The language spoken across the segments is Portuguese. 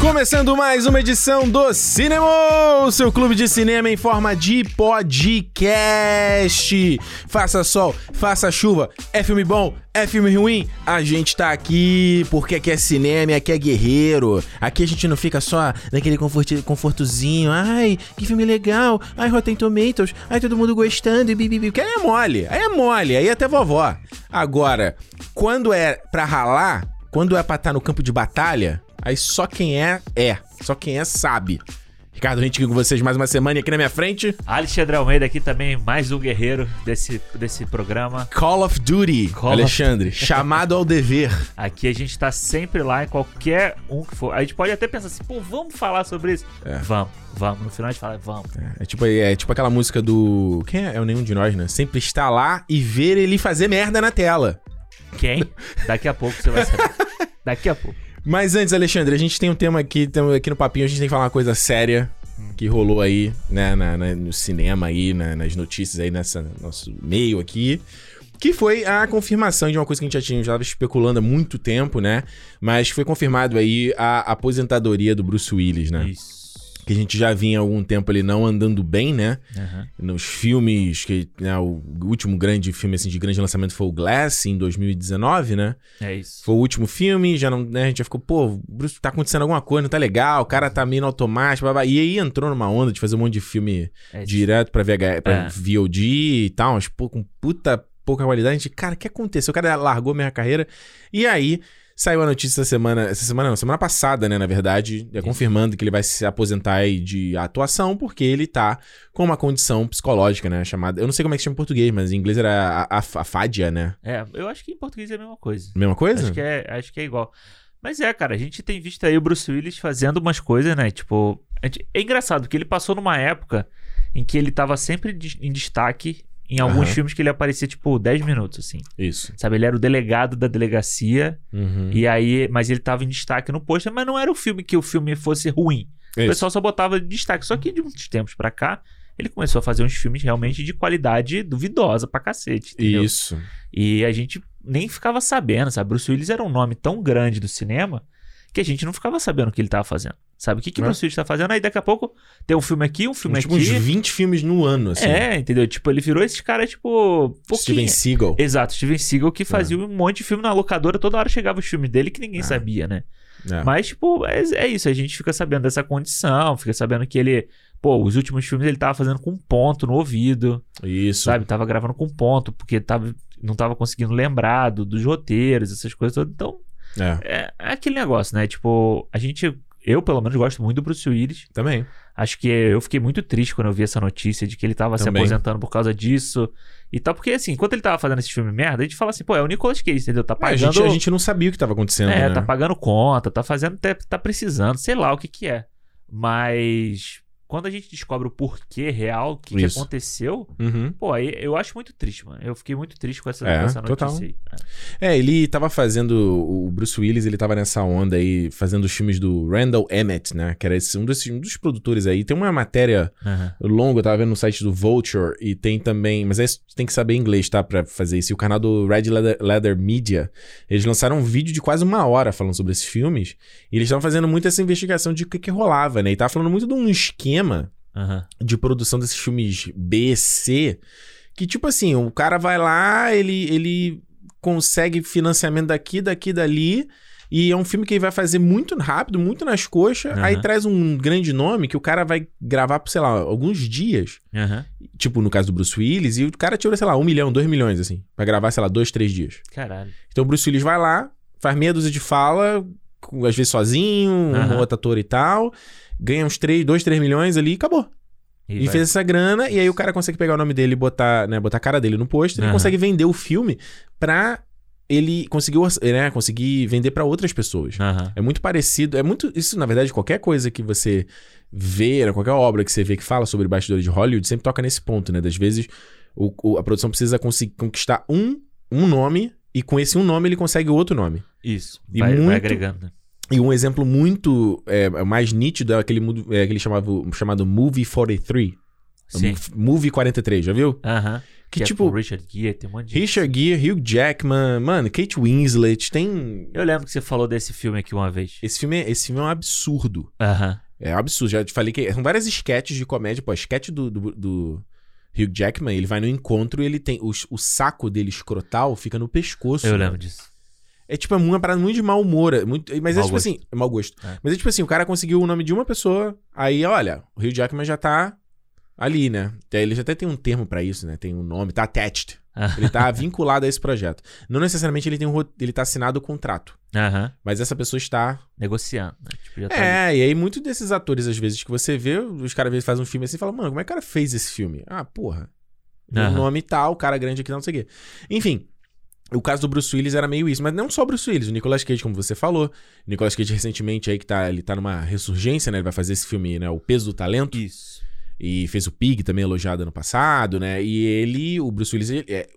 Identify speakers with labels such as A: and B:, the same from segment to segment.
A: Começando mais uma edição do Cinema, o seu clube de cinema em forma de podcast. Faça sol, faça chuva, é filme bom, é filme ruim, a gente tá aqui porque aqui é cinema, e aqui é guerreiro. Aqui a gente não fica só naquele conforti- confortozinho, ai, que filme legal, ai, Rotten Tomatoes, ai, todo mundo gostando, e bibibi. Que aí é mole, aí é mole, aí até vovó. Agora, quando é pra ralar, quando é pra estar no campo de batalha, Aí só quem é, é. Só quem é, sabe. Ricardo Rente aqui com vocês mais uma semana e aqui na minha frente.
B: Alexandre Almeida aqui também, mais um guerreiro desse, desse programa.
A: Call of Duty,
B: Call of-
A: Alexandre. Chamado ao dever.
B: Aqui a gente tá sempre lá em qualquer um que for. A gente pode até pensar assim, pô, vamos falar sobre isso? Vamos, vamos. No final a gente fala, vamos.
A: É, é tipo, é tipo aquela música do. Quem é? É o nenhum de nós, né? Sempre estar lá e ver ele fazer merda na tela.
B: Quem? Daqui a pouco você vai saber. Daqui a pouco.
A: Mas antes, Alexandre, a gente tem um tema aqui, tem- aqui no papinho, a gente tem que falar uma coisa séria que rolou aí, né, na- na- no cinema aí, na- nas notícias aí, nessa nosso meio aqui. Que foi a confirmação de uma coisa que a gente já tinha já tava especulando há muito tempo, né? Mas foi confirmado aí a aposentadoria do Bruce Willis, né?
B: Isso.
A: Que a gente já vinha há algum tempo ali não andando bem, né?
B: Aham.
A: nos filmes que né, o último grande filme assim de grande lançamento foi o Glass em 2019, né?
B: É isso.
A: Foi o último filme, já não, né, a gente já ficou, pô, Bruce, tá acontecendo alguma coisa, não tá legal, o cara tá meio no automático, blá, blá. e aí entrou numa onda de fazer um monte de filme
B: É isso.
A: direto pra, VH, pra
B: É.
A: VOD e tal, mas pô, com puta pouca qualidade, a gente, cara, o que aconteceu? O cara largou minha carreira, e aí saiu a notícia essa semana, essa semana não, semana passada, né, na verdade, é, confirmando que ele vai se aposentar aí de atuação, porque ele tá com uma condição psicológica, né, chamada, eu não sei como é que chama em português, mas em inglês era a, a, a fádia, né,
B: É, eu acho que em português é a mesma coisa.
A: mesma coisa?
B: Acho que, é, acho que é igual. Mas é, cara, a gente tem visto aí o Bruce Willis fazendo umas coisas, né? Tipo, a gente- é engraçado que ele passou numa época em que ele tava sempre de- em destaque em alguns
A: Aham.
B: filmes que ele aparecia, tipo, 10 minutos, assim.
A: Isso.
B: Sabe, ele era o delegado da delegacia,
A: Uhum.
B: e aí, mas ele tava em destaque no pôster, mas não era o filme que o filme fosse ruim. O
A: Isso.
B: pessoal só botava de destaque. Só que de uns tempos pra cá, ele começou a fazer uns filmes realmente de qualidade duvidosa pra cacete. Entendeu?
A: Isso.
B: E a gente nem ficava sabendo, sabe? Bruce Willis era um nome tão grande do cinema que a gente não ficava sabendo o que ele tava fazendo. Sabe? O que, que
A: É.
B: o Bruce Willis tá fazendo? Aí daqui a pouco tem um filme aqui, um filme
A: tipo uns
B: aqui.
A: 20 filmes no ano, assim.
B: É, entendeu? Tipo, ele virou esses caras, tipo.
A: Steven
B: pouquinho.
A: Seagal.
B: Exato, Steven Seagal que fazia um monte de filme na locadora, toda hora chegava os filmes dele que ninguém
A: É.
B: sabia, né?
A: É.
B: Mas, tipo, é, é isso, a gente fica sabendo dessa condição, fica sabendo que ele. Pô, os últimos filmes ele tava fazendo com um ponto no ouvido.
A: Isso.
B: Sabe, tava gravando com ponto, porque tava, não tava conseguindo lembrar do- dos roteiros, essas coisas todas. Então,
A: É.
B: é, é aquele negócio, né? Tipo, a gente. Eu, pelo menos, gosto muito do Bruce Willis.
A: Também.
B: Acho que eu fiquei muito triste quando eu vi essa notícia de que ele tava
A: Também.
B: se aposentando por causa disso e tal. Porque, assim, enquanto ele tava fazendo esse filme merda, a gente fala assim, pô, é o Nicolas Cage, entendeu? Tá
A: a,
B: pagando.
A: gente, a gente não sabia o que tava acontecendo,
B: É,
A: né?
B: tá pagando conta, tá fazendo, tá, tá precisando, sei lá o que que é. Mas quando a gente descobre o porquê real, o que, que
A: Isso.
B: aconteceu,
A: Uhum.
B: Pô, aí eu acho muito triste, mano. Eu fiquei muito triste com essa,
A: É,
B: com essa notícia
A: total.
B: aí.
A: É, ele tava fazendo. O Bruce Willis, ele tava nessa onda aí, fazendo os filmes do Randall Emmett, né? Que era esse, um, desses, um dos produtores aí. Tem uma matéria longa, eu tava vendo no site do Vulture, e tem também. Mas aí você tem que saber inglês, tá? Pra fazer isso. E o canal do Red Leather, Leather Media, eles lançaram um vídeo de quase uma hora falando sobre esses filmes. E eles estavam fazendo muito essa investigação de o que, que rolava, né? E tava falando muito de um esquema.
B: Aham.
A: de produção desses filmes B, C, que tipo assim, o cara vai lá, ele, ele consegue financiamento daqui, daqui, dali, e é um filme que ele vai fazer muito rápido, muito nas coxas,
B: Aham.
A: aí traz um grande nome que o cara vai gravar por, sei lá, alguns dias,
B: Aham.
A: tipo no caso do Bruce Willis, e o cara tira, sei lá, um milhão, dois milhões, assim, pra gravar, sei lá, dois, três dias.
B: Caralho.
A: Então o Bruce Willis vai lá, faz meia dúzia de fala, com- às vezes sozinho, um
B: Aham.
A: outro ator e tal, ganha uns três, dois, três milhões ali e acabou. E
B: vai-
A: fez essa grana, e aí o cara consegue pegar o nome dele e botar, né, botar a cara dele no pôster e
B: Aham.
A: consegue vender o filme pra ele conseguir, orça- né, conseguir vender pra outras pessoas.
B: Aham.
A: É muito parecido, é muito. Isso, na verdade, qualquer coisa que você vê, né, qualquer obra que você vê que fala sobre bastidores de Hollywood, sempre toca nesse ponto, né? Das vezes o- o- a produção precisa conseguir conquistar um, um nome, e com esse um nome ele consegue outro nome.
B: Isso.
A: E
B: vai, vai
A: muito-
B: agregando. né?
A: E um exemplo muito é, mais nítido é aquele, mu- é aquele chamava, chamado Movie 43.
B: Sim.
A: Movie 43, já viu?
B: Aham.
A: Que
B: é
A: tipo,
B: com Richard Gere, tem um monte de...
A: Richard Gere, Hugh Jackman, mano, Kate Winslet, tem...
B: Eu lembro que você falou desse filme aqui uma vez.
A: Esse filme, é- esse filme é um absurdo.
B: Aham.
A: É um absurdo. Já te falei que são várias sketches de comédia. Pô, a sketch do, do, do Hugh Jackman, ele vai no encontro e ele tem... O, o saco dele escrotal fica no pescoço.
B: Eu
A: mano.
B: lembro disso.
A: É tipo, é uma parada muito de mau humor. é Muito, mas é
B: Mau
A: tipo
B: gosto.
A: assim, é mau gosto.
B: É.
A: Mas é tipo assim, o cara conseguiu o nome de uma pessoa, aí olha, o Rio Jackman já tá ali, né? E aí Ele já até tem um termo pra isso, né? Tem um nome, tá attached.
B: Ah.
A: Ele tá vinculado a esse projeto. Não necessariamente ele tem um ro- ele tá assinado o contrato,
B: Aham.
A: mas essa pessoa está.
B: Negociando, né? Tipo, já tá ali.
A: É, e aí muitos desses atores às vezes que você vê, os caras às vezes fazem um filme assim e falam: "Mano, como é que o cara fez esse filme?" Ah, porra. O
B: Aham.
A: nome tal, o cara grande aqui, não sei o quê. Enfim, o caso do Bruce Willis era meio isso, mas não só o Bruce Willis, o Nicolas Cage, como você falou. O Nicolas Cage recentemente aí que tá, ele tá numa ressurgência, né? Ele vai fazer esse filme, né, O Peso do Talento,
B: Isso.
A: e fez o Pig também elogiado ano passado, né? E ele, o Bruce Willis, ele- é,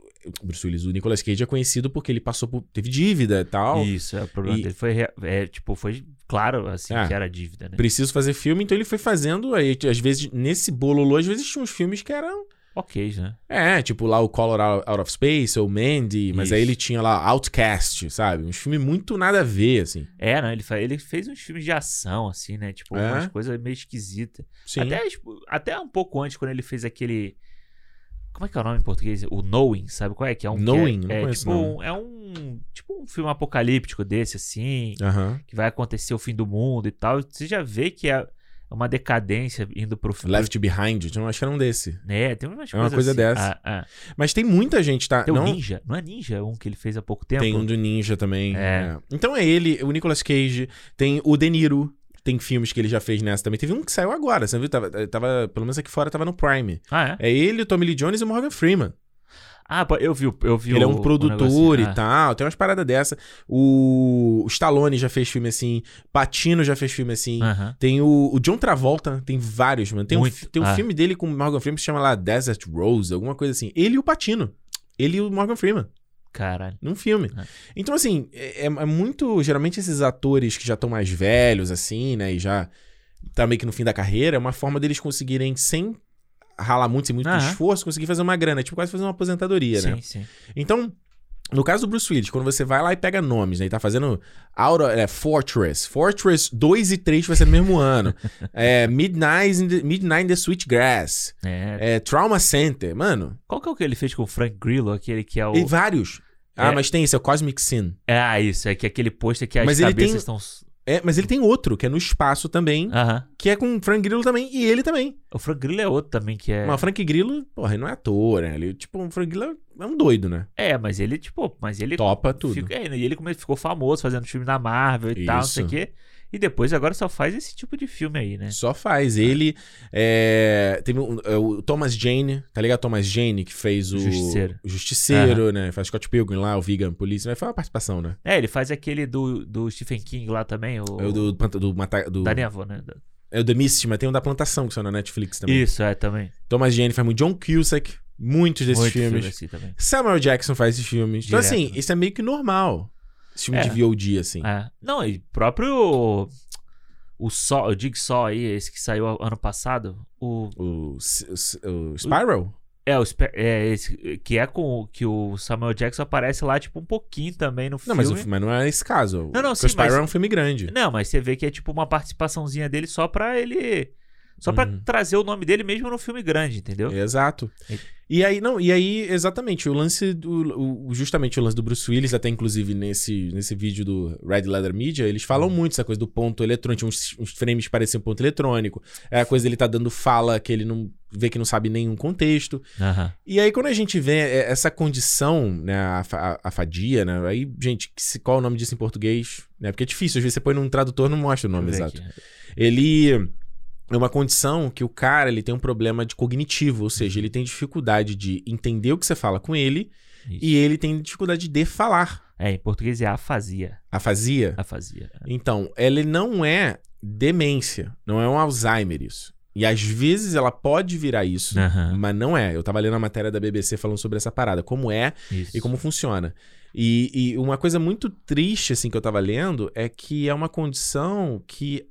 A: o Bruce Willis, o Nicolas Cage é conhecido porque ele passou por teve dívida e tal.
B: Isso, é, o problema
A: E-
B: dele foi, rea- é, tipo, foi claro, assim,
A: É.
B: que era dívida, né?
A: Preciso fazer filme, então ele foi fazendo aí, às vezes nesse bololô, às vezes tinha uns filmes que eram
B: Ok, né?
A: É, tipo lá o Color Out Out of Space ou Mandy, mas
B: Isso.
A: aí ele tinha lá Outcast, sabe? Um filme muito nada a ver, assim.
B: É, né? Ele, fa- ele fez uns filmes de ação, assim, né? Tipo,
A: É.
B: umas coisas meio esquisitas.
A: Sim.
B: Até, tipo, até um pouco antes, quando ele fez aquele... Como é que é o nome em português? O Knowing, sabe qual é? Que é um... que é-
A: Knowing? Não
B: é,
A: conheço
B: tipo,
A: não.
B: um, é um... Tipo um filme apocalíptico desse, assim,
A: Aham.
B: que vai acontecer o fim do mundo e tal. Você já vê que é uma decadência indo pro... pro-
A: Left Behind, eu não acho que era um desse.
B: Né? Tem umas
A: É uma
B: coisas
A: coisa
B: assim.
A: dessa.
B: Ah, ah.
A: Mas tem muita gente, tá?
B: Tem o
A: não,
B: Ninja. Não é Ninja um que ele fez há pouco tempo?
A: tem um do Ninja também.
B: É.
A: é. Então é ele, o Nicolas Cage, tem o De Niro, tem filmes que ele já fez nessa também. Teve um que saiu agora, você viu? Tava, tava- pelo menos aqui fora, tava no Prime.
B: Ah, é?
A: É ele, o Tommy Lee Jones e o Morgan Freeman.
B: Ah, pô, eu vi, o- eu vi
A: Ele é
B: o-
A: um
B: o
A: produtor
B: negocinho.
A: e
B: Ah,
A: tal, tem umas paradas dessa. O, o Stallone já fez filme assim, Patino já fez filme assim.
B: aham.
A: Tem o, o John Travolta, tem vários, mano. Tem um,
B: É. Muito,
A: fi- tem um
B: ah.
A: filme dele com o Morgan Freeman que se chama lá Desert Rose, alguma coisa assim. Ele e o Patino. Ele e o Morgan Freeman,
B: Caralho.
A: num filme.
B: Ah.
A: Então, assim, é, é- é muito. Geralmente, esses atores que já estão mais velhos, assim, né, e já tá meio que no fim da carreira, é uma forma deles conseguirem, sem ralar muito, sem muito
B: Aham.
A: esforço, conseguir fazer uma grana. É Tipo, quase fazer uma aposentadoria, né?
B: Sim, sim.
A: Então, no caso do Bruce Willis, quando você vai lá e pega nomes, né? E tá fazendo Aura, é, Fortress. Fortress 2 e 3 vai ser no mesmo ano. É, Midnight, in the, Midnight in the Sweetgrass.
B: É.
A: É, Trauma Center. Mano,
B: Qual que é o que ele fez com o Frank Grillo? Aquele que é o.
A: tem vários. Ah,
B: É.
A: mas tem esse, é o Cosmic Sin.
B: Ah, isso. É que aquele pôster que as
A: Mas ele
B: cabeças
A: tem-
B: estão.
A: É, mas ele tem outro, que é no espaço também,
B: Aham.
A: que é com o Frank Grillo também, e ele também.
B: O Frank Grillo é outro também que é.
A: Mas o Frank Grillo, porra, ele não é ator, né? Ele, tipo, o Frank Grillo é um doido, né?
B: É, mas ele, tipo, mas ele.
A: Topa tudo.
B: Fica... É, e ele come- ficou famoso fazendo filme na Marvel e tal, não sei o
A: Isso.
B: quê. E depois agora só faz esse tipo de filme aí, né?
A: Só faz. Ele. É, teve um- é, o Thomas Jane, tá ligado? Thomas Jane, que fez o.
B: Justiceiro.
A: o Justiceiro, né? Faz Scott Pilgrim lá, o Vegan Police. Mas foi uma participação, né?
B: É, ele faz aquele do, do Stephen King lá também, o.
A: É o do. planta- do, mata- do
B: Da Nevo, né? Da-
A: é o The Mist, mas tem um da Plantação que saiu na Netflix também.
B: Isso, é também.
A: Thomas Jane faz muito. John Cusack, muitos desses
B: Muito
A: filmes.
B: filme assim também.
A: Samuel Jackson faz esses filmes. Então,
B: Direto,
A: assim,
B: né?
A: isso é meio que normal. Esse filme
B: É.
A: de VOD, assim.
B: É. Não, e próprio. O só, o Jigsaw aí, esse que saiu ano passado, o
A: O, S- o S- o Spiral?
B: é o Spe- é esse que é com o- que o Samuel Jackson aparece lá tipo um pouquinho também no
A: Não,
B: filme.
A: mas, o, mas não é esse caso.
B: Não, não,
A: Porque
B: sim,
A: O Spiral
B: mas-
A: é um filme grande.
B: Não, mas você vê que é tipo uma participaçãozinha dele só pra ele só pra
A: Uhum. É.
B: trazer o nome dele mesmo no filme grande, entendeu? É.
A: Exato.
B: E-
A: E aí, não, e aí, exatamente, o lance do. o- justamente o lance do Bruce Willis, até inclusive nesse, nesse vídeo do Red Leather Media, eles falam
B: Uhum.
A: muito essa coisa do ponto eletrônico, uns, uns frames parecem um ponto eletrônico. É a coisa dele tá dando fala que ele não vê que não sabe nenhum contexto.
B: Aham.
A: E aí, quando a gente vê é, essa condição, né, a, fa- a- a fadia, né? Aí, gente, que se- qual é o nome disso em português? Né? Porque é difícil, às vezes você põe num tradutor não mostra o nome
B: Deixa eu
A: exato
B: ver aqui.
A: ele é uma condição que o cara ele tem um problema de cognitivo, ou seja, ele tem dificuldade de entender o que você fala com ele
B: Isso.
A: e ele tem dificuldade de falar.
B: É, em português é afasia.
A: Afasia.
B: Afasia.
A: Então, ele não é demência, não é um Alzheimer isso. E às vezes ela pode virar isso,
B: Aham.
A: mas não é. Eu tava lendo a matéria da BBC falando sobre essa parada, como é
B: Isso.
A: e como funciona. E, e uma coisa muito triste, assim, que eu tava lendo é que é uma condição que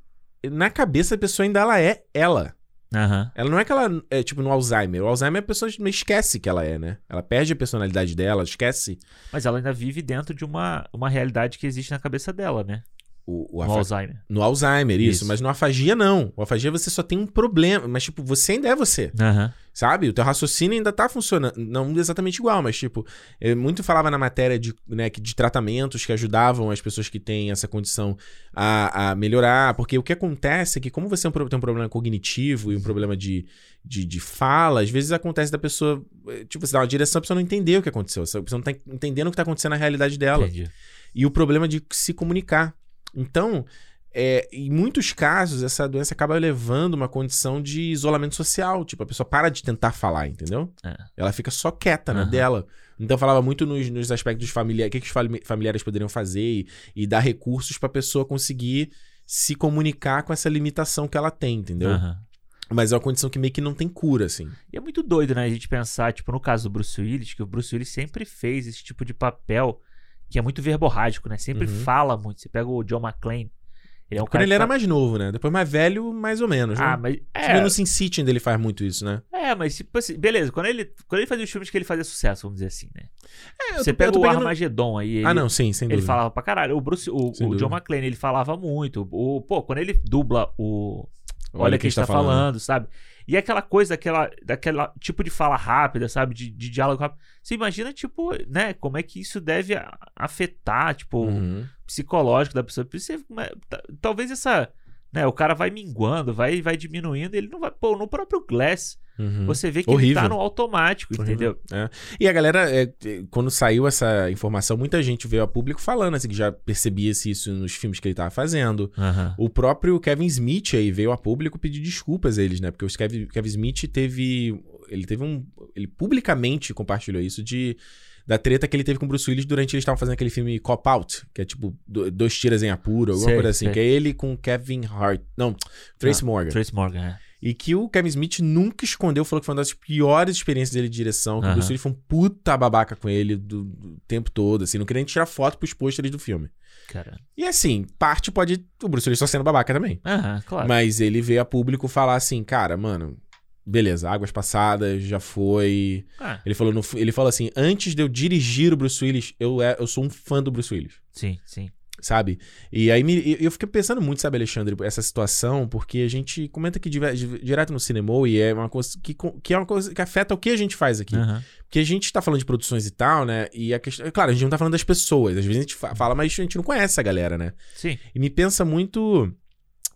A: na cabeça a pessoa ainda ela é ela.
B: Aham.
A: Ela não é que ela é tipo no Alzheimer. O Alzheimer a pessoa meio esquece que ela é, né? Ela perde a personalidade dela, esquece
B: Mas ela ainda vive dentro de uma, uma realidade que existe na cabeça dela, né?
A: o, o
B: O
A: afa-
B: Alzheimer.
A: No Alzheimer, isso.
B: Isso.
A: Mas no afagia, não. O afagia você só tem um problema. Mas, tipo, você ainda é você,
B: Aham.
A: sabe? O teu raciocínio ainda tá funcionando. Não exatamente igual, mas, tipo, eu muito falava na matéria de, né, que- de tratamentos que ajudavam as pessoas que têm essa condição a, a melhorar. Porque o que acontece é que, como você é um pro- tem um problema cognitivo e um problema de, de, de fala, às vezes acontece da pessoa. eh, Tipo, você dá uma direção, a pessoa não entendeu o que aconteceu. A pessoa não tá entendendo o que tá acontecendo na realidade dela
B: Entendi.
A: e o problema de se comunicar. Então, é, em muitos casos, essa doença acaba levando uma condição de isolamento social. Tipo, a pessoa para de tentar falar, entendeu?
B: É.
A: Ela fica só quieta na
B: Aham.
A: dela. Então, eu falava muito nos, nos aspectos familiares, o que, que os fami- familiares poderiam fazer e, e dar recursos pra pessoa conseguir se comunicar com essa limitação que ela tem, entendeu?
B: Aham.
A: Mas é uma condição que meio que não tem cura, assim.
B: E é muito doido, né? A gente pensar, tipo, no caso do Bruce Willis, que o Bruce Willis sempre fez esse tipo de papel que é muito verborrágico, né? Sempre
A: Uhum.
B: fala muito. Você pega o John McClane, ele é um
A: Quando
B: cara.
A: ele
B: que
A: era
B: tá-
A: mais novo, né? Depois mais velho, mais ou menos, né?
B: Ah, mas.
A: É.
B: É,
A: No Sin City ainda ele faz muito isso, né?
B: é, mas tipo assim, beleza, quando ele, quando ele fazia os filmes que ele fazia sucesso, vamos dizer assim, né?
A: É, eu
B: Você
A: tô-
B: pega
A: eu tô
B: o
A: pegando-
B: Armagedon aí. Ele,
A: Ah, não, sim, sem
B: Ele
A: dúvida.
B: falava pra caralho. O Bruce, o,
A: Sem
B: o John
A: dúvida.
B: McClane, ele falava muito. O, pô, quando ele dubla o Olha quem está tá falando. sabe? E é aquela coisa, aquela, daquela tipo de fala rápida, sabe? De, de diálogo rápido. Você imagina, tipo, né? Como é que isso deve a- afetar, tipo,
A: Uhum.
B: o psicológico da pessoa. Por isso você- mas, ta- talvez essa. Né, o cara vai minguando, vai, vai diminuindo, ele não vai. Pô, no próprio Glass,
A: uhum.
B: você vê que
A: Horrível.
B: ele tá no automático, entendeu?
A: É. E a galera, é, é, quando saiu essa informação, muita gente veio a público falando assim, que já percebia-se isso nos filmes que ele tava fazendo.
B: Aham.
A: O próprio Kevin Smith aí veio a público pedir desculpas a eles, né? Porque o Kevin, Kevin Smith teve. Ele teve um. Ele publicamente compartilhou isso de. Da treta que ele teve com o Bruce Willis durante eles estavam fazendo aquele filme Cop Out, que é tipo do- dois tiras em apuro, alguma
B: Sei,
A: coisa assim.
B: sei.
A: Que é ele com Kevin Hart. Não, Trace Morgan.
B: Trace Morgan, é.
A: E que o Kevin Smith nunca escondeu, falou que foi uma das piores experiências dele de direção. Que o
B: Aham.
A: Bruce Willis foi um puta babaca com ele do, do tempo todo, assim. Não queria nem tirar foto pros pôsteres do filme.
B: Cara.
A: E assim, parte pode... O Bruce Willis só sendo babaca também.
B: Aham, claro.
A: Mas ele veio a público falar assim, cara, mano... Beleza, águas passadas, já foi...
B: Ah,
A: Ele falou, no fi- ele falou assim, antes de eu dirigir o Bruce Willis, eu, é, eu sou um fã do Bruce Willis
B: sim, sim.
A: sabe? E aí me- eu- eu fiquei pensando muito, sabe, Alexandre, essa situação, porque a gente comenta que diver- di- direto no cinema e é uma coisa que, co- que é uma coisa que afeta o que a gente faz aqui.
B: Aham.
A: Porque a gente tá falando de produções e tal, né? E a questão, é claro, a gente não tá falando das pessoas. Às vezes a gente fa- fala, mas a gente não conhece a galera, né?
B: Sim.
A: E me pensa muito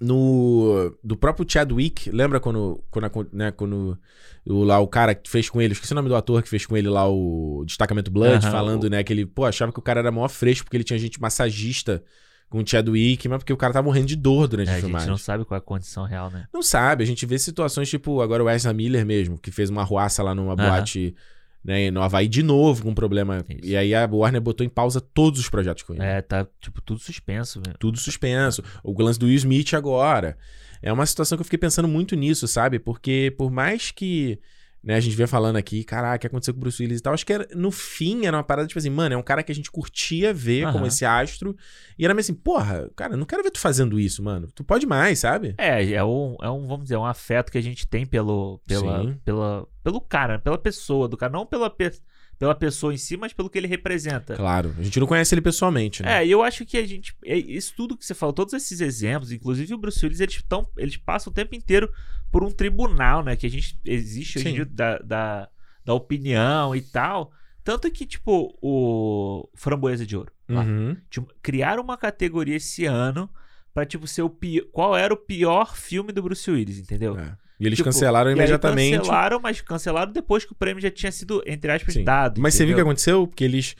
A: no do próprio Chadwick, lembra quando quando, acon- né, quando o, lá o cara que fez com ele, esqueci o nome do ator que fez com ele lá o Destacamento Blood,
B: Aham,
A: falando, né, que ele, pô, achava que o cara era maior fresco porque ele tinha gente massagista com o Chadwick, mas porque o cara tava morrendo de dor durante
B: É,
A: a
B: a gente
A: filmagem.
B: não
A: Não...
B: sabe qual é a condição real, né?
A: sabe, a gente vê situações tipo agora o Ezra Miller mesmo, que fez uma arruaça lá numa
B: Aham.
A: boate, né, no Havaí de novo com um problema.
B: Isso.
A: E aí a Warner botou em pausa todos os projetos com ele
B: É, tá, tipo, tudo suspenso mesmo.
A: tudo suspenso. O lance do Will Smith agora. É uma situação que eu fiquei pensando muito nisso, sabe? Porque por mais que né, a gente vinha falando aqui, caraca, o que aconteceu com o Bruce Willis e tal, acho que era- no fim era uma parada tipo assim, mano, é um cara que a gente curtia ver como
B: Aham.
A: esse astro. E era meio assim, porra, cara, não quero ver tu fazendo isso, mano. Tu pode mais, sabe?
B: É, é um, é um, vamos dizer, um afeto que a gente tem pelo, pela,
A: Sim.
B: pela, pelo cara, pela pessoa do cara. Não pela, pe- pela pessoa em si, mas pelo que ele representa.
A: Claro, a gente não conhece ele pessoalmente, né?
B: É, e eu acho que a gente. é, Isso tudo que você falou, todos esses exemplos, inclusive o Bruce Willis, eles, tão, eles passam o tempo inteiro por um tribunal, né? Que a gente existe hoje
A: Sim.
B: em dia da, da, da opinião e tal. Tanto que, tipo, o Framboesa de Ouro. lá,
A: Uhum.
B: Tipo, criaram uma categoria esse ano pra, tipo, ser o pior. Qual era o pior filme do Bruce Willis, entendeu?
A: É. E eles
B: Tipo,
A: cancelaram
B: E aí
A: imediatamente.
B: cancelaram, mas cancelaram depois que o prêmio já tinha sido, entre aspas,
A: Sim.
B: dado.
A: Mas você viu o que
B: entendeu?
A: aconteceu? Porque eles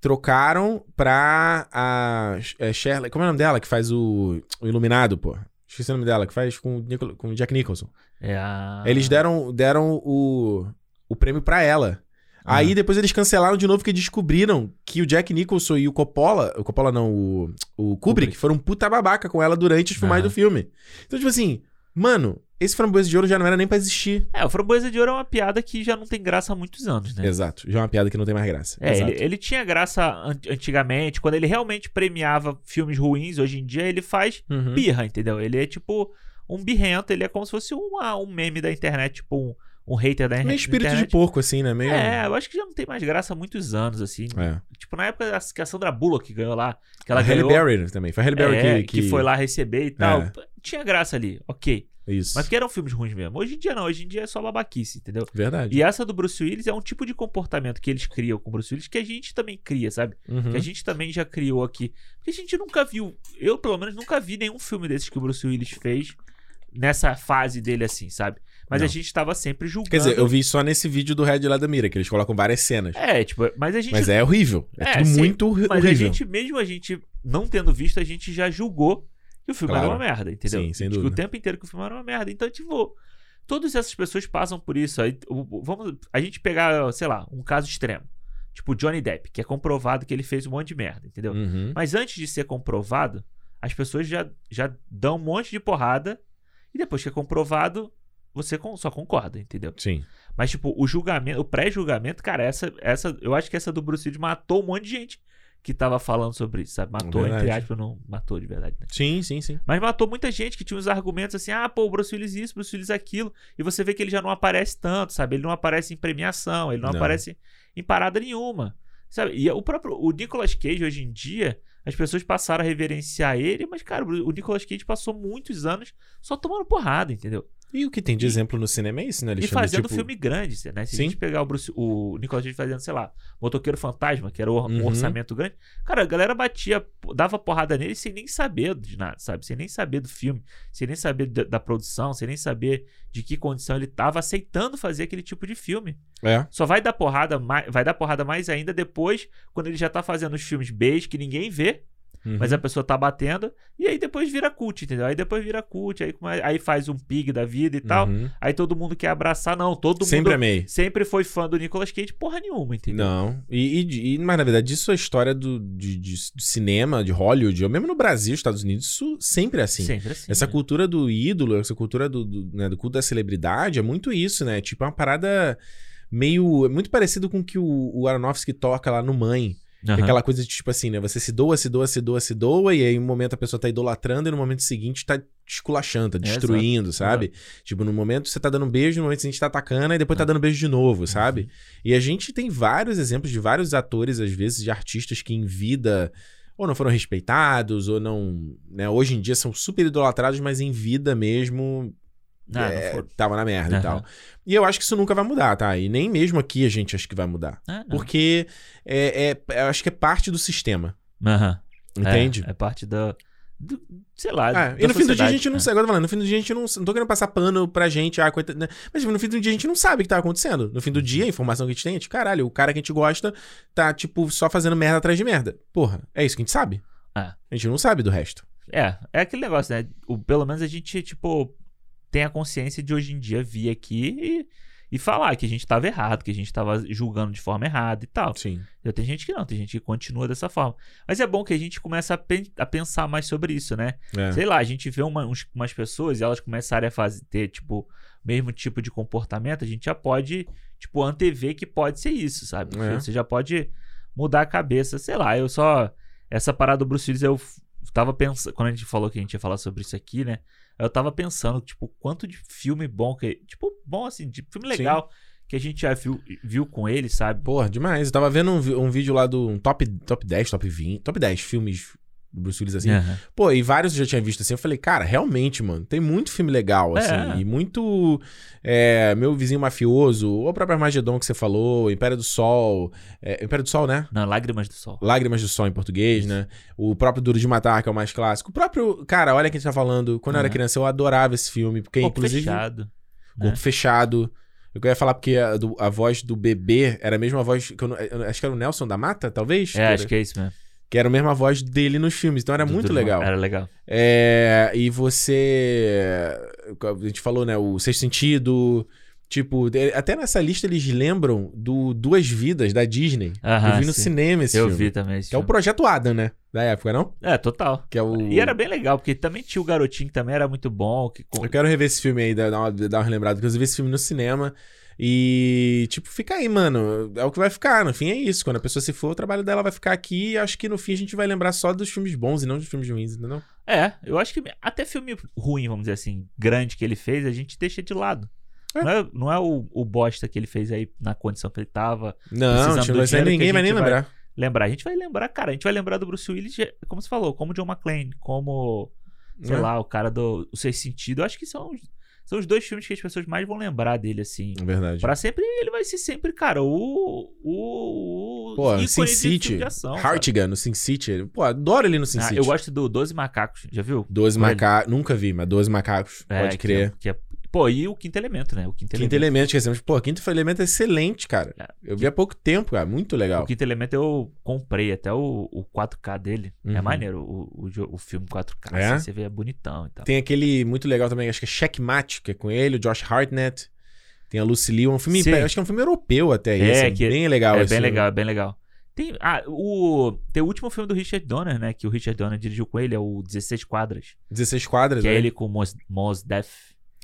A: trocaram pra a é, Shirley. Como é o nome dela que faz o, o Iluminado, pô? Esqueci o nome dela, que faz com, o Nicol- com o Jack Nicholson.
B: É a-
A: Eles deram, deram o, o prêmio pra ela.
B: Ah.
A: Aí depois eles cancelaram de novo porque descobriram que o Jack Nicholson e o Coppola, o Coppola não, o, o Kubrick,
B: Kubrick. Ah.
A: foram puta babaca com ela durante os filmagens
B: Aham.
A: do filme. Então, tipo assim, mano, esse framboesa de ouro já não era nem pra existir.
B: É, o Framboesa de Ouro é uma piada que já não tem graça há muitos anos, né?
A: Exato, já é uma piada que não tem mais graça.
B: É,
A: Exato.
B: ele, ele tinha graça an- antigamente, quando ele realmente premiava filmes ruins, hoje em dia ele faz
A: Uhum.
B: birra, entendeu? Ele é tipo um birrento, ele é como se fosse uma, um meme da internet, tipo um, um hater da
A: Meio
B: internet.
A: espírito de porco, assim, né? Meio...
B: É, eu acho que já não tem mais graça há muitos anos, assim.
A: É.
B: Tipo, na época da- que a Sandra Bullock ganhou lá, que ela
A: a Halle
B: ganhou,
A: Berry né, também. Foi a Halle Berry
B: é,
A: que, que...
B: foi lá receber e tal.
A: É.
B: Tinha graça ali, ok.
A: Isso.
B: Mas que eram filmes ruins mesmo. Hoje em dia não, hoje em dia é só babaquice, entendeu?
A: Verdade.
B: E essa do Bruce Willis é um tipo de comportamento que eles criam com o Bruce Willis que a gente também cria, sabe?
A: Uhum.
B: Que a gente também já criou aqui. Porque a gente nunca viu, eu pelo menos nunca vi nenhum filme desses que o Bruce Willis fez nessa fase dele assim, sabe? Mas
A: Não.
B: a gente tava sempre julgando.
A: Quer dizer, eu vi só nesse vídeo do Red lá da Mira, que eles colocam várias cenas.
B: É, tipo, mas a gente
A: Mas é horrível. É,
B: É,
A: tudo
B: sim,
A: muito horri-
B: Mas a
A: horrível.
B: gente, mesmo a gente não tendo visto, a gente já julgou que o filme
A: Claro.
B: era uma merda, entendeu?
A: Sim, sem
B: Tipo,
A: dúvida.
B: O tempo inteiro que o filme era uma merda. Então, tipo, todas essas pessoas passam por isso. Aí, o- o- vamos a gente pegar, sei lá, um caso extremo. Tipo, Johnny Depp, que é comprovado que ele fez um monte de merda, entendeu?
A: Uhum.
B: Mas antes de ser comprovado, as pessoas já, já dão um monte de porrada. E depois que é comprovado, você con- só concorda, entendeu?
A: Sim.
B: Mas, tipo, o julgamento, o pré-julgamento, cara, essa, essa. Eu acho que essa do Bruce Willis matou um monte de gente que tava falando sobre isso, sabe? Matou,
A: Verdade.
B: entre aspas, não matou de verdade, né?
A: Sim, sim, sim.
B: Mas matou muita gente que tinha uns argumentos assim, ah, pô, o Bruce Willis isso, Bruce Willis aquilo. E você vê que ele já não aparece tanto, sabe? Ele não aparece em premiação, ele não,
A: Não.
B: aparece em parada nenhuma. Sabe? E o próprio. O Nicolas Cage, hoje em dia, as pessoas passaram a reverenciar ele, mas, cara, o Nicolas Cage passou muitos anos só tomando porrada, entendeu?
A: E o que tem de exemplo no cinema é isso, né,
B: E
A: Alexandre?
B: fazendo
A: Tipo,
B: filme grande, cê, né? Se a
A: Sim.
B: gente pegar o, Bruce, o Nicolas Cage fazendo, sei lá, Motoqueiro Fantasma, que era o- um
A: Uhum.
B: orçamento grande, cara, a galera batia, pô, dava porrada nele sem nem saber de nada, sabe? Sem nem saber do filme, sem nem saber da, da produção, sem nem saber de que condição ele tava aceitando fazer aquele tipo de filme.
A: É.
B: Só vai dar porrada mais, vai dar porrada mais ainda depois, quando ele já tá fazendo os filmes B's que ninguém vê,
A: Uhum.
B: mas a pessoa tá batendo, e aí depois vira cult, entendeu? Aí depois vira cult, aí, come- aí faz um pig da vida e tal.
A: Uhum.
B: Aí todo mundo quer abraçar, não. Todo
A: Sempre
B: mundo
A: amei.
B: sempre foi fã do Nicolas Cage, porra nenhuma, entendeu?
A: Não. E, e- e- mas, na verdade, isso é história do, de, de- de cinema, de Hollywood, ou mesmo no Brasil, Estados Unidos, isso sempre é assim.
B: Sempre assim.
A: Essa
B: né?
A: cultura do ídolo, essa cultura do, do, né, do culto da celebridade é muito isso, né? Tipo, é uma parada meio. é Muito parecido com o que o, o Aronofsky toca lá no Mãe. Que é
B: Aham.
A: aquela coisa de tipo assim, né? Você se doa, se doa, se doa, se doa, e aí um momento a pessoa tá idolatrando e no momento seguinte tá esculachando, tá
B: É, exato.
A: destruindo, sabe? Tipo, no momento você tá dando um beijo, no momento seguinte tá atacando, e depois tá
B: É.
A: dando beijo de novo, sabe? E a gente tem vários exemplos de vários atores, às vezes, de artistas que em vida ou não foram respeitados, ou não. Né, hoje em dia são super idolatrados, mas em vida mesmo
B: Ah, não
A: é,
B: foi.
A: tava na merda e
B: Aham.
A: tal. E eu acho que isso nunca vai mudar, tá? E nem mesmo aqui a gente acha que vai mudar.
B: Ah, não.
A: Porque é, é- eu acho que é parte do sistema.
B: Aham.
A: Entende?
B: É, é parte da. do- sei lá.
A: Ah,
B: da
A: e no fim do dia a
B: sociedade,
A: gente não
B: né?
A: sabe. Agora eu tô falando, no fim do dia a gente não. Não tô querendo passar pano pra gente, ah, coitado. né? Mas tipo, no fim do dia a gente não sabe o que tá acontecendo. No fim do dia, a informação que a gente tem é tipo, caralho, o cara que a gente gosta tá, tipo, só fazendo merda atrás de merda. Porra, é isso que a gente sabe?
B: É.
A: A gente não sabe do resto.
B: É, é aquele negócio, né? O, pelo menos a gente, tipo, tem a consciência de hoje em dia vir aqui e, e falar que a gente tava errado, que a gente tava julgando de forma errada e tal.
A: Sim.
B: Já tem gente que não, tem gente que continua dessa forma. Mas é bom que a gente começa a, pen- a pensar mais sobre isso, né?
A: É.
B: Sei lá, a gente vê uma- uns- umas pessoas e elas começarem a fazer, ter, tipo, o mesmo tipo de comportamento, a gente já pode, tipo, antever que pode ser isso, sabe?
A: É.
B: Você já pode mudar a cabeça, sei lá, eu só. Essa parada do Bruce Willis, eu f- tava pensando. Quando a gente falou que a gente ia falar sobre isso aqui, né? Eu tava pensando, tipo, quanto de filme bom que. Tipo, bom assim, de filme
A: Sim.
B: legal que a gente já viu, viu com ele, sabe?
A: Porra, demais. Eu tava vendo um, vi- um vídeo lá do um top, top 10, top 20, top 10 filmes do Bruce Willis assim.
B: Aham.
A: Pô, e vários eu já tinha visto assim. Eu falei, cara, realmente, mano, tem muito filme legal,
B: É.
A: assim. E muito. é, Meu vizinho mafioso, ou o próprio Armagedon que você falou, Império do Sol. é, Império do Sol, né?
B: Não, Lágrimas do Sol.
A: Lágrimas do Sol em português, né? O próprio Duro de Matar, que é o mais clássico. O próprio. Cara, olha quem tá falando. Quando eu era
B: Uhum.
A: criança, eu adorava esse filme, porque
B: Corpo
A: inclusive.
B: fechado.
A: Corpo
B: né?
A: fechado. Eu ia falar porque a, do- a voz do bebê era a mesma voz. Que eu, não- eu acho que era o Nelson da Mata, talvez?
B: É, acho que é isso mesmo.
A: Que era a mesma voz dele nos filmes. Então era
B: Do-
A: muito
B: do-
A: legal.
B: Era legal.
A: É, e você. A gente falou, né? O Sexto Sentido. Tipo, de- até nessa lista eles lembram do Duas Vidas da Disney.
B: Aham,
A: eu vi no
B: Ah, sim.
A: cinema esse
B: Eu
A: filme.
B: vi também esse
A: Que é o
B: filme.
A: projeto Adam, né? Da época, não?
B: É, total.
A: Que é o.
B: E era bem legal, porque também tinha o garotinho que também era muito bom. Que... com-
A: Eu quero rever esse filme aí, dar dar uma, dar uma relembrada, porque eu vi esse filme no cinema. E, tipo, fica aí, mano. É o que vai ficar. No fim é isso. Quando a pessoa se for, o trabalho dela vai ficar aqui. E acho que no fim a gente vai lembrar só dos filmes bons e não dos filmes ruins, entendeu?
B: É, eu acho que até filme ruim, vamos dizer assim, grande que ele fez, a gente deixa de lado.
A: É.
B: Não é, não é o, o bosta que ele fez aí na condição que ele tava.
A: Não,
B: Precisamos
A: tipo,
B: do
A: vai sair,
B: dinheiro que
A: ninguém
B: a
A: vai nem
B: gente vai-
A: lembrar.
B: Lembrar, a gente vai lembrar, cara, a gente vai lembrar do Bruce Willis, como você falou, como John McClane, como, sei
A: É.
B: lá, o cara do O Sexto Sentido. Eu acho que são, os- são os dois filmes que as pessoas mais vão lembrar dele, assim.
A: Verdade.
B: Pra sempre, ele vai ser sempre, cara, o. O. o
A: Pô,
B: ícone
A: Sin
B: de
A: City.
B: filme de ação, sabe?
A: Hartigan no Sin City. ele- Pô, adoro ele no Sin
B: Ah,
A: City.
B: eu gosto do 12 Macacos, já viu?
A: 12
B: Olha.
A: macacos. Nunca vi, mas 12 macacos.
B: É,
A: pode
B: que
A: crer.
B: é- que é- Pô, e o Quinto Elemento, né? O Quinto,
A: Quinto
B: Elemento.
A: Elemento, esquecemos. Pô, Quinto Elemento é excelente, cara.
B: É.
A: Eu vi há pouco tempo, cara. Muito legal.
B: O Quinto Elemento eu comprei até o, o 4K dele. É
A: Uhum.
B: maneiro o, o, jo- o filme 4K.
A: É?
B: assim, você vê, é bonitão e tal.
A: Tem aquele muito legal também, acho que é Checkmate, que é com ele, o Josh Hartnett. Tem a Lucy Liu, é um filme,
B: Sim.
A: acho que é um filme europeu até
B: É,
A: esse,
B: que-
A: bem legal
B: é
A: esse
B: bem
A: filme.
B: legal, é bem legal. Tem, ah, o, tem o último filme do Richard Donner, né? Que o Richard Donner dirigiu com ele, é o 16 Quadras.
A: 16 quadras,
B: Que é
A: né?
B: ele com o Mos, Mos Def.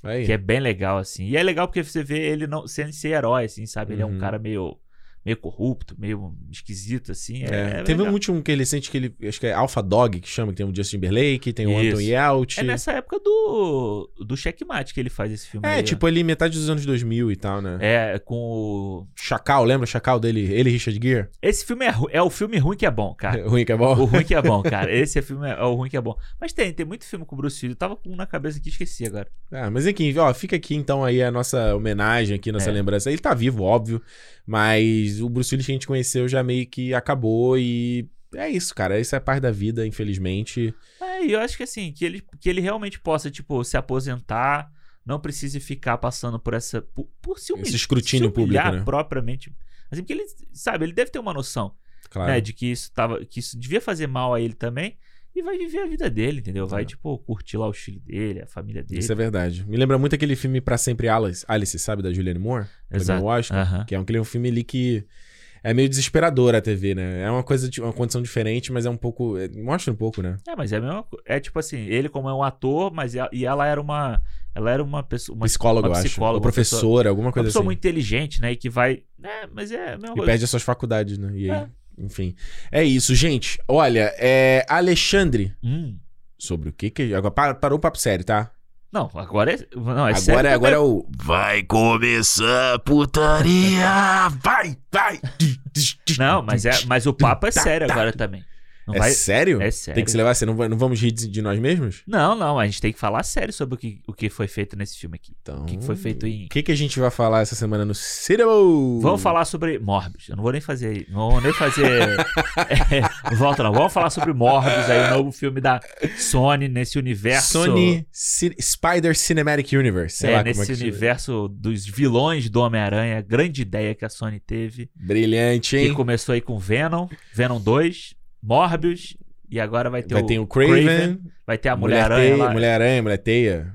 A: Aí.
B: Que é bem legal, assim. E é legal porque você vê ele não, sem ser herói, assim, sabe? Ele é
A: Uhum.
B: um cara meio, meio corrupto, meio esquisito, assim. É,
A: É.
B: é
A: Teve
B: legal.
A: um último que ele sente que ele, acho que é Alpha Dog, que chama, que tem o Justin Timberlake, tem o
B: Isso.
A: Anton Yelchin.
B: É nessa época do, do checkmate que ele faz esse filme.
A: É,
B: aí,
A: tipo ali metade dos anos 2000 e tal, né?
B: né? É, com o...
A: Chacal, lembra o Chacal dele? Ele e Richard Gere?
B: Esse filme é, ru- é o filme ruim que é bom, cara.
A: Ruim que é bom?
B: O ruim que é bom, cara. Esse é filme é, é o ruim que é bom. Mas tem, tem muito filme com o Bruce Willis. Eu tava com um na cabeça que esqueci agora.
A: Ah, mas enfim, ó, fica aqui então aí a nossa homenagem aqui, nossa
B: É.
A: lembrança. Ele tá vivo, óbvio, mas o Bruce Willis que a gente conheceu já meio que acabou e é isso, cara. Isso é parte da vida, infelizmente.
B: É, e eu acho que assim, que ele, que ele realmente possa, tipo, se aposentar, não precise ficar passando por essa. Por, por se humi-
A: Esse escrutínio
B: se humilhar
A: público, né?
B: propriamente. Assim, porque ele, sabe, ele deve ter uma noção,
A: Claro.
B: né, de que isso tava, que isso devia fazer mal a ele também. E vai viver a vida dele, entendeu? Vai,
A: É.
B: tipo, curtir lá o estilo dele, a família dele.
A: Isso é verdade. Me lembra muito aquele filme Pra Sempre Alice, Alice sabe, da Julianne Moore? Lembrou
B: Exato. Ah.
A: o Oscar?
B: Aham.
A: Que é um, que ele é um filme ali que é meio desesperador a TV, né? É uma coisa, de- uma condição diferente, mas é um pouco. é- Mostra um pouco, né?
B: É, mas é a mesma co- É tipo assim, ele como é um ator, mas e- e ela era uma. Ela era uma pessoa. Uma,
A: Psicólogo,
B: uma
A: eu acho.
B: psicóloga,
A: Ou
B: uma pessoa-
A: professora, alguma
B: uma
A: coisa
B: pessoa
A: assim.
B: muito inteligente, né? E que vai. É, mas é a mesma
A: E
B: coisa.
A: perde as suas faculdades, né? E aí,
B: É.
A: enfim. É isso, gente. Olha, é Alexandre.
B: Hum.
A: Sobre o que que. Agora pa- parou o papo sério, tá?
B: Não, agora é. Não, é
A: agora
B: sério.
A: é, agora é o. Vai começar a putaria! Vai, vai!
B: Não, mas, é, mas o papo é
A: Tá,
B: sério
A: tá.
B: agora também. Não
A: É
B: vai.
A: sério?
B: É sério.
A: Tem que se levar a sério. Não, vai- não vamos rir de de nós mesmos?
B: Não, não, a gente tem que falar sério sobre o que, o que foi feito nesse filme aqui.
A: Então.
B: O que que foi feito em.
A: O que, que a gente vai falar essa semana no Cinema?
B: Vamos falar sobre Morbius. Eu não vou nem fazer. Não vou nem fazer. É, volta, não. Vamos falar sobre Morbius aí, o novo filme da Sony nesse universo.
A: Sony Ci- Spider Cinematic Universe. Sei
B: é,
A: lá como é
B: nesse
A: que chama.
B: universo dos vilões do Homem-Aranha, grande ideia que a Sony teve.
A: Brilhante,
B: Que
A: hein?
B: começou aí com Venom, Venom 2, Morbius, e agora vai ter
A: Vai
B: o,
A: ter um o Craven,
B: vai ter a
A: Mulher-Aranha,
B: Mulher-Aranha lá, né?
A: Mulher-Aranha, Mulher-Teia.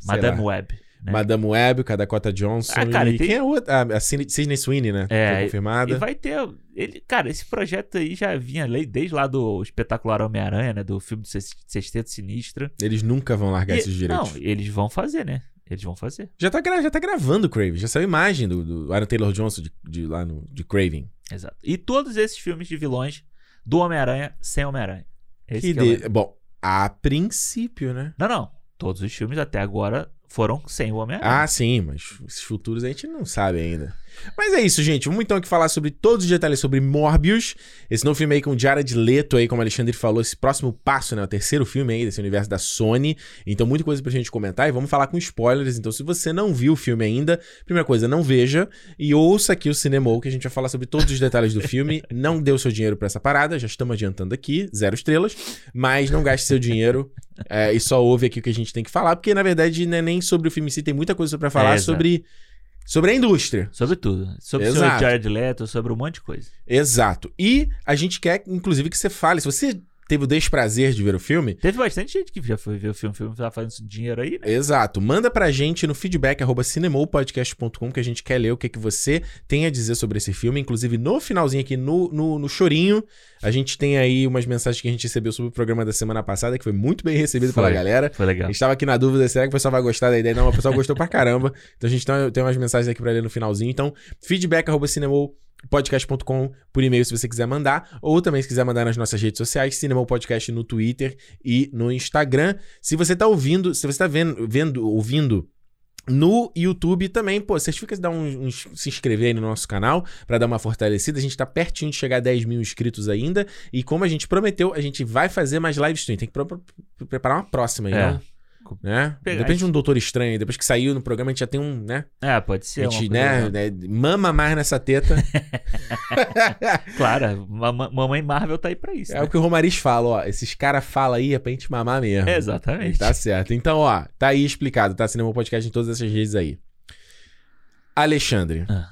A: sei
B: Madame
A: lá.
B: Web. né?
A: Madame Web, com a Dakota Johnson.
B: Ah, cara,
A: e
B: e tem-
A: quem é outra? Ah, a Sidney Sidney Sweeney, né?
B: É,
A: Foi confirmada.
B: E vai ter. Ele, cara, esse projeto aí já vinha ali desde lá do espetacular Homem-Aranha, né? Do filme do Sex- Sexteto Sinistro.
A: Eles nunca vão largar
B: E-
A: esses direitos.
B: Não, eles vão fazer, né? Eles vão fazer.
A: Já tá, gra- já tá gravando o Craven. Já saiu imagem do, do Aaron Taylor Johnson de, de lá no, de Craven.
B: Exato. E todos esses filmes de vilões do Homem-Aranha sem Homem-Aranha. Esse
A: Que
B: que é o-
A: de- Bom, a princípio, né?
B: Não, não. Todos os filmes até agora foram sem o Homem-Aranha.
A: Ah, sim, mas esses futuros a gente não sabe ainda. Mas é isso, gente. Vamos então aqui falar sobre todos os detalhes sobre Morbius. Esse novo filme aí com Jared Leto aí, como o Alexandre falou, esse próximo passo, né? O terceiro filme aí desse universo da Sony. Então, muita coisa pra gente comentar e vamos falar com spoilers. Então, se você não viu o filme ainda, primeira coisa, não veja e ouça aqui o Cinemol, que a gente vai falar sobre todos os detalhes do filme. Não deu seu dinheiro pra essa parada, já estamos adiantando aqui, zero estrelas. Mas não gaste seu dinheiro é, e só ouve aqui o que a gente tem que falar, porque na verdade não é nem sobre o filme em si, tem muita coisa pra falar
B: É, exato.
A: sobre, sobre a indústria.
B: Sobre tudo. Sobre o
A: Exato.
B: senhor Jared Leto, sobre um monte de coisa.
A: Exato. E a gente quer, inclusive, que você fale. Se você teve o desprazer de ver o filme,
B: Teve bastante gente que já foi ver o filme, o filme tá fazendo dinheiro aí, né?
A: Exato. Manda pra gente no feedback arroba cinemoupodcast.com que a gente quer ler o que, que você tem a dizer sobre esse filme. Inclusive, no finalzinho aqui, no, no, no chorinho, a gente tem aí umas mensagens que a gente recebeu sobre o programa da semana passada, que foi muito bem recebido pela
B: Foi.
A: galera.
B: Foi
A: A
B: legal.
A: gente tava aqui na dúvida, será que o pessoal vai gostar da ideia? Não, o pessoal gostou pra caramba. Então a gente tem- tem umas mensagens aqui pra ler no finalzinho. Então, feedback arroba cinemoupodcast.com por e-mail se você quiser mandar. Ou também se quiser mandar nas nossas redes sociais, Cinemou Podcast no Twitter e no Instagram. Se você tá ouvindo, se você tá vendo, vendo ouvindo no YouTube também, pô, certifica de dar um, um- se inscrever aí no nosso canal pra dar uma fortalecida. A gente tá pertinho de chegar a 10 mil inscritos ainda. E como a gente prometeu, a gente vai fazer mais live stream. Tem que pro- pro- preparar uma próxima aí,
B: É.
A: não? né?
B: Pegar
A: Depende de um doutor estranho. Depois que saiu no programa, a gente já tem um, né?
B: É, pode ser.
A: a
B: uma
A: gente,
B: coisa
A: né,
B: legal.
A: né, mama mais nessa teta.
B: Claro, mama- mamãe Marvel tá aí pra isso.
A: é
B: né?
A: o que o Romariz fala, ó. Esses caras falam aí, é pra gente mamar mesmo.
B: Exatamente.
A: Tá certo. Então, ó, tá aí explicado, tá? Cinema Podcast em todas essas redes aí. Alexandre.
B: Ah.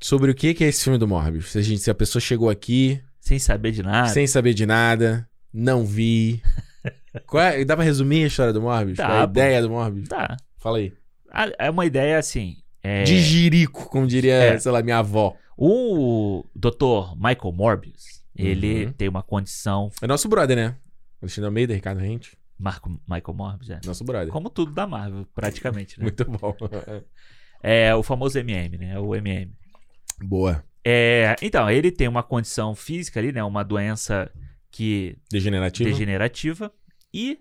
A: Sobre o que que é esse filme do Morbius? Se a, gente, se a pessoa chegou aqui
B: Sem saber de nada.
A: sem saber de nada, não vi. Qual é- dá pra resumir a história do Morbius?
B: Dá,
A: Qual é a
B: pô.
A: ideia do Morbius?
B: Tá.
A: Fala aí.
B: Ah, É uma ideia assim. É,
A: De jirico, como diria,
B: É.
A: sei lá, minha avó.
B: O Dr. Michael Morbius, ele
A: Uhum.
B: tem uma condição.
A: É nosso brother, né? Alexandre Almeida, Ricardo Rente.
B: Marco Michael Morbius, é.
A: Nosso brother.
B: Como tudo da Marvel, praticamente, né?
A: Muito bom.
B: É o famoso MM, né? O MM.
A: Boa.
B: É, então, ele tem uma condição física ali, né? Uma doença que
A: Degenerativo.
B: degenerativa. E,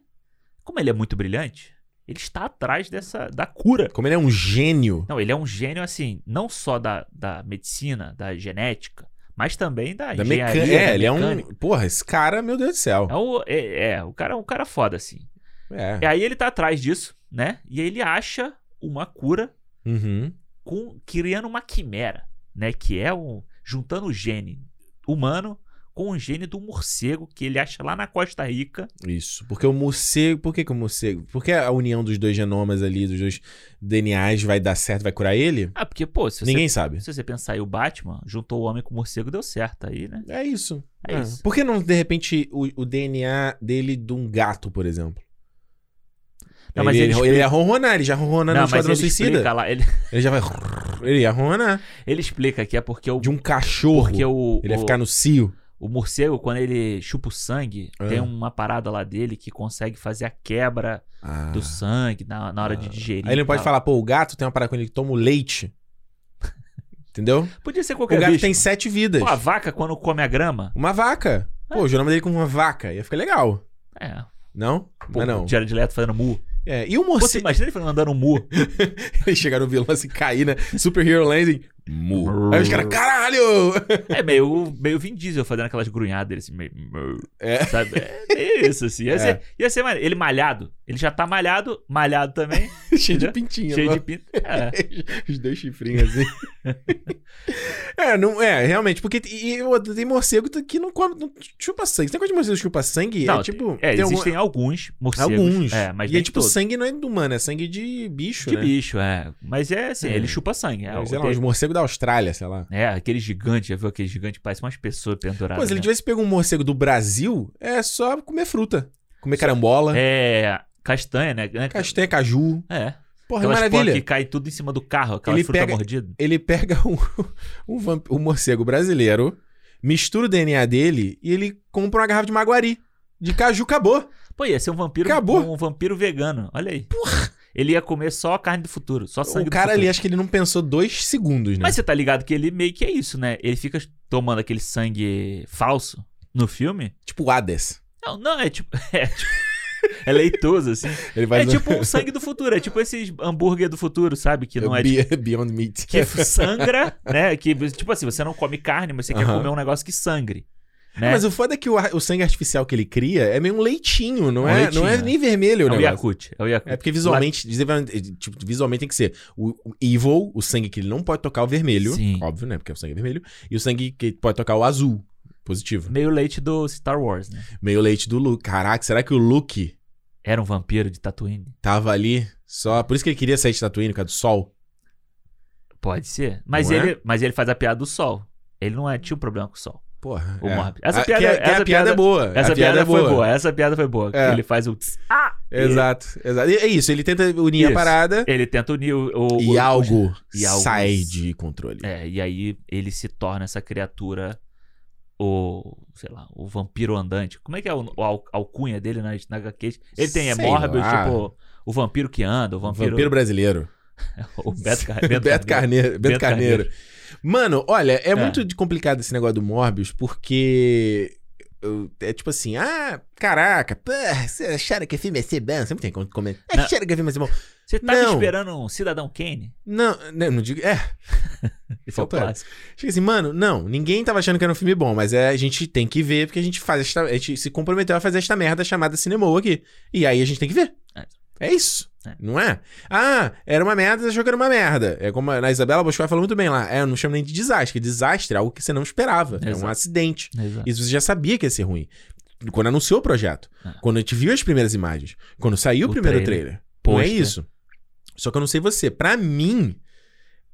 B: como ele é muito brilhante, ele está atrás dessa da cura.
A: Como ele é um gênio.
B: Não, ele é um gênio, assim, não só da, da medicina, da genética, mas também da,
A: Da
B: Ah, engenharia.
A: mecânica. É,
B: da
A: ele é um.
B: mecânica.
A: Porra, esse cara, meu Deus do céu.
B: É, o, é, é, o cara é um cara foda, assim.
A: É.
B: E aí ele tá atrás disso, né? E aí ele acha uma cura
A: Uhum.
B: com criando uma quimera, né? Que é um juntando o gene humano com o gene do morcego que ele acha lá na Costa Rica.
A: Isso. Porque o morcego. Por que, que o morcego? Porque a união dos dois genomas ali, dos dois DNAs, vai dar certo, vai curar ele?
B: Ah, porque pô, se você,
A: Ninguém sabe.
B: se você pensar aí o Batman juntou o homem com o morcego deu certo aí, né?
A: É isso.
B: É isso.
A: Por que não, de repente, o, o DNA dele de um gato, por exemplo?
B: Não,
A: ele,
B: mas ele
A: ele,
B: explica-
A: ia ronronar, ele já ronrona no Esquadrão Suicida.
B: explica lá, ele,
A: Ele já vai. Ele ia ronronar.
B: ele explica que é porque o
A: De um cachorro.
B: porque o,
A: Ele ia
B: o-
A: ficar no cio.
B: o morcego quando ele chupa o sangue,
A: Ah.
B: tem uma parada lá dele que consegue fazer a quebra
A: Ah.
B: do sangue na, na hora de
A: Ah.
B: digerir.
A: Aí ele não
B: e
A: pode
B: tal.
A: falar, pô, o gato tem uma parada com ele que toma o leite. Entendeu?
B: Podia ser
A: O
B: qualquer
A: gato
B: bicho.
A: tem sete vidas.
B: Pô, a É. vaca quando come a grama,
A: Uma vaca. Pô, o nome dele com uma vaca. Ia ficar legal.
B: é,
A: Não?
B: Pô,
A: Não, é não.
B: o Jared Leto fazendo mu.
A: É, E o
B: Pô, você
A: morcego.
B: imagina ele falando andando mu.
A: Ele chegar no vilão assim, cair, né? Superhero Landing. Mu. Aí os caras, caralho!
B: É meio, meio Vin Diesel fazendo aquelas grunhadas dele, assim, meio mu.
A: É.
B: Sabe? É meio isso, assim. Ia,
A: É.
B: Ser, ia ser maneiro. Ele malhado. Ele já tá malhado, malhado também,
A: Cheio de
B: Entendeu?
A: pintinho.
B: cheio
A: mano.
B: de pinto. É.
A: Os dois chifrinhos assim. é, não, é, realmente, porque e, e outra, tem morcego que não come, não chupa sangue. Você tem coisa de morcego que chupa sangue?
B: Não,
A: é tipo.
B: É,
A: tem algum-
B: existem alguns morcegos.
A: alguns.
B: É, mas
A: e
B: nem
A: é tipo,
B: todos.
A: sangue não é do humano, é sangue de bicho,
B: de
A: né?
B: bicho, é. Mas é assim,
A: É.
B: ele chupa sangue. É,
A: É, sei
B: o-
A: lá, os morcegos da Austrália, sei lá.
B: é, aquele gigante, já viu aquele gigante? Parece umas pessoas penduradas.
A: Pô, se ele
B: né?
A: tivesse pego um morcego do Brasil, é só comer fruta. Comer carambola,
B: É, castanha, né?
A: castanha, caju.
B: É.
A: Porra,
B: Aquelas
A: que maravilha.
B: que cai tudo em cima do carro, aquela
A: Ele
B: fruta
A: pega-
B: mordida.
A: Ele pega um, um, vamp- um morcego brasileiro, mistura o DNA dele e ele compra uma garrafa de maguari. De caju, acabou.
B: Pô, ia ser um vampiro
A: Acabou.
B: um vampiro vegano. Olha aí. Ele ia comer só a carne do futuro, só sangue
A: O cara
B: do futuro.
A: ali, acho que ele não pensou dois segundos, né?
B: Mas você tá ligado que ele meio que é isso, né? Ele fica tomando aquele sangue falso no filme.
A: Tipo o Hades.
B: Não, não, é tipo. É, tipo, é leitoso, assim.
A: Ele vai
B: é tipo um sangue do futuro. É tipo esses hambúrguer do futuro, sabe? Que não é de.
A: Be- Beyond Meat.
B: Que sangra, né? Que, tipo assim, você não come carne, mas você quer
A: Aham.
B: comer um negócio que sangre. Né?
A: Mas o foda é que o, ar- o sangue artificial que ele cria é meio um leitinho, não
B: Um
A: é?
B: leitinho,
A: não é
B: né?
A: nem vermelho,
B: é o
A: né?
B: Yakut. É o Yakut.
A: É porque visualmente, dizer- tipo, visualmente tem que ser o, o evil, o sangue que ele não pode tocar o vermelho,
B: Sim.
A: óbvio, né? Porque o sangue é vermelho, e o sangue que pode tocar o azul, positivo.
B: Meio leite do Star Wars, né?
A: Meio leite do Luke. Caraca, será que o Luke
B: Era um vampiro de Tatooine?
A: tava ali só por isso que ele queria sair de Tatooine, por causa do sol?
B: Pode ser. Mas
A: Não é?
B: ele, mas ele faz a piada do sol. Ele não é, tinha um problema com o sol.
A: Porra.
B: O
A: é.
B: Morbius. Essa
A: A-
B: piada-
A: que a- que
B: essa
A: a piada
B: piada-
A: é boa.
B: Essa
A: a
B: piada, foi boa. Essa piada foi boa. que
A: É.
B: Ele faz o. tss, Ah!
A: Exato, exato. E é isso, ele tenta unir a
B: Isso.
A: parada
B: Ele tenta unir o. o-
A: e
B: o-
A: algo
B: e algo-
A: sai de controle.
B: É, e aí ele se torna essa criatura. O. Sei lá, o vampiro andante. Como é que é o, o al- alcunha dele né? na, na HQ? Ele tem é
A: Sei
B: Morbius,
A: lá.
B: tipo. O vampiro que anda, o vampiro.
A: Vampiro, brasileiro.
B: o Beto, Car...
A: Beto, Carneiro. Beto, Carneiro.
B: Beto Carneiro.
A: Mano, olha, é,
B: É.
A: muito de- complicado esse negócio do Morbius, porque. eu- É tipo assim, ah, caraca, pô, vocês acharam que o filme ia ser bom? Sempre tem como comentar.
B: Não.
A: Acharam que o filme ia ser bom.
B: Você tava
A: Não.
B: esperando um Cidadão Kane?
A: Não, não, não digo. É,
B: Esse é o
A: Faltou.
B: clássico.
A: Chega assim, mano, não, ninguém tava achando que era um filme bom, mas é, a gente tem que ver, porque a gente faz esta, A gente se comprometeu a fazer esta merda chamada Cinemoa aqui. E aí a gente tem que ver.
B: É.
A: É isso.
B: É.
A: Não é? Ah, era uma merda, você achou que era uma merda. É como a a Isabela Boscoa falou muito bem lá. É, eu não chamo nem de desastre. Desastre é algo que você não esperava. É um
B: Exato.
A: acidente.
B: Exato.
A: Isso você já sabia que ia ser ruim. Quando anunciou o projeto.
B: É.
A: Quando a gente viu as primeiras imagens. Quando saiu Ah. o,
B: O
A: primeiro trailer.
B: trailer.
A: Não é
B: Pôster.
A: isso. Só que eu não sei você. Pra mim,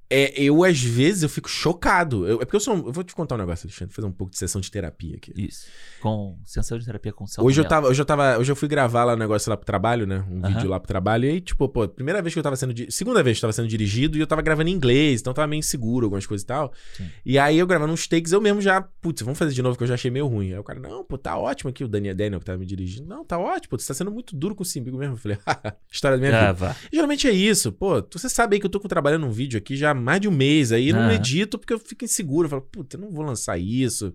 A: é, eu às vezes eu fico chocado. Eu- é porque eu sou. um- eu vou te contar um negócio, Alexandre. Vou fazer um pouco de sessão de terapia aqui.
B: Isso. Com sensação de terapia com Celso
A: Hoje eu,
B: Mello.
A: tava, hoje eu tava. Hoje eu fui gravar lá um negócio lá pro trabalho, né? Um
B: Aham.
A: vídeo lá pro trabalho. E aí, tipo, pô, primeira vez que eu tava sendo. di- Segunda vez que eu tava sendo dirigido e eu tava gravando em inglês, então eu tava meio inseguro, algumas coisas e tal.
B: Sim.
A: E aí eu gravando uns takes, eu mesmo já, putz, vamos fazer de novo que eu já achei meio ruim. Aí o cara, não, pô, tá ótimo aqui, o Daniel Daniel que tava me dirigindo. Não, tá ótimo, você tá sendo muito duro consigo mesmo. Eu falei, haha, história da minha vida.
B: Ah, vá.
A: Geralmente é isso, pô. Você sabe aí que eu tô com- trabalhando um vídeo aqui já há mais de um mês aí, eu não
B: Aham.
A: edito porque eu fico inseguro. Eu falo, puta, eu não vou lançar isso.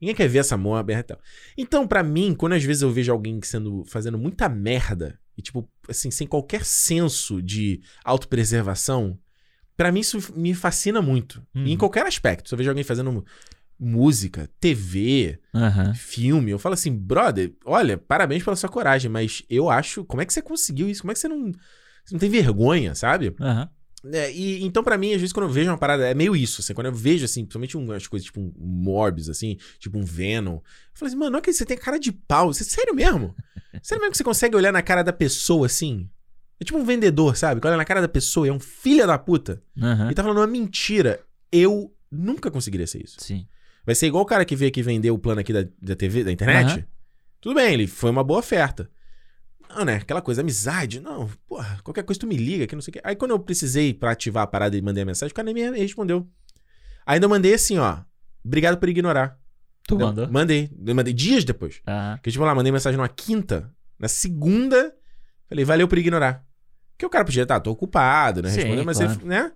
A: Ninguém quer ver essa mão aberta e tal. Então, pra mim, quando às vezes eu vejo alguém sendo fazendo muita merda e, tipo, assim, sem qualquer senso de autopreservação, pra mim isso me fascina muito.
B: Uhum.
A: E em qualquer aspecto. Se eu vejo alguém fazendo música, TV,
B: Aham.
A: filme. Eu falo assim, brother, olha, parabéns pela sua coragem, mas eu acho. Como é que você conseguiu isso? Como é que você não. Você não tem vergonha, sabe?
B: Aham.
A: É, e, então, pra mim, às vezes, quando eu vejo uma parada, é meio isso, assim. Quando eu vejo, assim, principalmente umas coisas tipo um Morbius, assim, tipo um Venom. Eu falo assim, mano, olha que você tem cara de pau. Você, sério mesmo? sério mesmo que você consegue olhar na cara da pessoa, assim? É tipo um vendedor, sabe? Que olha na cara da pessoa e é um filho da puta.
B: Aham.
A: E tá falando uma mentira. Eu nunca conseguiria ser isso.
B: Sim.
A: Vai ser igual o cara que veio aqui vender o plano aqui da, da TV, da internet.
B: Aham.
A: Tudo bem, ele foi uma boa oferta. Não, né? Aquela coisa, amizade. Não, porra, qualquer coisa tu me liga, que não sei o quê. Aí quando eu precisei pra ativar a parada e mandei a mensagem, o cara nem me respondeu. Ainda eu mandei assim, ó. Obrigado por ignorar.
B: Tu
A: Eu-
B: mandou?
A: Mandei. Eu mandei dias depois.
B: Aham.
A: Porque, tipo, lá, mandei mensagem numa quinta, na segunda, falei, valeu por ignorar. Porque o cara podia, tá, tô ocupado, né?
B: Sim,
A: Respondeu, mas
B: claro.
A: ele, né?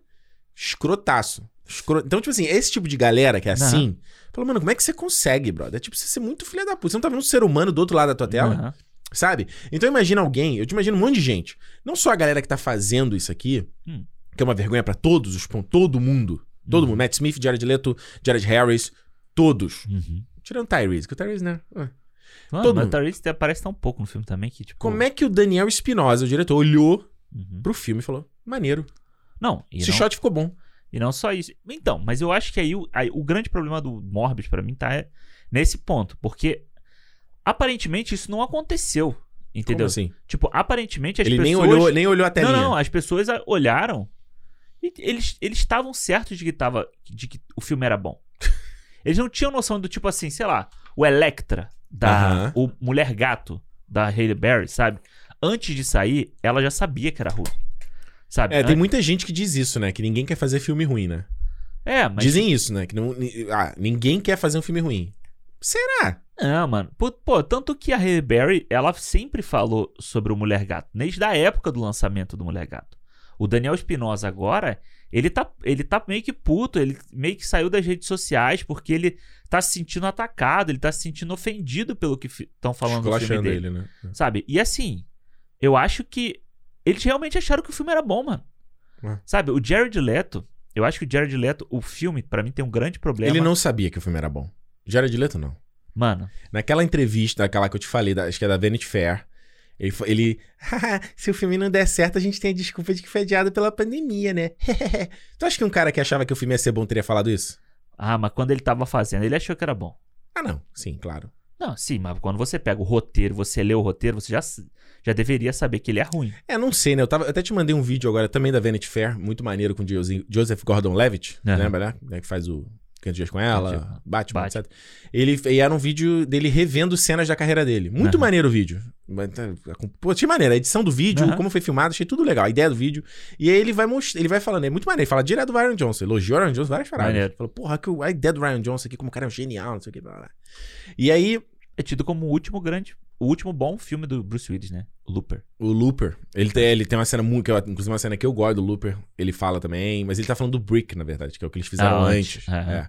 A: Escrotaço. Escro... Então, tipo assim, esse tipo de galera que é
B: Aham.
A: assim, fala, mano, como é que você consegue, brother? É tipo você ser muito filha da puta. Você não tá vendo um ser humano do outro lado da tua tela,
B: Aham.
A: sabe? Então imagina alguém, eu te imagino um monte de gente. Não só a galera que tá fazendo isso aqui,
B: Hum.
A: que é uma vergonha pra todos, os todo mundo. Todo
B: Uhum.
A: mundo. Matt Smith, Jared Leto, Jared Harris, todos.
B: Uhum.
A: Tirando Tyrese, que o Tyrese, né? ah,
B: Mano,
A: Todo
B: mas
A: mundo.
B: o Tyrese aparece tão pouco no filme também que, tipo.
A: Como é que o Daniel Espinosa, o diretor, olhou
B: Uhum.
A: pro filme e falou: maneiro,
B: Não, e
A: esse
B: não,
A: shot ficou bom.
B: e não só isso. Então, mas eu acho que aí o, aí o grande problema do Morbius pra mim tá é nesse ponto. Porque aparentemente isso não aconteceu.
A: Como
B: Entendeu?
A: assim?
B: Tipo, aparentemente as
A: Ele
B: pessoas.
A: nem, olhou, nem olhou a telinha.
B: Não, não, as pessoas a- olharam e eles eles estavam certos de que, tava, de que o filme era bom. Eles não tinham noção do tipo assim, sei lá, o Electra, da,
A: Aham.
B: o Mulher Gato, da Hailey Berry, sabe? Antes de sair, ela já sabia que era ruim. Sabe?
A: É, tem
B: An-
A: muita gente que diz isso, né? Que ninguém quer fazer filme ruim, né?
B: é mas.
A: Dizem isso, né? Que não, ni- ah, ninguém quer fazer um filme ruim. Será?
B: Não, mano. Pô, pô, tanto que a Hailey Berry, ela sempre falou sobre o Mulher Gato, desde a época do lançamento do Mulher Gato. O Daniel Espinosa agora, ele tá, ele tá meio que puto, ele meio que saiu das redes sociais porque ele tá se sentindo atacado, ele tá se sentindo ofendido pelo que estão falando do filme
A: Esculachando
B: dele,
A: ele, né?
B: sabe? E assim, eu acho que eles realmente acharam que o filme era bom, mano.
A: Ué.
B: Sabe, o Jared Leto, eu acho que o Jared Leto, o filme, pra mim, tem um grande problema.
A: Ele não sabia que o filme era bom. Jared Leto, não.
B: Mano,
A: Naquela entrevista, aquela que eu te falei, da- acho que é da Vanity Fair, ele. fa- ele "Haha, se o filme não der certo, a gente tem a desculpa de que foi adiado pela pandemia, né? tu acha que um cara que achava que o filme ia ser bom teria falado isso?
B: ah, mas quando ele tava fazendo, ele achou que era bom.
A: Ah, não. Sim, claro.
B: Não, sim, mas quando você pega o roteiro, você lê o roteiro, você já, s- já deveria saber que ele é ruim.
A: É, não sei, né? Eu, tava, eu até te mandei um vídeo agora também da Vanity Fair, muito maneiro com o Jose- Joseph Gordon-Levitt,
B: Aham.
A: lembra, né? né? Que faz o 500 dias com ela,
B: 500 dias
A: Batman,
B: Batman.
A: etc. Ele, e era um vídeo dele revendo cenas da carreira dele. Muito
B: Aham.
A: maneiro o vídeo. Mas, tá, com- Pô, achei maneiro. A edição do vídeo,
B: Aham.
A: como foi filmado, achei tudo legal. A ideia do vídeo. E aí ele vai most- ele vai falando, é muito maneiro. Ele fala direto do Ryan Johnson. Elogiou o Ryan Johnson várias paradas.
B: Maneiro.
A: Falou, porra, que o- a ideia do Ryan Johnson aqui, como o cara é um genial, não sei o que. Blá, blá. E aí,
B: É tido como o último grande, o último bom filme do Bruce Willis, né? Looper.
A: O Looper, ele tem, ele tem uma cena muito. que eu- Inclusive, uma cena que eu gosto do Looper, ele fala também, mas ele tá falando do Brick, na verdade, que é o que eles fizeram
B: Ah,
A: antes.
B: antes, aham.
A: É.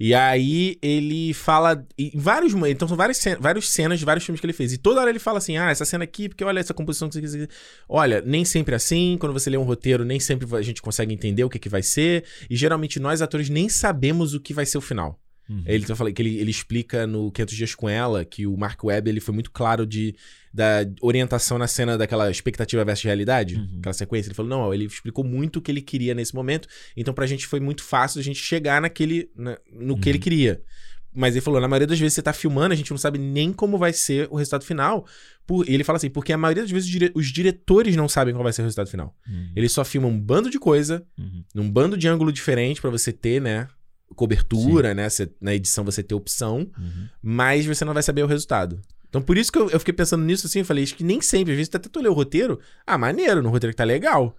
A: E aí ele fala. Em vários. mo- Então são várias cenas, várias cenas de vários filmes que ele fez. E toda hora ele fala assim: ah, essa cena aqui, porque olha essa composição que você quiser. Olha, nem sempre é assim. Quando você lê um roteiro, nem sempre a gente consegue entender o que, que vai ser. E geralmente nós, atores, nem sabemos o que vai ser o final.
B: Uhum.
A: Ele, então, eu falei que ele, ele explica no 500 Dias com Ela que o Mark Webb ele foi muito claro de da orientação na cena daquela expectativa versus realidade,
B: Uhum.
A: aquela sequência. Ele falou, não, ele explicou muito o que ele queria nesse momento, então pra gente foi muito fácil a gente chegar naquele, na- no que
B: Uhum.
A: ele queria. Mas ele falou, na maioria das vezes você tá filmando, a gente não sabe nem como vai ser o resultado final. Por, e ele fala assim, porque a maioria das vezes os dire- os diretores não sabem qual vai ser o resultado final.
B: Uhum.
A: Eles só filmam um bando de coisa,
B: Uhum.
A: num bando de ângulo diferente pra você ter, né? Cobertura, né? você- na edição você ter opção,
B: Uhum.
A: mas você não vai saber o resultado. Então, por isso que eu, eu fiquei pensando nisso assim, eu falei, acho que nem sempre, às vezes tu até tu lê o roteiro, ah, maneiro, no roteiro que tá legal.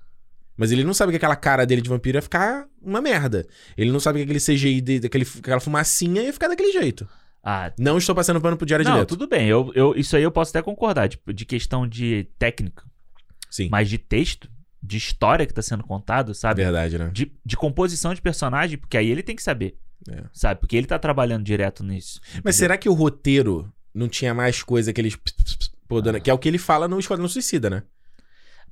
A: Mas ele não sabe que aquela cara dele de vampiro ia ficar uma merda. Ele não sabe que aquele CGI, de, daquele, aquela fumacinha ia ficar daquele jeito.
B: Ah,
A: Não estou passando pano pro diário
B: não,
A: direto.
B: tudo bem. Eu, eu, isso aí eu posso até concordar, tipo, de questão de técnica,
A: Sim,
B: mas de texto, de história que tá sendo contado, sabe?
A: verdade, né?
B: De, de composição de personagem, porque aí ele tem que saber.
A: É.
B: Sabe? Porque ele tá trabalhando direto nisso.
A: Mas será que o roteiro não tinha mais coisa que eles... pô, dando- Que é o que ele fala no Esquadrão Suicida, né?
B: Ah.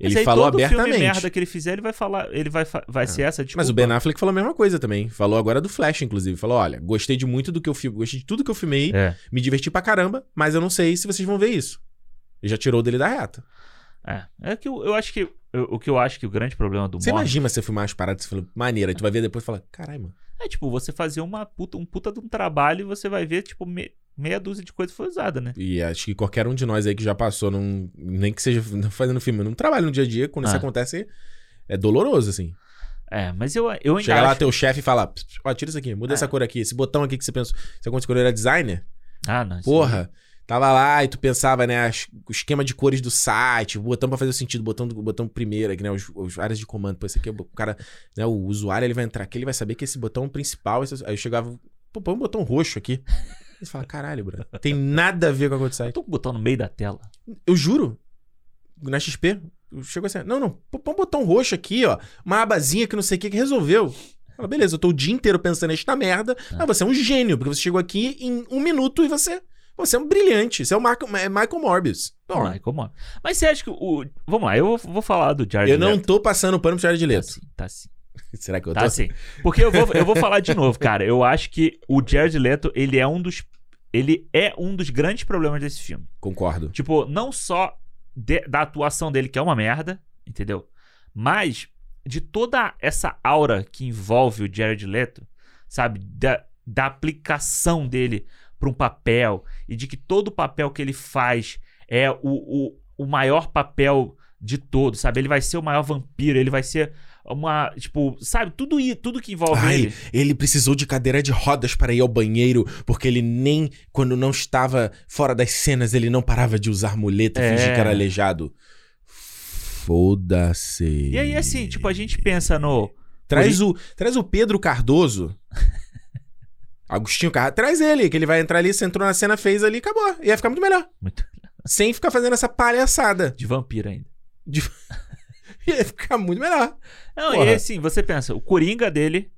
B: Mas
A: Ele
B: aí
A: falou
B: todo
A: abertamente. É.
B: Filme merda que ele fizer, ele vai falar, ele vai, fa- vai ser essa desculpa.
A: Mas o Ben Affleck falou a mesma coisa também. Falou agora do Flash, inclusive. Falou: olha, gostei de muito do que eu filmei, gostei de tudo que eu filmei,
B: É,
A: me diverti pra caramba, mas eu não sei se vocês vão ver isso. E já tirou dele da reta.
B: é. É que eu, eu acho que eu- o que eu acho que o grande problema do
A: Você
B: Morbius
A: imagina você filmar as paradas e falar, maneira, aí tu vai ver depois e falar, caralho, mano.
B: é tipo você fazer uma puta, um puta de um trabalho e você vai ver tipo me- meia dúzia de coisa foi usada, né?
A: E acho que qualquer um de nós aí que já passou, num, nem que seja fazendo filme, num trabalho no dia a dia, quando isso
B: Ah.
A: acontece, é doloroso, assim.
B: É, mas eu eu ainda
A: Chega lá
B: acho...
A: teu chefe e fala, "Pss, pss, ó, tira isso aqui, muda
B: É.
A: essa cor aqui, esse botão aqui que você pensou, se alguma cor era designer,
B: Ah, não. isso-
A: Porra, tava lá e tu pensava, né, as- o esquema de cores do site, o botão pra fazer sentido, o botão, do- o botão primeiro aqui, né, os, os áreas de comando, pô, esse aqui, é o bo- o cara, né, o usuário, ele vai entrar aqui, ele vai saber que esse botão é o principal, esse- aí eu chegava, pô, põe um botão roxo aqui. Você fala, caralho, bro, tem nada a ver com a cor do
B: Eu
A: site.
B: tô com o botão no meio da tela.
A: Tá Eu juro, na XP, chegou assim, não, não, pô, põe um botão roxo aqui, ó, uma abazinha que não sei o que, que resolveu. Fala, beleza, eu tô o dia inteiro pensando nesta merda,
B: Ah.
A: mas você é um gênio, porque você chegou aqui em um minuto e você. Você é um brilhante, você é o Marco, é Michael Morbius. Bom,
B: Ai, como é? Mas você acha que o vamos lá, eu vou, vou falar do Jared
A: eu não
B: Leto.
A: tô passando pano pro Jared
B: tá
A: Leto.
B: assim, tá assim.
A: Será que eu tô?
B: Tá sim. Porque eu vou, eu vou falar de novo, cara. Eu acho que o Jared Leto, ele é um dos. Ele é um dos grandes problemas desse filme.
A: Concordo.
B: Tipo, não só de- da atuação dele, que é uma merda, entendeu? Mas de toda essa aura que envolve o Jared Leto, sabe? Da, da aplicação dele pra um papel e de que todo papel que ele faz é o, o, o maior papel de todos, sabe? Ele vai ser o maior vampiro, ele vai ser uma, tipo, sabe? Tudo, i- tudo que envolve
A: Ai,
B: ele.
A: Ele precisou de cadeira de rodas para ir ao banheiro, porque ele nem, quando não estava fora das cenas, ele não parava de usar muleta e
B: É.
A: fingir que era aleijado. Foda-se.
B: E aí, assim, tipo, a gente pensa no...
A: Traz o, traz o Pedro Cardoso. Agostinho Cardoso. Traz ele, que ele vai entrar ali, você entrou na cena, fez ali, acabou. Ia ficar muito melhor.
B: Muito-
A: Sem ficar fazendo essa palhaçada.
B: De vampiro ainda.
A: Ia ficar muito melhor.
B: Não,
A: Porra.
B: e assim, você pensa, o Coringa dele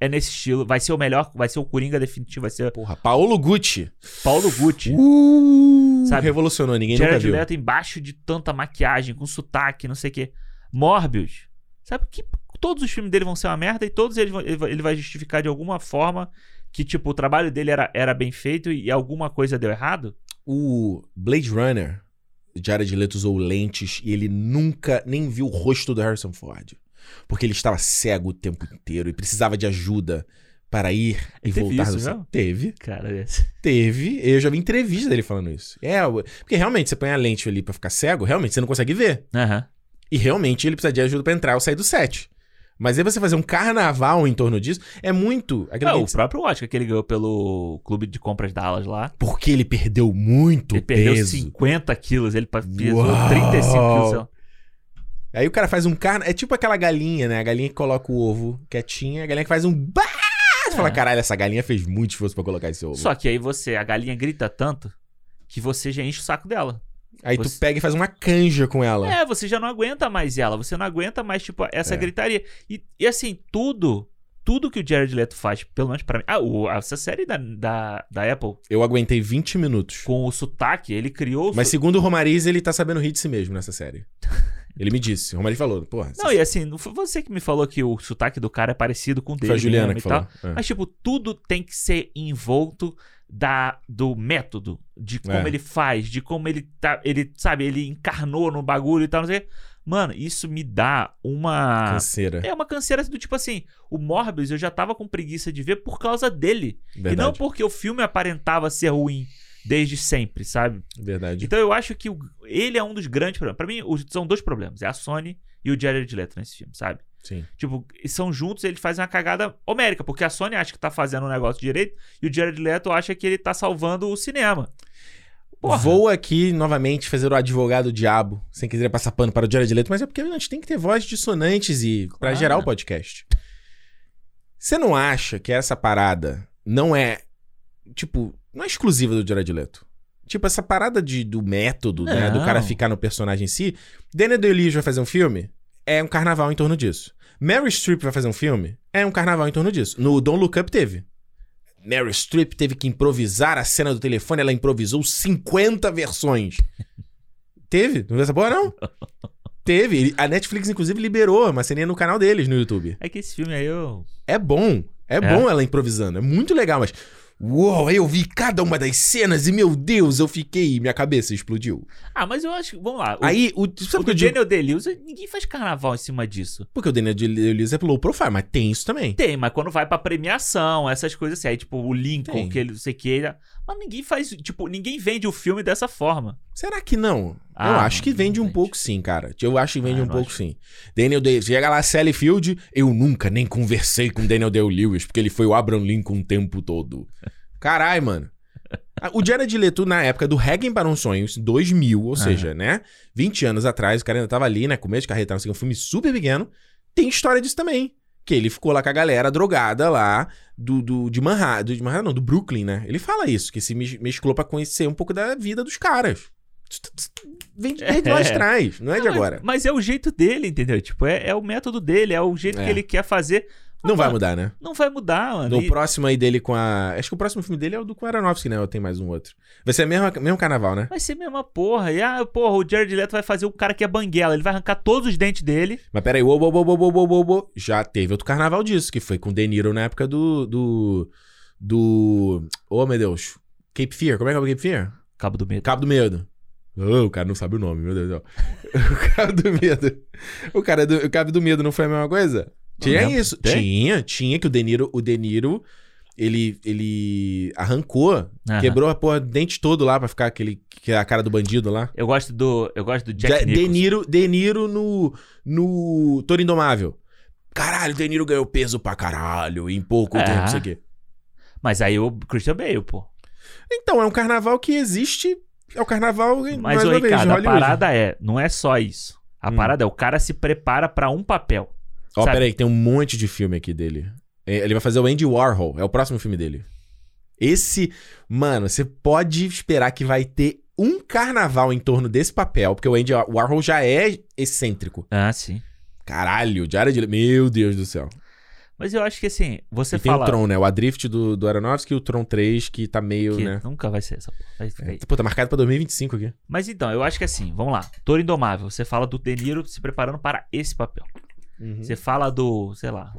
B: é nesse estilo, vai ser o melhor, vai ser o Coringa definitivo, vai ser
A: Porra, Paulo Gucci.
B: Paulo Gucci.
A: Uh,
B: Sabe?
A: Revolucionou, ninguém nunca
B: Jared
A: viu.
B: Leto embaixo de tanta maquiagem, com sotaque, não sei o quê. Morbius. Sabe que todos os filmes dele vão ser uma merda e todos eles vão- ele vai- ele vai justificar de alguma forma que, tipo, o trabalho dele era, era bem feito e alguma coisa deu errado?
A: O Blade Runner, Jared Leto usou lentes e ele nunca nem viu o rosto do Harrison Ford. Porque ele estava cego o tempo inteiro e precisava de ajuda para ir e
B: Teve
A: voltar
B: isso
A: do céu.
B: mesmo?
A: Teve.
B: Cara, é-
A: Teve, eu já vi entrevista dele falando isso. É, o- porque realmente você põe a lente ali pra ficar cego, realmente você não consegue ver.
B: Aham.
A: E realmente ele precisa de ajuda pra entrar ou sair do set. Mas aí você fazer um carnaval em torno disso é muito. aquilo
B: Ah,
A: que a
B: o
A: gente-
B: próprio Oscar que ele ganhou pelo clube de compras Dallas lá.
A: Porque ele perdeu muito
B: Ele perdeu
A: peso.
B: 50 quilos, ele pa- pesou
A: Uau!
B: 35 quilos. sei lá.
A: Aí o cara faz um carna. É tipo aquela galinha, né? A galinha que coloca o ovo quietinha, a galinha que faz um. Bah! Você fala,
B: É.
A: caralho, essa galinha fez muito esforço pra colocar esse ovo.
B: Só que aí você, a galinha grita tanto que você já enche o saco dela.
A: Aí tu
B: você-
A: pega e faz uma canja com ela.
B: É, você já não aguenta mais ela, você não aguenta mais, tipo, essa
A: É.
B: gritaria. E, e assim, tudo, tudo que o Jared Leto faz, pelo menos pra mim. Ah, o- essa série da, da, da Apple,
A: Eu aguentei 20 minutos.
B: com o sotaque, ele criou o
A: Mas
B: so-
A: segundo o Romariz, ele tá sabendo rir de si mesmo nessa série. Ele me disse. O Romariz falou, porra.
B: Não, e assim, não foi você que me falou que o sotaque do cara é parecido com o dele.
A: foi a Juliana
B: mesmo
A: que
B: e tal.
A: falou. É.
B: Mas, tipo, tudo tem que ser envolto da, do método, de como
A: É.
B: ele faz, de como ele tá. Ele, sabe, ele encarnou no bagulho e tal, não sei. o quê. Mano, isso me dá uma.
A: Canseira.
B: É uma canseira do tipo assim, o Morbius eu já tava com preguiça de ver por causa dele. E não
A: Verdade.
B: porque o filme aparentava ser ruim desde sempre, sabe?
A: Verdade.
B: Então eu acho que o- ele é um dos grandes problemas. Pra mim, os- são dois problemas. É a Sony e o Jared Leto nesse filme, sabe?
A: Sim.
B: Tipo, são juntos eles fazem uma cagada homérica, porque a Sony acha que tá fazendo um negócio direito e o Jared Leto acha que ele tá salvando o cinema. Porra.
A: Vou aqui novamente fazer o advogado diabo, sem querer passar pano para o Jared Leto, mas é porque a gente tem que ter vozes dissonantes e pra
B: Claro.
A: gerar o podcast. Você não acha que essa parada não é tipo, não é exclusiva do Jared Leto? Tipo, essa parada de, do método, né, do
B: Não.
A: cara ficar no personagem em si. Daniel Day-Lewis vai fazer um filme? É um carnaval em torno disso. Mary Streep vai fazer um filme? É um carnaval em torno disso. No Don't Look Up teve. Mary Streep teve que improvisar a cena do telefone, ela improvisou 50 versões. teve? Não viu essa porra, não? teve. Ele- A Netflix, inclusive, liberou uma ceninha no canal deles no YouTube.
B: É que esse filme aí eu.
A: É bom. É, bom ela improvisando. É muito legal, mas. Uou, aí eu vi cada uma das cenas e, meu Deus, eu fiquei. Minha cabeça explodiu.
B: Ah, mas eu acho que. Vamos lá. O,
A: aí, o.
B: o
A: Sabe o que
B: do
A: eu digo?
B: Daniel Day-Lewis, ninguém faz carnaval em cima disso.
A: Porque o Daniel Day-Lewis é low profile, mas tem isso também.
B: Tem, mas quando vai pra premiação, essas coisas assim, aí, tipo, o Lincoln,
A: Tem.
B: que ele não sei o que. ele- Mas ninguém faz. Tipo, ninguém vende o filme dessa forma.
A: Será que não? eu
B: Ah,
A: acho que
B: não
A: vende um
B: vende.
A: pouco sim, cara. Eu acho que vende
B: Ah,
A: um
B: não
A: pouco
B: acho.
A: sim. Daniel Day, chega lá, Sally Field, eu nunca nem conversei com Daniel Day-Lewis, porque ele foi o Abraham Lincoln o tempo todo. Carai, mano. Ah, O Jared Leto, na época do Requiem para um Sonho, isso em 2000, ou seja, né? 20 anos atrás, o cara ainda tava ali, né? Começo de carreira, tá, não sei o que, um filme super pequeno. Tem história disso também. Que ele ficou lá com a galera drogada lá do, do, de Manhattan, do- de Manhattan não, do Brooklyn, né? Ele fala isso, que se mes- mesclou pra conhecer um pouco da vida dos caras. Isso tá- isso Vem de desde lá
B: É.
A: atrás, não é de
B: Não, mas-
A: agora.
B: Mas é o jeito dele, entendeu? Tipo, é, é o método dele, é o jeito
A: É.
B: que ele quer fazer.
A: Não vai
B: mano,
A: mudar, né?
B: Não vai mudar, mano.
A: No
B: E-
A: próximo aí dele com a. Acho que o próximo filme dele é o do com Aronofsky, né? Ou tem mais um outro. Vai ser o mesmo, mesmo carnaval, né?
B: Vai ser a mesma porra. E ah, porra, o Jared Leto vai fazer o cara que é banguela. Ele vai arrancar todos os dentes dele.
A: Mas peraí, uou, uou, uou, uou, uou, uou, uou, uou. já teve outro carnaval disso, que foi com o De Niro na época do. do. do. Oh, meu Deus. Cape Fear, como é que é o Cape Fear?
B: Cabo do medo.
A: Cabo do Medo. Ah, o cara não sabe o nome, meu Deus do céu. o Cabo do Medo. O, cara é do, o Cabo do Medo não foi a mesma coisa? Tinha
B: lembro.
A: isso.
B: Tem?
A: Tinha, tinha que o De Niro, o De Niro, ele, ele arrancou,
B: Aham.
A: quebrou a porra do dente todo lá pra ficar aquele, que é a cara do bandido lá.
B: Eu gosto do. Eu gosto do Jack
A: De, De
B: Nicholson.
A: Niro, De Niro no, no Toro Indomável. Caralho, o De Niro ganhou peso pra caralho em pouco
B: É.
A: tempo, isso aqui.
B: Mas aí o Christian Bale, pô.
A: Então, é um carnaval que existe, é o carnaval mais
B: Mas, ô,
A: uma vez, de
B: Ricardo, a
A: Hollywood.
B: parada é, não é só isso. A
A: Hum.
B: parada é, o cara se prepara pra um papel.
A: Ó,
B: Sabe?
A: peraí, que tem um monte de filme aqui dele. É, Ele vai fazer o Andy Warhol, é o próximo filme dele. Esse, mano, você pode esperar que vai ter um carnaval em torno desse papel, porque o Andy Warhol já é excêntrico.
B: Ah, sim.
A: Caralho, Diário de... Meu Deus do céu.
B: Mas eu acho que assim, você
A: e tem
B: fala
A: o Tron, né? O Adrift do, do Aronofsky e o Tron 3, que tá meio,
B: que
A: né?
B: nunca vai ser essa porra. Vai ficar aí.
A: É, pô, tá marcado pra 2025 aqui.
B: Mas então, eu acho que assim, vamos lá. Toro Indomável, você fala do De Niro se preparando para esse papel.
A: Uhum.
B: Você fala do, sei lá,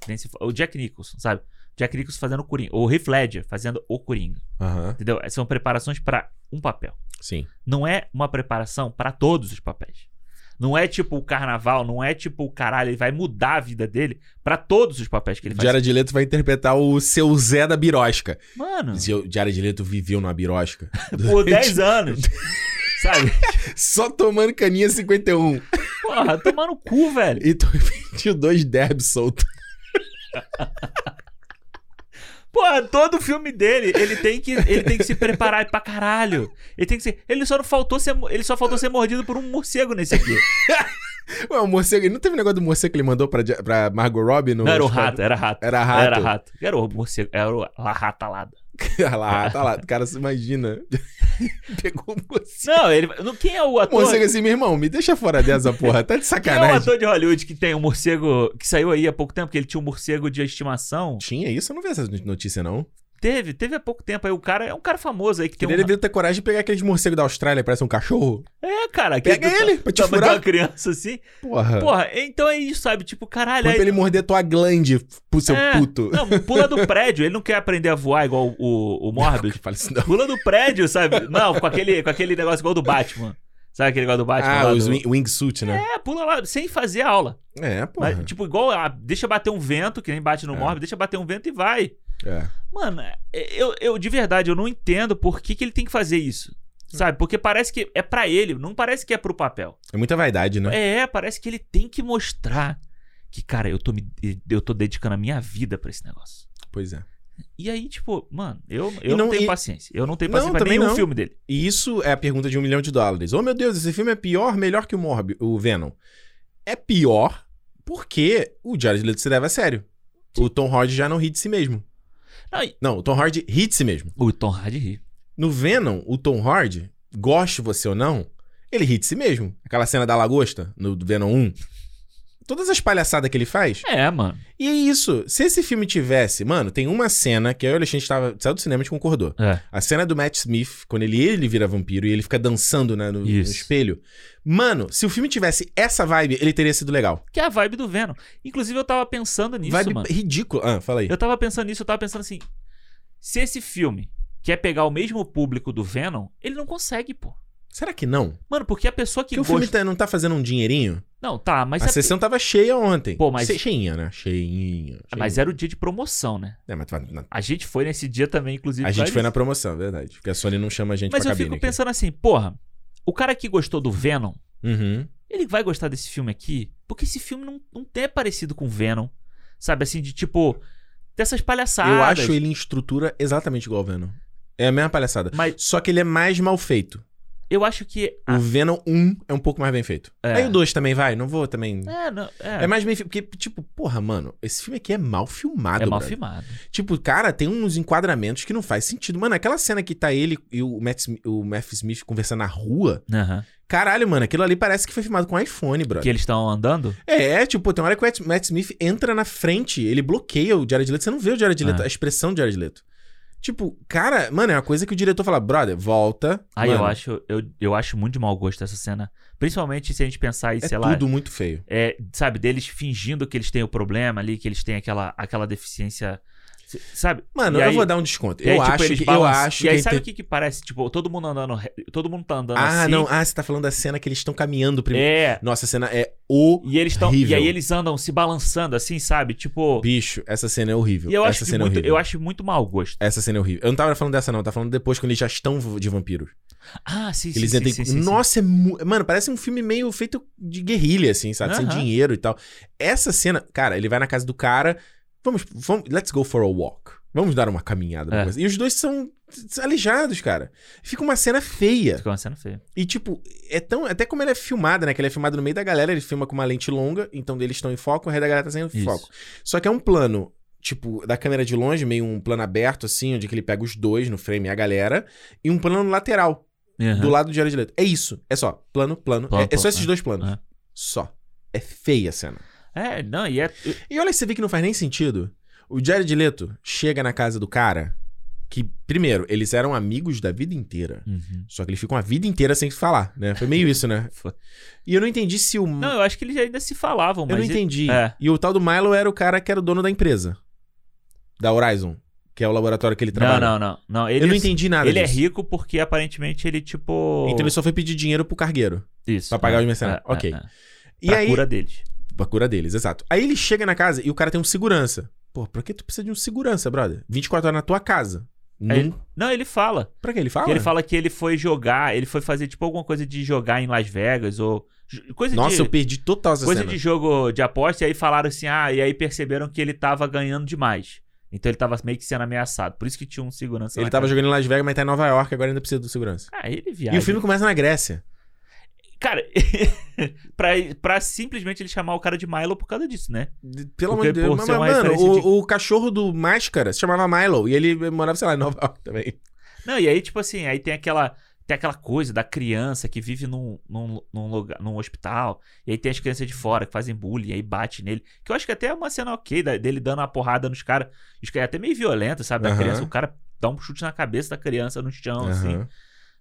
B: que nem se fa- o Jack Nicholson, sabe? Jack Nicholson fazendo o Coringa. O Heath Ledger fazendo o Coringa.
A: Aham,
B: Entendeu? São preparações pra um papel.
A: sim.
B: Não é uma preparação pra todos os papéis. Não é tipo o carnaval, não é tipo o caralho, ele vai mudar a vida dele pra todos os papéis que ele faz.
A: Jared Leto vai interpretar o seu Zé da Birosca.
B: Mano,
A: Seu- Jared Leto viveu na Birosca.
B: por 10 anos. sabe?
A: Só tomando caninha 51.
B: Porra, tomar no cu, velho.
A: E to- Tinha dois Debs soltos.
B: Pô, todo filme dele, ele tem que, ele tem que se preparar pra caralho. Ele tem que ser, ele só não faltou ser, ele só faltou ser mordido por um morcego nesse aqui.
A: Ué, o morcego, não teve negócio do morcego que ele mandou pra, Ja- pra Margot Robbie? No
B: Não, era um
A: Esquadrão?
B: rato, era rato.
A: Era rato.
B: Era rato. Era o morcego, era o- a rata alada.
A: Olha lá, tá lá. O cara se imagina. Pegou o morcego.
B: Não, ele, não, quem é o
A: O
B: ator?
A: morcego assim, meu irmão, me deixa fora dessa porra. Tá de
B: Quem é o
A: sacanagem.
B: ator de Hollywood que tem um morcego que saiu aí há pouco tempo, que ele tinha um morcego de estimação?
A: Tinha isso? Eu não vi essa notícia, não.
B: Teve, teve há pouco tempo aí. O cara é um cara famoso aí que tem
A: Ele
B: um.
A: devia ter coragem de pegar aqueles morcegos da Austrália, parece um cachorro.
B: É, cara, que
A: Pega
B: do-
A: ele pra te
B: tamanho de
A: furar.
B: uma criança assim.
A: Porra.
B: Porra, então é isso, sabe? Tipo, caralho.
A: Põe
B: Aí,
A: pra ele morder tua glande, pro seu
B: É,
A: puto.
B: Não, pula do prédio. Ele não quer aprender a voar igual o, o Morbius.
A: Fala isso não.
B: Pula do prédio, sabe? Não, com aquele, com aquele negócio igual do Batman. Sabe aquele negócio do Batman?
A: Ah,
B: lá
A: os
B: do...
A: wing- wingsuit, né?
B: É, pula lá, sem fazer aula.
A: É, porra.
B: Mas, tipo, igual, ah, deixa bater um vento, que nem bate no
A: É.
B: Morbius, deixa bater um vento e vai.
A: É.
B: Mano, eu, eu de verdade, eu não entendo por que, que ele tem que fazer isso.
A: Hum.
B: Sabe? Porque parece que é pra ele, não parece que é pro papel.
A: É muita vaidade, né?
B: É, é, parece que ele tem que mostrar que, cara, eu tô, me, eu tô dedicando a minha vida pra esse negócio.
A: Pois é.
B: E aí, tipo, mano, eu,
A: E
B: eu não,
A: não-
B: tenho
A: e-
B: paciência. Eu não tenho
A: Não,
B: paciência pra
A: também
B: nenhum
A: não.
B: filme dele.
A: E isso é a pergunta de um milhão de dólares. Oh, meu Deus, esse filme é pior, melhor que o Morbi, o Venom. É pior porque o Jared Leto se leva a sério. O Tom Hardy já não ri de si mesmo.
B: Não, e-
A: Não, o Tom Hardy ri de si mesmo.
B: O Tom Hardy ri.
A: No Venom, o Tom Hardy, goste você ou não, ele ri de si mesmo. Aquela cena da lagosta, no Venom 1. Todas as palhaçadas que ele faz.
B: É, mano.
A: E é isso. Se esse filme tivesse... Mano, tem uma cena que eu e o Alexandre tava, saiu do cinema e a gente concordou.
B: É.
A: A cena do Matt Smith, quando ele, ele vira vampiro e ele fica dançando né, no, no
B: Isso.
A: espelho. Mano, se o filme tivesse essa vibe, ele teria sido legal.
B: Que é a vibe do Venom. Inclusive, eu tava pensando nisso,
A: vibe
B: mano.
A: ridícula. Ah, fala aí.
B: Eu tava pensando nisso, eu tava pensando assim. Se esse filme quer pegar o mesmo público do Venom, ele não consegue, pô.
A: Será que não?
B: Mano, porque a pessoa que
A: Porque o filme
B: gosta.
A: tá- não tá fazendo um dinheirinho?
B: Não, tá, mas.
A: a
B: é-
A: sessão tava cheia ontem.
B: Pô, mas-
A: Che- Cheinha, né? Cheinha.
B: Ah, Mas era o dia de promoção, né?
A: É, mas, na-
B: A gente foi nesse dia também, inclusive.
A: a
B: por
A: gente
B: causa
A: foi na
B: disso.
A: promoção, verdade. Porque a Sony não chama a gente
B: Mas
A: pra
B: eu
A: cabine
B: fico
A: aqui.
B: pensando assim, porra, o cara que gostou do Venom,
A: Uhum.
B: ele vai gostar desse filme aqui? Porque esse filme não, não é parecido com Venom. Sabe, assim, de tipo. Dessas palhaçadas.
A: Eu acho ele em estrutura exatamente igual ao Venom. É a mesma palhaçada.
B: Mas
A: Só que ele é mais mal feito.
B: eu acho que.
A: O Venom 1 é um pouco mais bem feito.
B: Ah. É.
A: Aí o 2 também vai, não vou também.
B: É, não, é,
A: É. mais bem feito. Porque, tipo, porra, mano, esse filme aqui é mal filmado,
B: é mal
A: brother.
B: filmado.
A: Tipo, cara, tem uns enquadramentos que não faz sentido. Mano, aquela cena que tá ele e o Matt, Smi- o Matt Smith conversando na rua.
B: Aham.
A: Caralho, mano, aquilo ali parece que foi filmado com iPhone, brother.
B: Que eles estão andando?
A: É, tipo, tem uma hora que o Matt- Matt Smith entra na frente, ele bloqueia o Jared Leto, você não vê o Jared Leto,
B: Ah.
A: a expressão do Jared Leto. Tipo, cara, mano, é uma coisa que o diretor fala, brother, volta.
B: Aí Ah, eu
A: Mano,
B: acho, eu, eu acho muito de mau gosto essa cena. Principalmente se a gente pensar em,
A: É
B: sei lá,
A: tudo muito feio.
B: é, sabe, deles fingindo que eles têm o problema ali, que eles têm aquela, aquela deficiência. s- Sabe?
A: Mano,
B: E
A: eu
B: aí-
A: vou dar um desconto.
B: e aí,
A: Eu
B: tipo,
A: acho
B: eles
A: que eu
B: balançam.
A: acho
B: E aí,
A: que
B: sabe o que, que parece? Tipo, todo mundo andando. re- Todo mundo tá andando
A: Ah,
B: assim.
A: não, ah, você tá falando da cena que eles estão caminhando primeiro.
B: É.
A: Nossa, a cena é o
B: E eles estão. E
A: Horrível.
B: aí eles andam se balançando, assim, sabe? Tipo.
A: bicho, essa cena é horrível.
B: E eu
A: essa
B: acho, de
A: cena é
B: muito,
A: horrível.
B: eu acho muito mau gosto.
A: Essa cena é horrível. Eu não tava falando dessa, não. Eu tava falando depois quando eles já estão de vampiros.
B: Ah, sim, sim.
A: Eles
B: sim,
A: entram.
B: sim,
A: em-
B: sim, sim.
A: Nossa, é mu... mano, parece um filme meio feito de guerrilha, assim, sabe? Sem
B: Aham.
A: dinheiro e tal. Essa cena, cara, ele vai na casa do cara. Vamos, vamos, let's go for a walk. Vamos dar uma caminhada. uma
B: É.
A: coisa. E os dois são aleijados, cara. Fica uma cena feia.
B: Ficou é uma cena feia.
A: E, tipo, é tão. Até como ela é filmada, né? Que ela é filmada no meio da galera, ele filma com uma lente longa, então eles estão em foco, o resto da galera tá sem
B: Isso.
A: foco. Só que é um plano, tipo, da câmera de longe, meio um plano aberto, assim, onde que ele pega os dois no frame e a galera, e um plano lateral,
B: Aham.
A: do lado de Jared Leto. É isso. É só. Plano, plano.
B: Plano,
A: é, é só
B: plano,
A: esses
B: é.
A: dois planos.
B: É.
A: Só. É feia a cena.
B: É, não, e é.
A: E olha, você vê que não faz nem sentido. O Jared Leto chega na casa do cara, que, primeiro, eles eram amigos da vida inteira.
B: Uhum.
A: Só que eles ficam a vida inteira sem se falar, né? Foi meio isso, né?
B: Foi.
A: E eu não entendi se o.
B: Não, eu acho que eles ainda se falavam,
A: eu
B: mas.
A: não entendi.
B: é.
A: E o tal do Milo era o cara que era o dono da empresa. Da Horizon. Que é o laboratório que ele
B: Não,
A: trabalha.
B: não, não. não ele,
A: eu não entendi nada.
B: Ele é
A: disso.
B: rico porque aparentemente ele, tipo.
A: Então ele só foi pedir dinheiro pro cargueiro.
B: Isso.
A: pra pagar
B: é,
A: os mercenários.
B: é,
A: Ok.
B: é, é.
A: E
B: Pra
A: aí.
B: cura deles.
A: Pra cura deles, exato. Aí ele chega na casa e o cara tem um segurança. Pô, pra que tu precisa de um segurança, brother? 24 horas na tua casa.
B: Aí
A: Num-
B: ele- não, ele fala.
A: Pra que ele fala?
B: Que Ele fala que ele foi jogar, ele foi fazer tipo alguma coisa de jogar em Las Vegas ou j- coisa
A: Nossa,
B: de
A: eu perdi total essa
B: coisa
A: cena.
B: de jogo de aposta e aí falaram assim: "Ah, e aí perceberam que ele tava ganhando demais". Então ele tava meio que sendo ameaçado. Por isso que tinha um segurança
A: Ele
B: lá,
A: tava
B: cara.
A: jogando em Las Vegas, mas tá em Nova York, agora ainda precisa do segurança.
B: Ah, ele
A: E
B: viaja.
A: o filme começa na Grécia.
B: Cara, pra, pra simplesmente ele chamar o cara de Milo por causa disso, né?
A: De- Pelo amor
B: Porque,
A: de Deus.
B: pô,
A: Mas,
B: ser uma
A: mano,
B: referência
A: o,
B: de-
A: o cachorro do Máscara se chamava Milo. E ele morava, sei lá, em Nova York também.
B: Não, e aí, tipo assim, aí tem aquela. Tem aquela coisa da criança que vive num, num, num lugar, num hospital, e aí tem as crianças de fora que fazem bullying, aí bate nele. Que eu acho que até é uma cena ok da- dele dando uma porrada nos caras. Os caras é até meio violenta, sabe? Da
A: Aham.
B: criança, o cara dá um chute na cabeça da criança no chão, assim.
A: Aham.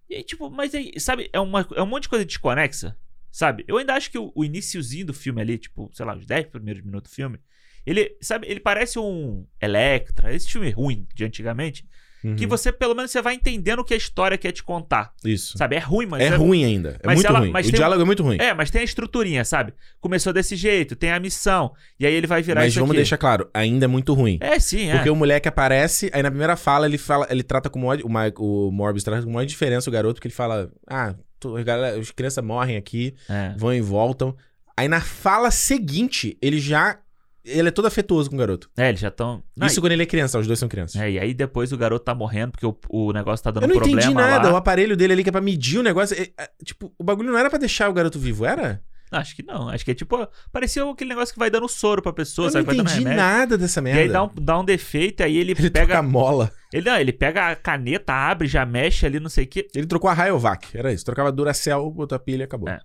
B: E aí, tipo, mas aí, sabe, é, uma, é um monte de coisa desconexa, sabe? Eu ainda acho que o, o iniciozinho do filme ali, tipo, sei lá, os 10 primeiros minutos do filme, ele, sabe, ele parece um Electra, esse filme ruim de antigamente,
A: Uhum.
B: que você, pelo menos, você vai entendendo o que a história quer te contar,
A: Isso.
B: sabe? É ruim, mas...
A: é ruim ainda. É
B: mas
A: muito
B: ela-
A: ruim.
B: mas
A: o
B: tem-
A: diálogo é muito ruim.
B: É, mas tem a estruturinha, sabe? Começou desse jeito, tem a missão, e aí ele vai virar
A: mas
B: isso
A: vamos
B: aqui.
A: deixar claro, ainda é muito ruim.
B: É, sim, é.
A: Porque o moleque aparece, aí na primeira fala, ele fala, ele trata com maior, o, Ma- o Morbius trata com maior diferença o garoto, porque ele fala: Ah, tu, as galera- as crianças morrem aqui,
B: É.
A: vão e voltam. Aí na fala seguinte, ele já. Ele é todo afetuoso com o garoto.
B: É, eles já estão...
A: Isso quando ele é criança, os dois são crianças.
B: É, e aí depois o garoto tá morrendo porque o, o negócio tá dando
A: Eu não
B: problema
A: entendi nada. O
B: lá.
A: aparelho dele ali que é pra medir o negócio. é- é- tipo, o bagulho não era pra deixar o garoto vivo, era?
B: Acho que não. Acho que é tipo. Parecia aquele negócio que vai dando soro pra pessoa,
A: eu não
B: sabe? é Vai dando
A: entendi
B: remédio.
A: nada dessa merda.
B: E aí dá um, dá um defeito, aí ele,
A: Ele troca
B: pega.
A: a mola.
B: Ele, não, ele pega a caneta, abre, já mexe ali, não sei o quê.
A: Ele trocou a Rayovac, era isso. Trocava Duracell, botou a pilha, acabou.
B: É.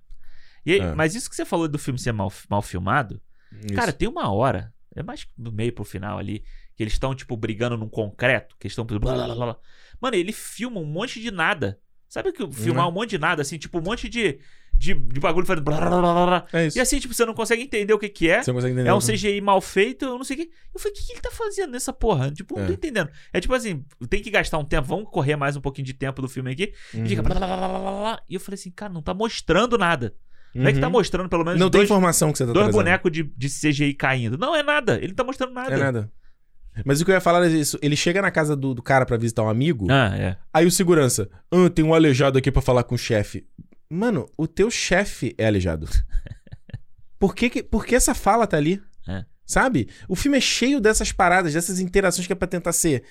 B: E aí-
A: É.
B: Mas isso que você falou do filme ser mal, mal filmado,
A: Isso.
B: cara, tem uma hora. É mais do meio pro final ali. Que eles estão, tipo, brigando num concreto. Que eles estão. blá, blá, blá, blá. Mano, ele filma um monte de nada. Sabe que filmar
A: Né?
B: um monte de nada, assim, tipo, um monte de. De, de bagulho fazendo. blá, blá, blá, blá, blá.
A: é isso.
B: E assim, tipo, você não consegue entender o que, que é.
A: Você não consegue entender. né?
B: É um
A: não.
B: CGI mal feito, eu não sei o que. Eu falei, o que, que ele tá fazendo nessa porra? Tipo, não tô
A: É.
B: entendendo. É tipo assim, tem que gastar um tempo, vamos correr mais um pouquinho de tempo do filme aqui.
A: Uhum.
B: E fica. blá, blá, blá, blá, blá, blá. E eu falei assim, cara, não tá mostrando nada. Não é que tá
A: Uhum.
B: mostrando pelo menos
A: Não tem
B: dois,
A: informação que você tá
B: dois
A: trazendo.
B: bonecos de, de CGI caindo. Não é nada, ele não tá mostrando nada.
A: É nada. Mas o que eu ia falar é isso. Ele chega na casa do, do cara pra visitar um amigo,
B: Ah, é.
A: aí o segurança, ah, tem um aleijado aqui pra falar com o chefe. Mano, o teu chefe é aleijado. Por que, que- por que essa fala tá ali?
B: É.
A: Sabe? O filme é cheio dessas paradas, dessas interações que é pra tentar ser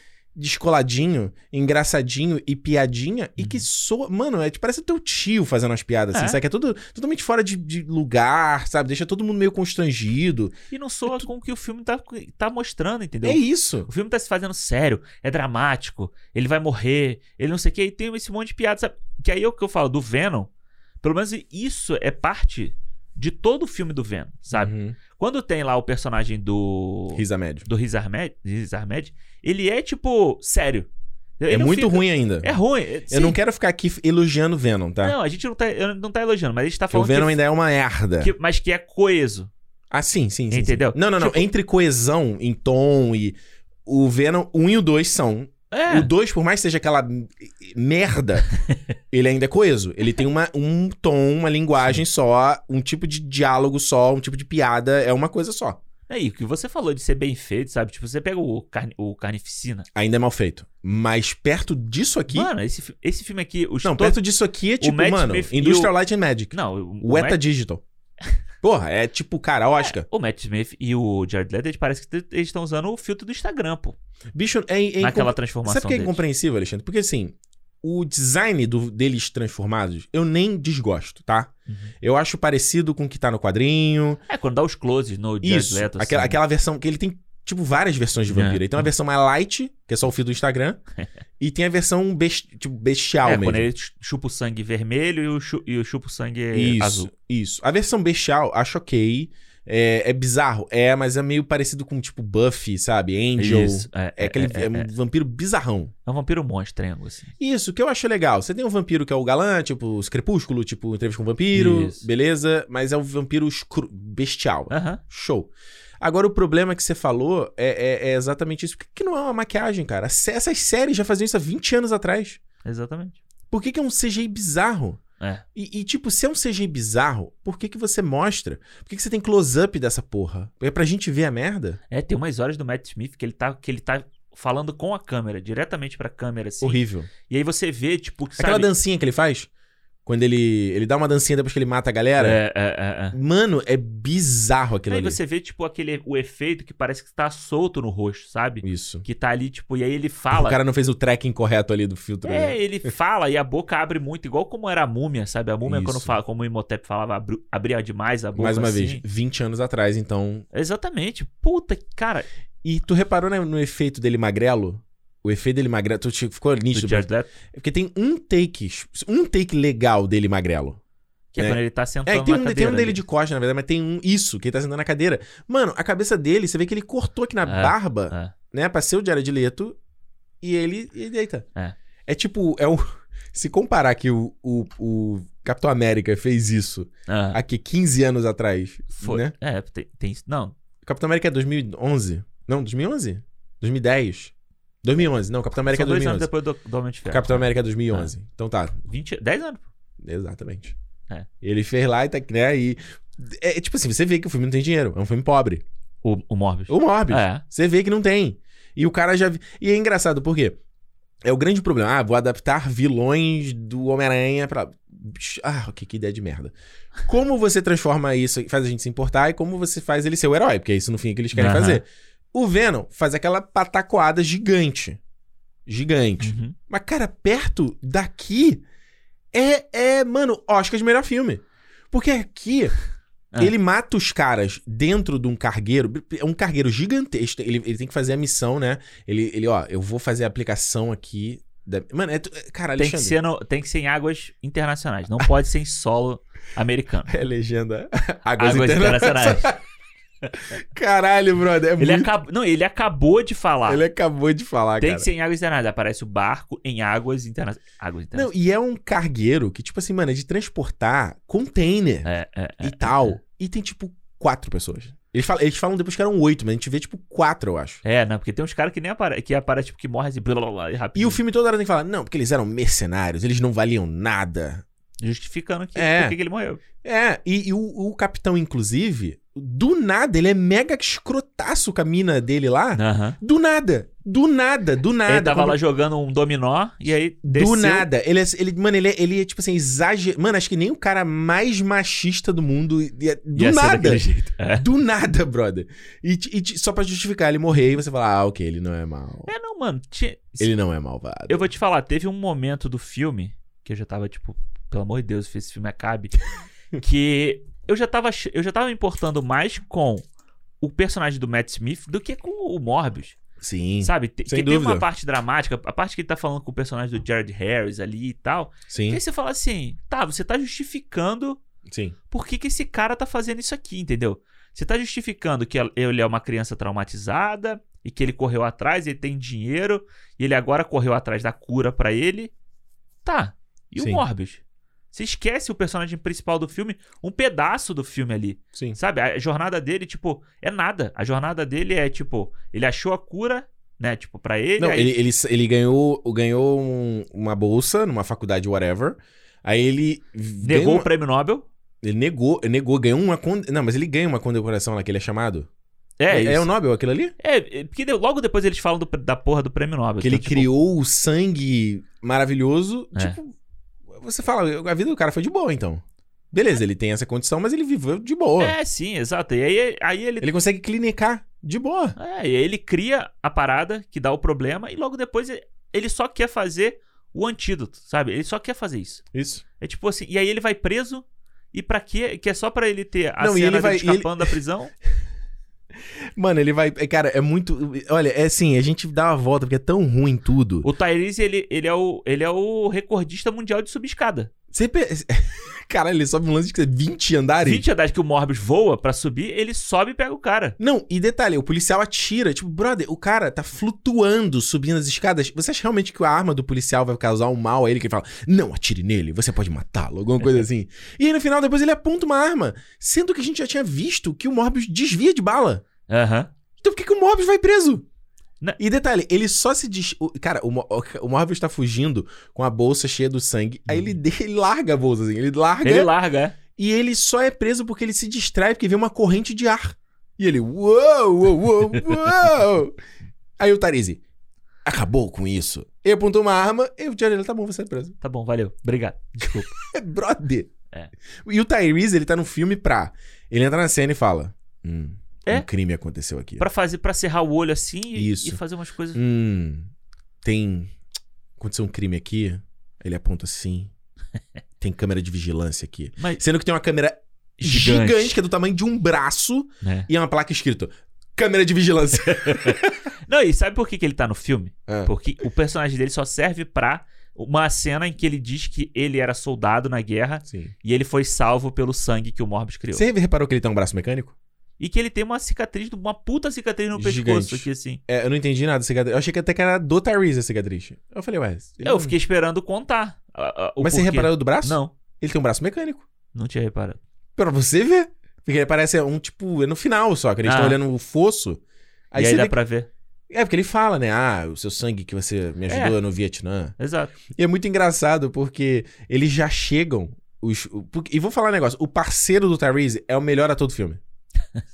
A: descoladinho, engraçadinho e piadinha, e
B: Uhum.
A: que soa. Mano, é, tipo, parece teu tio fazendo as piadas, assim,
B: É.
A: sabe? Que é tudo, totalmente fora de, de lugar, sabe? Deixa todo mundo meio constrangido.
B: E não soa com o que o filme tá, tá mostrando, entendeu?
A: É isso.
B: O filme tá se fazendo sério, é dramático, ele vai morrer, ele não sei o que, e tem esse monte de piada, sabe? Que aí é o que eu falo do Venom, pelo menos isso é parte de todo o filme do Venom, sabe?
A: Uhum.
B: Quando tem lá o personagem do.
A: Risa médio.
B: do Riz Ahmed, Riz Ahmed, ele é tipo, sério. Ele
A: é
B: não
A: muito
B: fica-
A: ruim ainda.
B: É ruim.
A: Eu não quero ficar aqui elogiando o Venom, tá?
B: Não, a gente não tá, eu não tá elogiando, mas a gente tá
A: Porque o
B: falando.
A: Venom
B: que-
A: ainda é uma merda.
B: que- mas que é coeso.
A: Ah, sim, sim, sim.
B: Entendeu? Tipo-
A: sim. Não, não, não. Entre coesão em tom e. O Venom 1 e o 2 são.
B: É.
A: O 2, por mais que seja aquela m- merda, ele ainda é coeso. Ele tem uma, um tom, uma linguagem só, um tipo de diálogo só, um tipo de piada, é uma coisa só.
B: Aí, o que você falou de ser bem feito, sabe? Tipo, você pega o, carne, o Carnificina.
A: Ainda é mal feito. Mas perto disso aqui.
B: Mano, esse, fi- esse filme aqui. Os
A: não,
B: to-
A: perto disso aqui é tipo,
B: Matt
A: mano,
B: Smith e é?
A: Industrial Light and Magic.
B: Não, o,
A: O
B: o
A: ETA
B: Matt,
A: Digital. Porra, é tipo, cara, Oscar.
B: o Matt Smith e o Jared Leto, eles parece que t- eles estão usando o filtro do Instagram, pô.
A: Bicho, é, é
B: naquela
A: incompre-
B: transformação
A: Sabe por que é
B: deles.
A: incompreensível, Alexandre? Porque assim, o design do- deles transformados, eu nem desgosto, tá?
B: Uhum.
A: Eu acho parecido com o que tá no quadrinho.
B: É, quando dá os closes no Jared
A: Isso.
B: Leto, assim.
A: aquela, aquela versão que ele tem, tipo, várias versões de vampiro.
B: É.
A: Ele tem uma versão mais light, que é só o fio do Instagram. e tem a versão best- tipo, bestial
B: É,
A: mesmo.
B: quando ele ch- chupa o sangue vermelho e o, chu- e o chupa o sangue
A: Isso,
B: azul.
A: isso. A versão bestial, acho ok. É, é bizarro, é, mas é meio parecido com, tipo, Buffy, sabe? Angel.
B: Isso. É,
A: É aquele é,
B: é,
A: um vampiro bizarrão.
B: é um vampiro monstrengo, assim.
A: Isso, que eu acho legal. Você tem um vampiro que é o galã, tipo, os crepúsculo, tipo, entrevista com o vampiro,
B: Isso. É.
A: beleza, mas é um vampiro escru- bestial.
B: Aham.
A: Show. Agora, o problema que você falou é, é- é exatamente isso. Por que, que não é uma maquiagem, cara? Se- Essas séries já faziam isso há 20 anos atrás.
B: Exatamente.
A: Por que, que é um CGI bizarro?
B: É.
A: E, e, tipo, se é um CGI bizarro, por que, que você mostra? Por que, que você tem close-up dessa porra? É pra gente ver a merda?
B: É, tem umas horas do Matt Smith que ele tá, que ele tá falando com a câmera, diretamente pra câmera, assim.
A: Horrível.
B: E aí você vê, tipo, sabe?
A: Aquela dancinha que ele faz, quando ele, ele dá uma dancinha depois que ele mata a galera.
B: É, é, é, é.
A: Mano, é bizarro aquilo
B: Aí
A: ali.
B: você vê, tipo, aquele o efeito que parece que tá solto no rosto, sabe?
A: Isso.
B: Que tá ali, tipo, e aí ele
A: O
B: fala.
A: cara não fez o tracking correto ali do filtro. né?
B: É, ele fala e a boca abre muito, igual como era a múmia, sabe? A múmia, quando
A: Isso.
B: fala, como o Imhotep falava, abri- abria demais a boca.
A: Mais uma
B: assim.
A: vez, 20 anos atrás, então.
B: Exatamente. Puta, que- cara,
A: E tu reparou né, no efeito dele magrelo? O efeito dele magrelo. Tu te- ficou
B: do
A: nítido. pra-
B: Jared Leto,
A: É Porque tem um take, um take legal dele magrelo.
B: que é,
A: É.
B: quando ele tá
A: É,
B: sentando
A: que tem
B: na
A: um,
B: cadeira.
A: tem um dele
B: ali.
A: de costa, na verdade, mas tem um isso, que ele tá sentando na cadeira. Mano, a cabeça dele, você vê que ele cortou aqui na
B: É,
A: barba,
B: É.
A: né? Pra ser o Jared Leto, e ele e deita.
B: É.
A: É tipo, é o... Se comparar que o, o, o Capitão América fez isso
B: Ah,
A: aqui 15 anos atrás,
B: foi.
A: né?
B: É, tem, tem- Não,
A: Capitão América é 2011? Não, 2011? 2010? 2011, não, Capitão América é
B: são dois
A: 2011.
B: anos depois do, do Homem de Ferro.
A: Capitão América é 2011. Então tá,
B: 20, 10 anos. pô.
A: Exatamente.
B: É.
A: Ele fez lá e tá, né? E. É, é tipo assim, você vê que o filme não tem dinheiro. É um filme pobre.
B: O, o Morbius.
A: Ou Morbius.
B: É.
A: Você vê que não tem. E o cara já. vi- E é engraçado, por quê? É o grande problema. Ah, vou adaptar vilões do Homem-Aranha pra. Ah, que, que ideia de merda. Como você transforma isso, faz a gente se importar, e como você faz ele ser o herói, porque é isso no fim que eles querem
B: Aham.
A: fazer. O Venom faz aquela patacoada gigante. Gigante.
B: Uhum.
A: Mas, cara, perto daqui é, é mano, Oscar de melhor filme. Porque aqui,
B: É.
A: ele mata os caras dentro de um cargueiro. É um cargueiro gigantesco. Ele, ele tem que fazer a missão, né? Ele, ele ó, eu vou fazer a aplicação aqui. da- Mano, é. tu- Cara,
B: Tem, que
A: Alexandre.
B: ser no- tem que ser em águas internacionais. Não pode ser em solo americano.
A: É legenda.
B: Águas
A: Águas interna-
B: internacionais.
A: Caralho, brother. É
B: Ele,
A: muito...
B: acab... não, ele acabou de falar.
A: ele acabou de falar,
B: Tem
A: cara.
B: que ser em águas internacionais. Aparece o barco em águas internacionais. Águas
A: Não,
B: internacionais.
A: e é um cargueiro que, tipo assim, mano, é de transportar container.
B: É, é, é.
A: e tal. E tem, tipo, quatro pessoas. Eles falam, eles falam depois que eram oito, mas a gente vê, tipo, quatro, eu acho.
B: É, não, porque tem uns caras que nem aparecem, que aparece tipo, que morre assim, blá, blá, blá, e
A: E
B: rapidinho.
A: o filme toda hora tem que falar, não, porque eles eram mercenários, eles não valiam nada.
B: Justificando que,
A: É.
B: por que que ele morreu.
A: É, e, e o, o capitão, inclusive, do nada, ele é mega escrotaço com a mina dele lá.
B: Aham.
A: Do nada, do nada, do nada.
B: ele tava
A: Quando-
B: lá jogando um dominó e aí desceu.
A: Do nada. Ele, é- ele, mano, ele, é- ele é, tipo assim, exagerado. Mano, acho que nem o cara mais machista do mundo. e- e é- Do
B: Ia ser
A: nada.
B: daquele jeito. É.
A: Do nada, brother. E, te- e te- só pra justificar ele morrer e você falar, ah, ok, ele não é mal.
B: É, não, mano. tinha-
A: Ele não é malvado.
B: Eu vou te falar, teve um momento do filme que eu já tava tipo, pelo amor de Deus, esse filme acabe, que eu já tava ach- eu já tava me importando mais com o personagem do Matt Smith do que com o Morbius,
A: Sim,
B: sabe? Te-
A: Sem
B: que tem uma
A: dúvida.
B: parte dramática, a parte que ele tá falando com o personagem do Jared Harris ali e tal. E
A: sim,
B: aí você fala assim, tá, você tá justificando
A: sim.
B: por que, que esse cara tá fazendo isso aqui, entendeu? Você tá justificando que ele é uma criança traumatizada e que ele correu atrás, ele tem dinheiro e ele agora correu atrás da cura pra ele. Tá. E
A: Sim.
B: o Morbius? Você esquece o personagem principal do filme, um pedaço do filme ali.
A: Sim.
B: Sabe? A jornada dele, tipo, é nada. A jornada dele é, tipo, ele achou a cura, né? Tipo, pra ele.
A: Não,
B: aí-
A: ele, ele, ele ganhou, ganhou um- uma bolsa numa faculdade, whatever. Aí ele.
B: Negou
A: ganhou-
B: o prêmio Nobel.
A: Ele negou, negou, ganhou uma. Conde... Não, mas ele ganha uma condecoração lá que ele é chamado.
B: É, isso.
A: o Nobel aquilo ali?
B: É, é, porque deu- logo depois eles falam do- da porra do prêmio Nobel.
A: Que ele
B: Então, tipo,
A: criou o sangue maravilhoso.
B: É.
A: Tipo, você fala, a vida do cara foi de boa, então. Beleza, ele tem essa condição, mas ele viveu de boa.
B: É, sim, exato. E aí, aí ele.
A: Ele consegue clinicar de boa.
B: É, e aí ele cria a parada que dá o problema e logo depois e- ele só quer fazer o antídoto, sabe? Ele só quer fazer isso.
A: Isso.
B: É tipo assim, e aí ele vai preso. E pra quê? Que é só pra ele ter a
A: Não, e
B: cena
A: ele
B: dele
A: vai- e ele-
B: escapando da prisão?
A: Mano, ele vai. Cara, é muito. Olha, é assim, a gente dá uma volta, porque é tão ruim tudo.
B: O Tyrese, ele, ele, é o, ele é o recordista mundial de subescada.
A: Você pe... Caralho, ele sobe um lance de 20 andares?
B: 20 andares que o Morbius voa pra subir, ele sobe e pega o cara.
A: Não, e detalhe, o policial atira. Tipo, brother, o cara tá flutuando, subindo as escadas. Você acha realmente que a arma do policial vai causar um mal a ele? Que ele fala, não, atire nele, você pode matá-lo, alguma coisa assim. E aí no final, depois ele aponta uma arma. Sendo que a gente já tinha visto que o Morbius desvia de bala.
B: Aham.
A: Então por que, que o Morbius vai preso?
B: Na-
A: E detalhe, ele só se diz. o- Cara, o, Mo- o Morbius tá fugindo com a bolsa cheia do sangue. Aí ele, de- ele larga a bolsa, assim, ele larga.
B: Uhum. Ele larga, é.
A: E ele só é preso porque ele se distrai, porque vê uma corrente de ar. E ele, uou, uou, uou, uou. Aí o Tarizi, acabou com isso. Ele apontou uma arma e o Jared Leto, tá bom, você é preso.
B: Tá bom, valeu. Obrigado. Desculpa.
A: É brother.
B: É.
A: E o Tyrese, ele tá no filme pra... Ele entra na cena e fala... Hum,
B: É?
A: um crime aconteceu aqui.
B: pra fazer, pra cerrar o olho assim e,
A: Isso.
B: e fazer umas coisas.
A: Hum, tem... Aconteceu um crime aqui. Ele aponta assim. tem câmera de vigilância aqui.
B: Mas.
A: Sendo que tem uma câmera
B: Gigante.
A: gigante, que é do tamanho de um braço.
B: Né?
A: E é uma placa escrito... Câmera de vigilância.
B: Não, e sabe por que, que ele tá no filme?
A: Ah.
B: Porque o personagem dele só serve pra uma cena em que ele diz que ele era soldado na guerra
A: Sim.
B: e ele foi salvo pelo sangue que o Morbius criou.
A: Você reparou que ele tem um braço mecânico?
B: E que ele tem uma cicatriz, uma puta cicatriz no
A: Gigante.
B: pescoço aqui, assim.
A: É, eu não entendi nada da cicatriz. Eu achei que até que era do Tyrese a cicatriz. Eu falei, ué. ele
B: Eu
A: não-
B: fiquei esperando contar. ah, ah, o
A: Mas você
B: porquê.
A: reparou do braço?
B: Não,
A: Ele tem um braço mecânico.
B: não tinha reparado.
A: Pra você ver. Porque ele parece um tipo. É no final só, que eles
B: Ah.
A: estão olhando o fosso. Aí
B: e aí
A: você
B: dá
A: vê...
B: pra ver.
A: É, porque ele fala, né? Ah, o seu sangue que você me
B: É.
A: ajudou é no Vietnã.
B: Exato.
A: E é muito engraçado porque eles já chegam. Os... o- porque- E vou falar um negócio: o parceiro do Tyrese é o melhor ator do filme.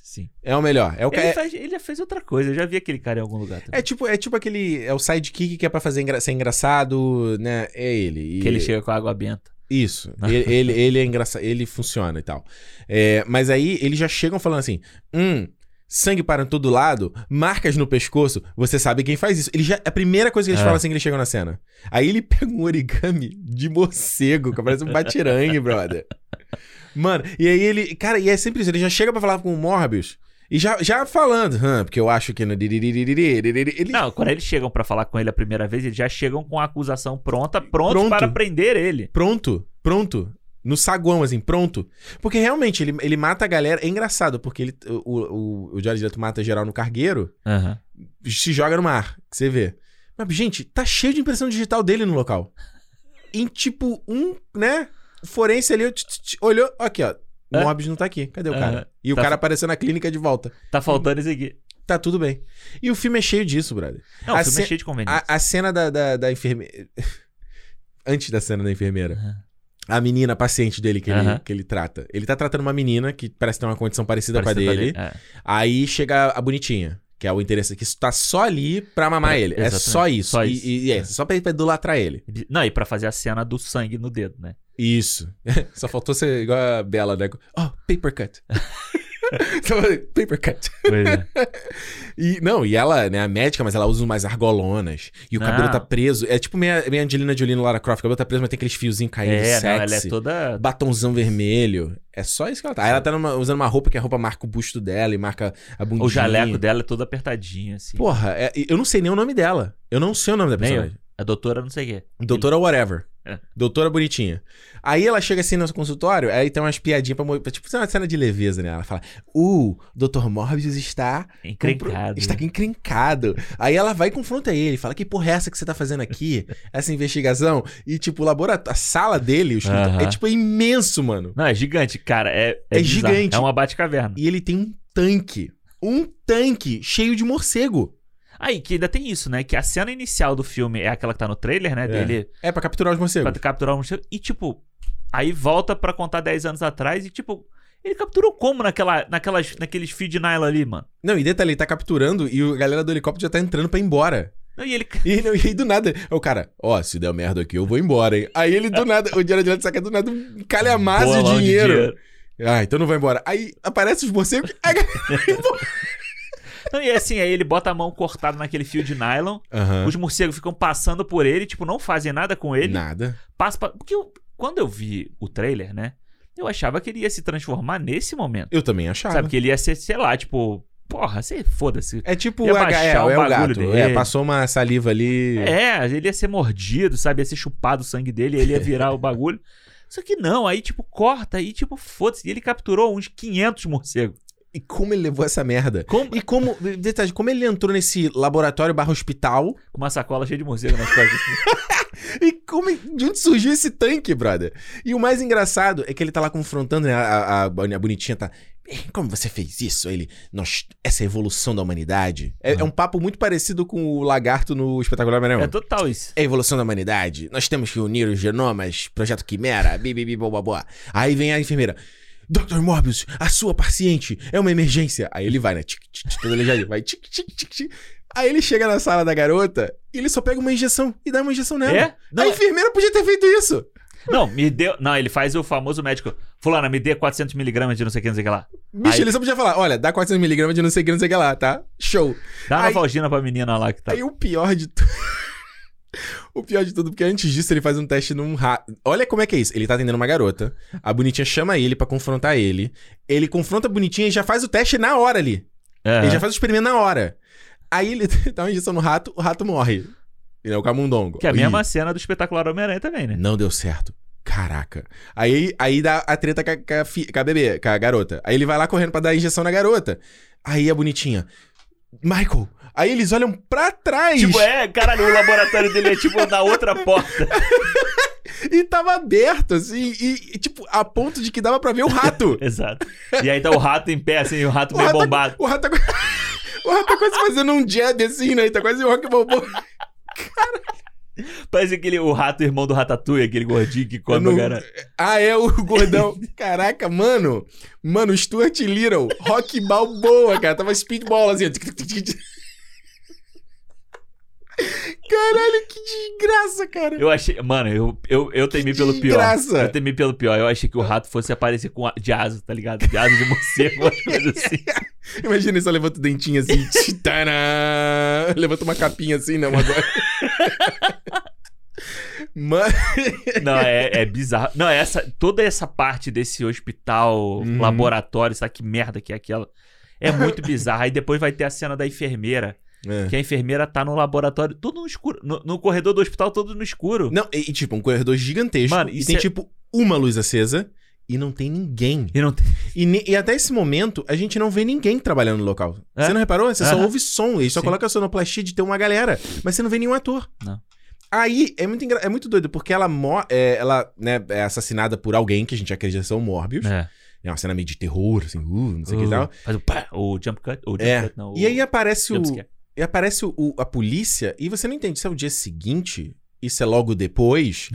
B: Sim.
A: É o melhor. É o
B: Ele,
A: cara.
B: faz- ele já fez outra coisa, eu já vi aquele cara em algum lugar também.
A: É tipo, é tipo aquele. É o sidekick que é pra fazer engra- ser engraçado, né? É ele. E-
B: Que ele chega com a água benta.
A: Isso. Ele, ele, ele é engraçado, ele funciona e tal. É, mas aí eles já chegam falando assim: hum, sangue para em todo lado, marcas no pescoço, você sabe quem faz isso. Ele já, a primeira coisa que eles
B: É.
A: falam assim que eles chegam na cena. Aí ele pega um origami de morcego, que parece um batirangue, brother. Mano, e aí ele. Cara, e é sempre isso, ele já chega pra falar com o Morbius. E já, já falando, hã, porque eu acho que no. diriririri, diriri", Ele,
B: Não, quando eles chegam pra falar com ele a primeira vez, eles já chegam com a acusação pronta, prontos
A: Pronto.
B: para prender ele.
A: Pronto, pronto. No saguão, assim, pronto. Porque realmente, ele, ele mata a galera. É engraçado, porque ele, o, o, o Jared Leto mata geral no cargueiro, se joga no mar, que você vê. Mas, gente, tá cheio de impressão digital dele no local. Em tipo, um, né? O forense ali tch, tch, tch, olhou, aqui, ó. O
B: É?
A: Morbius não tá aqui. Cadê o
B: É,
A: cara? E o
B: tá
A: cara
B: fa-
A: apareceu na clínica de volta.
B: Tá faltando esse aqui.
A: Tá tudo bem. E o filme é cheio disso, brother.
B: Não,
A: A
B: o filme é
A: ce-
B: cheio de conveniência.
A: A, a cena da, da, da enfermeira. Antes da cena da enfermeira.
B: Aham.
A: A menina, a paciente dele que, ele,
B: Aham.
A: que ele trata. Ele tá tratando uma menina que parece ter uma condição parecida com a
B: Parecido com a
A: dele.
B: dele, é.
A: Aí chega a bonitinha, que é o interesse que tá só ali pra mamar
B: Pra-
A: ele. É
B: exatamente.
A: só isso.
B: Só
A: E-
B: isso.
A: E, e é, só pra, pra idolatrar ele.
B: Não, e pra fazer a cena do sangue no dedo, né?
A: Isso. só faltou ser igual a Bela, né? Oh, paper cut. Só falei, paper cut.
B: Pois é.
A: E, não, e ela, né, a médica, mas ela usa umas argolonas. E o cabelo
B: Ah.
A: tá preso. É tipo minha, minha Angelina Jolie no Lara Croft. O cabelo tá preso, mas tem aqueles fiozinhos caindo
B: é,
A: sexy.
B: não, ela é toda.
A: batonzão vermelho. É só isso que ela tá. Aí ela tá numa- usando uma roupa que a roupa marca o busto dela e marca a bundinha.
B: O jaleco dela é todo apertadinho, assim.
A: Porra, é- eu não sei nem o nome dela. Eu não sei o nome da
B: Nem eu.
A: personagem.
B: A doutora não sei o quê.
A: Doutora Whatever.
B: É.
A: Doutora Bonitinha. Aí ela chega assim no consultório, aí tem umas piadinhas pra... mo- pra, Tipo, uma cena de leveza, né? Ela fala, uh, Dr. Morbius está... com pro-
B: É Encrencado. né?
A: Está encrencado. Aí ela vai e confronta ele. Fala, que porra é essa que você tá fazendo aqui? essa investigação? E tipo, o laboratório... A sala dele, o escritório,
B: Aham.
A: é tipo, é imenso, mano.
B: Não, é gigante, cara. É,
A: É
B: bizarro.
A: gigante.
B: É uma bate-caverna.
A: e ele tem um tanque. Um tanque cheio de morcego.
B: Aí, que ainda tem isso, né? Que a cena inicial do filme é aquela que tá no trailer, né?
A: É.
B: Dele
A: É, pra capturar os morcegos.
B: pra capturar o morcego. E, tipo, aí volta pra contar 10 anos atrás e, tipo, ele capturou como naquela, naquelas, naqueles feed nylon ali, mano?
A: Não, e detalhe, ele tá capturando e o- a galera do helicóptero já tá entrando pra ir embora.
B: Não, e ele.
A: E, não, e aí do nada, o cara, ó, se der merda aqui, eu vou embora, hein? Aí ele do nada, o Jared Leto saca do nada um calhamaço de
B: Bolão
A: dinheiro. Ah, então não vai embora. Aí aparece os morcegos. a galera vai embora.
B: Não, e assim, aí ele bota a mão cortada naquele fio de nylon.
A: Aham.
B: Os morcegos ficam passando por ele, tipo, não fazem nada com ele.
A: Nada.
B: Passa pra... Porque eu- quando eu vi o trailer, né? Eu achava que ele ia se transformar nesse momento.
A: Eu também achava.
B: Sabe? Que ele ia ser, sei lá, tipo, porra, você foda-se.
A: É tipo
B: Ia
A: o H, é,
B: baixar o
A: é o
B: bagulho
A: gato.
B: dele.
A: É, passou uma saliva ali.
B: É, ele ia ser mordido, sabe? Ia ser chupado o sangue dele, ele ia virar o bagulho. Só que não, aí tipo, corta aí tipo, foda-se. E ele capturou uns 500 morcegos.
A: E como ele levou essa merda?
B: Com
A: E como, detalhe, como ele entrou nesse laboratório barra hospital
B: com uma sacola cheia de morcego nas costas.
A: E como, de onde surgiu esse tanque, brother? E o mais engraçado é que ele tá lá confrontando, né? A, a, a bonitinha tá. "Eh, Como você fez isso? Ele. Nós, essa é a evolução da humanidade. É,
B: Uhum.
A: é um papo muito parecido com o lagarto no espetacular Maranhão.
B: é total isso.
A: É a evolução da humanidade. Nós temos que unir os genomas, projeto Quimera, bibibi, bobobó. Aí vem a enfermeira. Dr. Morbius, a sua paciente é uma emergência. Aí ele vai, né? Tic, tic, tic, todo ele já vai. Tic, tic, tic, tic. Aí ele chega na sala da garota e ele só pega uma injeção e dá uma injeção nela.
B: É? Não,
A: a enfermeira podia ter feito isso.
B: Não, me deu. Não, ele faz o famoso médico. Fulana, me dê 400mg de não sei o que, não sei o que lá.
A: Bicho,
B: Aí-
A: ele só podia falar, olha, dá 400mg de não sei o que, não sei o que lá, tá? Show.
B: Dá uma
A: Aí-
B: valgina pra menina lá que tá.
A: Aí o pior de tudo... o pior de tudo, porque antes disso ele faz um teste num rato. Olha como é que é isso. Ele tá atendendo uma garota, a bonitinha chama ele pra confrontar ele. Ele confronta a bonitinha e já faz o teste na hora ali.
B: É.
A: Ele já faz o experimento na hora. Aí ele dá uma injeção no rato, o rato morre. Ele é o camundongo.
B: Que é a
A: Ih.
B: mesma cena do espetacular Homem-Aranha também, né?
A: Não deu certo. Caraca. Aí, aí dá a treta com a, com a fi- com a bebê, com a garota. Aí ele vai lá correndo pra dar a injeção na garota. Aí a bonitinha. Michael. Aí eles olham pra trás.
B: Tipo, é, caralho, o laboratório dele é tipo na outra porta.
A: E tava aberto, assim. E, e, tipo, a ponto de que dava pra ver o rato.
B: Exato. E aí tá o rato em pé, assim, o rato
A: O
B: meio
A: rato-
B: bombado.
A: o rato tá, qu- o rato tá quase fazendo um jab, assim, né? Tá quase um rock bobo.
B: Parece aquele, o rato irmão do Ratatouille, aquele gordinho que come
A: Eu
B: o
A: não-
B: cara.
A: Ah, é o gordão. Caraca, mano. Mano, Stuart Little. Rock Balboa, cara. Tava speedball, assim. ó. Caralho, que desgraça, cara.
B: Eu achei. Mano, eu, eu, eu temi
A: Que
B: pelo pior.
A: desgraça.
B: Eu temi pelo pior. Eu achei que o rato fosse aparecer com a, de asa, tá ligado? De asa de morcego, umas coisas assim.
A: Imagina, ele só levanta o dentinho assim. tch, tará. levanta uma capinha assim, não, agora. Mano,
B: Não, é, é bizarro. Não, essa, toda essa parte desse hospital,
A: Uhum.
B: laboratório, sabe que merda que é aquela? É muito bizarro. Aí depois vai ter a cena da enfermeira,
A: É.
B: que a enfermeira tá no laboratório, todo no escuro, no, no corredor do hospital, todo no escuro.
A: Não, e, e, tipo, um corredor gigantesco.
B: Mano,
A: e
B: isso
A: tem,
B: é-
A: tipo, uma luz acesa e não tem ninguém.
B: E não tem...
A: E, ne- e até esse momento, a gente não vê ninguém trabalhando no local.
B: É?
A: Você não reparou? Você só
B: Aham.
A: ouve som. Eles só
B: Sim.
A: colocam a sonoplastia de ter uma galera. Mas você não vê nenhum ator.
B: Não.
A: Aí, é muito, engra- é muito doido, porque ela, mo- é, ela né, é assassinada por alguém que a gente acredita ser o Morbius. É,
B: É.
A: uma cena meio de terror, assim, uh, não sei o que e tal.
B: Faz o pá, o jump cut, o jump
A: É.
B: cut não,
A: E aí
B: o
A: aparece o,
B: jump scare.
A: e aparece o- o- a polícia e você não entende se é o dia seguinte, isso é logo depois.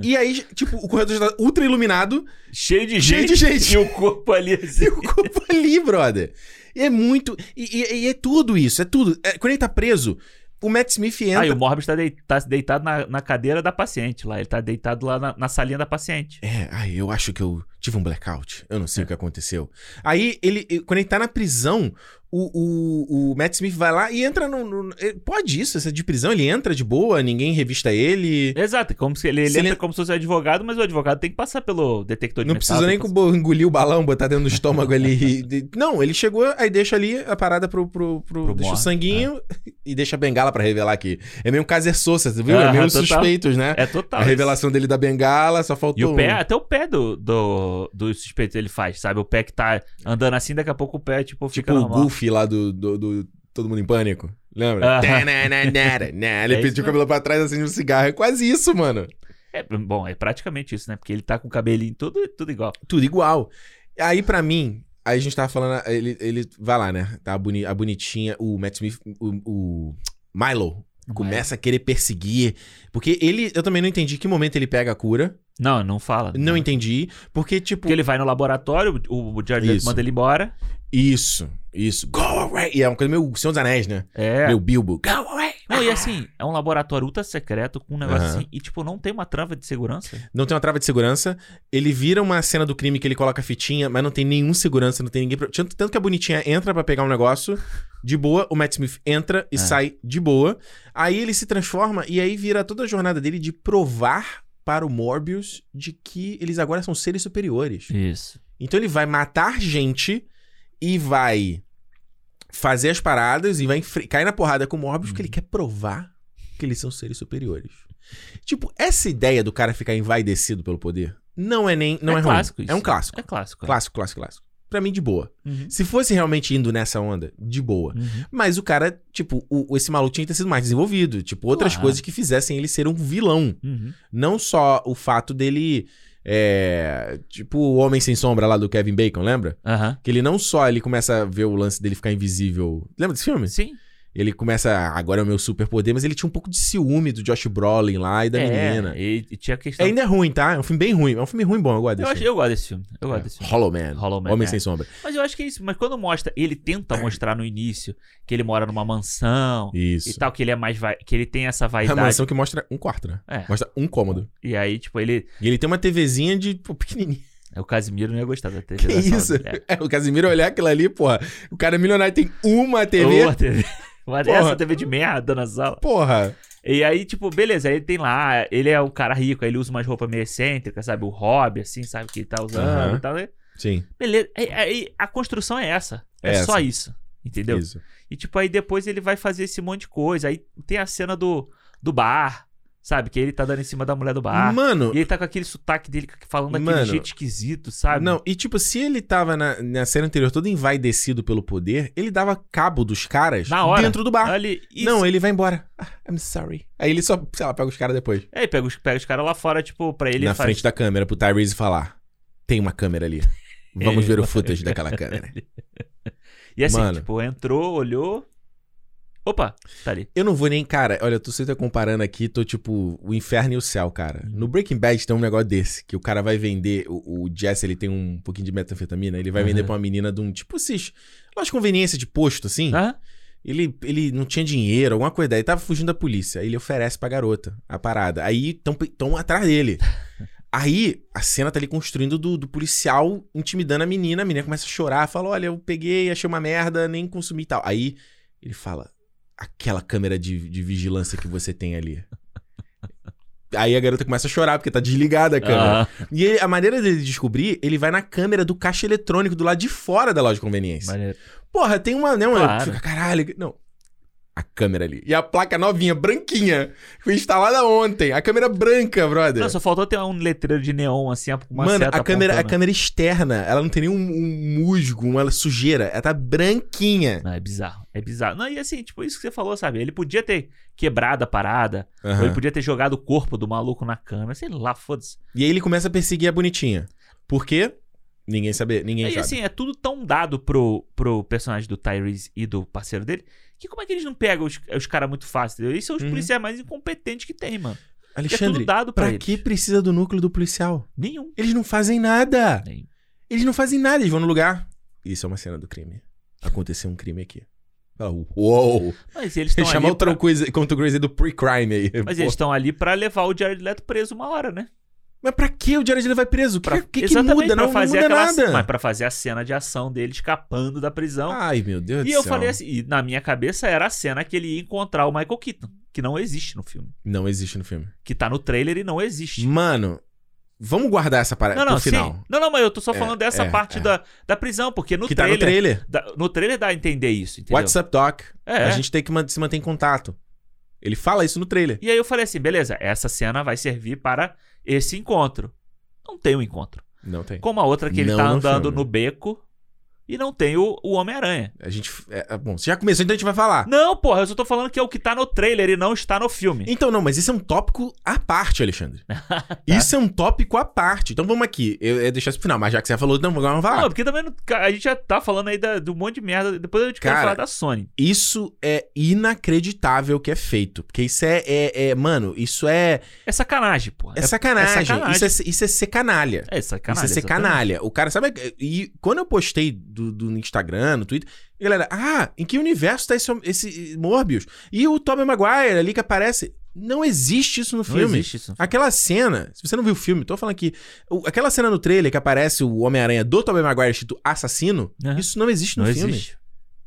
A: e aí, tipo, o corredor já tá ultra iluminado.
B: Cheio de
A: Cheio de
B: gente.
A: gente.
B: E o corpo ali assim.
A: E o corpo ali, brother. E é muito. E, e- e é tudo isso, é tudo. É, quando ele tá preso, o Matt Smith entra.
B: Aí o Morbius tá, dei- tá deitado na, na cadeira da paciente lá. Ele tá deitado lá na, na salinha da paciente.
A: É, ai, eu acho que eu tive um blackout. Eu não sei o que aconteceu. Aí ele. e- Quando ele tá na prisão, o, o, o Matt Smith vai lá e entra no. no- é, pode isso, essa de prisão, ele entra de boa, ninguém revista ele.
B: Exato, como se ele, ele
A: Se ele-
B: entra como se fosse advogado, mas o advogado tem que passar pelo detector de
A: Não
B: metal,
A: precisou nem
B: tem
A: que
B: que
A: bo- engolir o balão, botar dentro do estômago ali. De- Não, ele chegou, aí deixa ali a parada pro. pro, pro,
B: Pro é.
A: deixa o
B: morto,
A: sanguinho e deixa a bengala pra revelar que. É meio um caser Sosa, você viu? é
B: Ah,
A: meio
B: total.
A: suspeitos, né?
B: passar. É total.
A: a revelação dele da bengala, só faltou.
B: E o pé,
A: um.
B: até o pé do, do, do suspeito ele faz, sabe? O pé que tá andando assim, daqui a pouco o pé, tipo, fica
A: Tipo o
B: normal.
A: Goofy lá do, do, do Todo Mundo em Pânico. Lembra?
B: Ah.
A: Tananana, né? Ele
B: É
A: pediu
B: isso
A: o cabelo pra trás, acende um cigarro. É quase isso, mano.
B: É, bom, é praticamente isso, né? Porque ele tá com o cabelinho tudo, tudo igual.
A: Tudo igual. Aí, pra mim, aí a gente tava falando. Ele, ele vai lá, né? Tá a, boni- a bonitinha, o Matt Smith, o, o Milo.
B: É.
A: Começa a querer perseguir. Porque ele. Eu também não entendi que momento ele pega a cura.
B: Não, não fala.
A: Não entendi. Porque, tipo.
B: Porque ele vai no laboratório, o o Jared Leto
A: Isso.
B: manda ele embora.
A: Isso, isso. Go away! E é uma coisa meio Senhor dos Anéis, né?
B: É.
A: Meu Bilbo. Go away!
B: Não, e assim, é um laboratório ultra secreto com um negócio
A: Aham.
B: assim. E, tipo, não tem uma trava de segurança.
A: Não tem uma trava de segurança. Ele vira uma cena do crime que ele coloca a fitinha, mas não tem nenhum segurança, não tem ninguém. pra- Tanto, tanto que a bonitinha entra pra pegar um negócio de boa, o Matt Smith entra e
B: É.
A: sai de boa. Aí ele se transforma e aí vira toda a jornada dele de provar para o Morbius de que eles agora são seres superiores.
B: Isso.
A: Então ele vai matar gente e vai fazer as paradas e vai enfre- cair na porrada com o Morbius
B: Uhum.
A: porque ele quer provar que eles são seres superiores. Tipo, essa ideia do cara ficar envaidecido pelo poder não é nem não é,
B: É
A: ruim.
B: clássico isso.
A: É um clássico.
B: É clássico. é.
A: Clássico, clássico, clássico. Pra mim de boa.
B: Uhum.
A: Se fosse realmente indo nessa onda, de boa.
B: Uhum.
A: Mas o cara, tipo, o- o- esse maluco tinha que ter sido mais desenvolvido. Tipo, outras
B: Claro.
A: coisas que fizessem ele ser um vilão.
B: Uhum.
A: Não só o fato dele. é, tipo o Homem Sem Sombra lá do Kevin Bacon, lembra?
B: Aham.
A: Que ele não só ele começa a ver o lance dele ficar invisível. Lembra desse filme?
B: Sim.
A: Ele começa, agora é o meu superpoder, mas ele tinha um pouco de ciúme do Josh Brolin lá e
B: É.
A: da menina.
B: E, e tinha a questão.
A: Ainda é ruim, tá? É um filme bem ruim. É um filme ruim bom, eu gosto
B: eu,
A: desse
B: acho, eu gosto desse filme. Eu gosto desse
A: filme.
B: filme.
A: Hollow Man.
B: Hollow Man,
A: Homem
B: é.
A: Sem Sombra.
B: Mas eu acho que é isso. Mas quando mostra, ele tenta mostrar no início que ele mora numa mansão e
A: Isso.
B: tal, que ele é mais vai... que ele tem essa
A: É uma
B: vaidade.
A: mansão que mostra um quarto, né?
B: É.
A: Mostra um cômodo.
B: E aí, tipo, ele.
A: E ele tem uma TVzinha de pô, pequenininha.
B: O Casimiro não ia gostar da TV.
A: Que
B: da sala
A: isso?
B: dele. É.
A: É, o Casimiro olhar aquilo ali, porra. O cara é milionário tem uma TV.
B: Uma TV. Mas
A: Porra.
B: essa TV de merda na sala.
A: Porra.
B: E aí, tipo, beleza, aí ele tem lá, ele é um cara rico, aí ele usa umas roupas meio excêntricas, sabe? O hobby, assim, sabe? Que ele tá usando
A: Aham.
B: e tal. né?
A: Sim.
B: Beleza. Aí, aí a construção é essa. É,
A: É
B: só
A: essa.
B: isso. Entendeu?
A: Isso.
B: E, tipo, aí depois ele vai fazer esse monte de coisa. Aí tem a cena do, do bar, sabe? Que ele tá dando em cima da mulher do bar.
A: Mano,
B: E ele tá com aquele sotaque dele falando daquele
A: Mano.
B: jeito esquisito, sabe?
A: Não, e tipo, se ele tava na, na série anterior todo envaidecido pelo poder, ele dava cabo dos caras
B: Na hora.
A: dentro do bar.
B: Olha, isso.
A: Não, ele vai embora. Ah, I'm sorry. Aí ele só, sei lá, pega os caras depois.
B: Aí pega os, pega os caras lá fora, tipo, pra ele
A: na
B: faz-
A: frente da câmera, pro Tyrese falar. Tem uma câmera ali. Vamos ver o footage daquela câmera.
B: E assim,
A: Mano.
B: tipo, entrou, olhou. Opa, tá ali.
A: Eu não vou nem, cara, olha, tu sempre tá comparando aqui, tô tipo, o inferno e o céu, cara. No Breaking Bad tem um negócio desse, que o cara vai vender, o, o Jesse, ele tem um pouquinho de metanfetamina, ele vai vender
B: Aham.
A: pra uma menina de um, tipo, esses, lojas de conveniência de posto, assim.
B: Hã?
A: Ele, ele não tinha dinheiro, alguma coisa. Daí tava fugindo da polícia. Aí ele oferece pra garota a parada. Aí tão, tão atrás dele. Aí a cena tá ali construindo do, do policial intimidando a menina. A menina começa a chorar. Fala: Olha, eu peguei, achei uma merda, nem consumi e tal. Aí ele fala: Aquela câmera de, de vigilância que você tem ali. Aí a garota começa a chorar porque tá desligada a câmera.
B: Ah,
A: E ele- a maneira dele descobrir, ele vai na câmera do caixa eletrônico do lado de fora da loja de conveniência.
B: maneiro.
A: Porra, tem uma, né? Uma,
B: Claro.
A: Fica, caralho. Não. A câmera ali. E a placa novinha, branquinha. Foi instalada ontem. A câmera branca, brother.
B: Não, só faltou ter um letreiro de neon, assim, uma
A: É. Mano,
B: seta
A: a câmera, a
B: apontando.
A: câmera externa, ela não tem nenhum um musgo, uma sujeira. Ela tá branquinha.
B: Não, é bizarro, é bizarro. Não, e assim, tipo, isso que você falou, sabe? Ele podia ter quebrado a parada, ou ele
A: Aham.
B: podia ter jogado o corpo do maluco na câmera, sei lá, foda-se.
A: E aí ele começa a perseguir a bonitinha. Por quê? Ninguém sabe. Ninguém
B: E
A: sabe.
B: assim, é tudo tão dado pro, pro personagem do Tyrese e do parceiro dele, que como é que eles não pegam os, os caras muito fácil? entendeu? Eles são os
A: Uhum.
B: policiais mais incompetentes que tem, mano. E é tudo
A: Alexandre,
B: dado pra,
A: pra
B: eles.
A: que precisa do núcleo do policial?
B: Nenhum.
A: Eles não fazem nada.
B: Nenhum.
A: Eles não fazem nada, eles vão no lugar. Isso é uma cena do crime. Aconteceu um crime aqui. Fala, uou!
B: Mas eles estão
A: chamar
B: ali,
A: o Tom
B: pra...
A: Cruise contra o Cruise do pre-crime aí.
B: Mas
A: Pô.
B: eles estão ali pra levar o Jared Leto preso uma hora, né?
A: Mas pra que o Jared Leto vai preso? O que,
B: Pra...
A: que, que
B: Exatamente,
A: muda?
B: pra
A: Não, não
B: fazer
A: muda
B: aquela...
A: nada.
B: Mas pra fazer a cena de ação dele escapando da prisão.
A: Ai, meu Deus do
B: E eu
A: céu.
B: falei assim, e na minha cabeça era a cena que ele ia encontrar o Michael Keaton, que não existe no filme.
A: Não existe no filme.
B: Que tá no trailer e não existe.
A: Mano, vamos guardar essa parada
B: não, não,
A: É, pro final.
B: sim. Não, não, mas eu tô só falando dessa
A: é,
B: parte
A: é.
B: Da, da prisão, porque no
A: que tá no
B: trailer.
A: trailer.
B: dá- no trailer dá a entender isso, entendeu?
A: What's up, Doc?
B: É.
A: A gente tem que man- se manter em contato. Ele fala isso no trailer.
B: E aí eu falei assim, beleza, essa cena vai servir para esse encontro. Não tem um encontro.
A: Não tem.
B: Como a outra que ele
A: Não
B: tá
A: no
B: andando
A: filme.
B: no beco e não tem o, o Homem-Aranha.
A: A gente. é, é, bom, você já começou, então a gente vai falar.
B: Não, porra, eu só tô falando que é o que tá no trailer e não está no filme.
A: Então, não, mas isso é um tópico à parte, Alexandre. Isso é um tópico à parte. Então vamos aqui. Eu, eu ia deixar isso pro final, mas já que você falou, não, vamos falar.
B: Não, porque também não- ca- a gente já tá falando aí da- do monte de merda. Depois eu te quero
A: Cara,
B: falar da Sony.
A: Isso é inacreditável que é feito. Porque isso é. é- é- mano, isso é.
B: É sacanagem, pô.
A: É sacanagem.
B: é sacanagem.
A: Isso, é, isso é ser canalha.
B: É sacanagem.
A: isso é ser
B: exatamente.
A: canalha. O cara, sabe. E quando eu postei do, do no Instagram, no Twitter, a galera, ah, em que universo tá esse, esse Morbius? E o Tobey Maguire ali que aparece. Não existe isso no
B: Não
A: filme.
B: existe isso.
A: Aquela cena, se você não viu o filme, tô falando aqui. o- aquela cena no trailer que aparece o Homem-Aranha do Tobey Maguire escrito assassino,
B: Aham.
A: isso não existe no
B: Não
A: filme.
B: existe.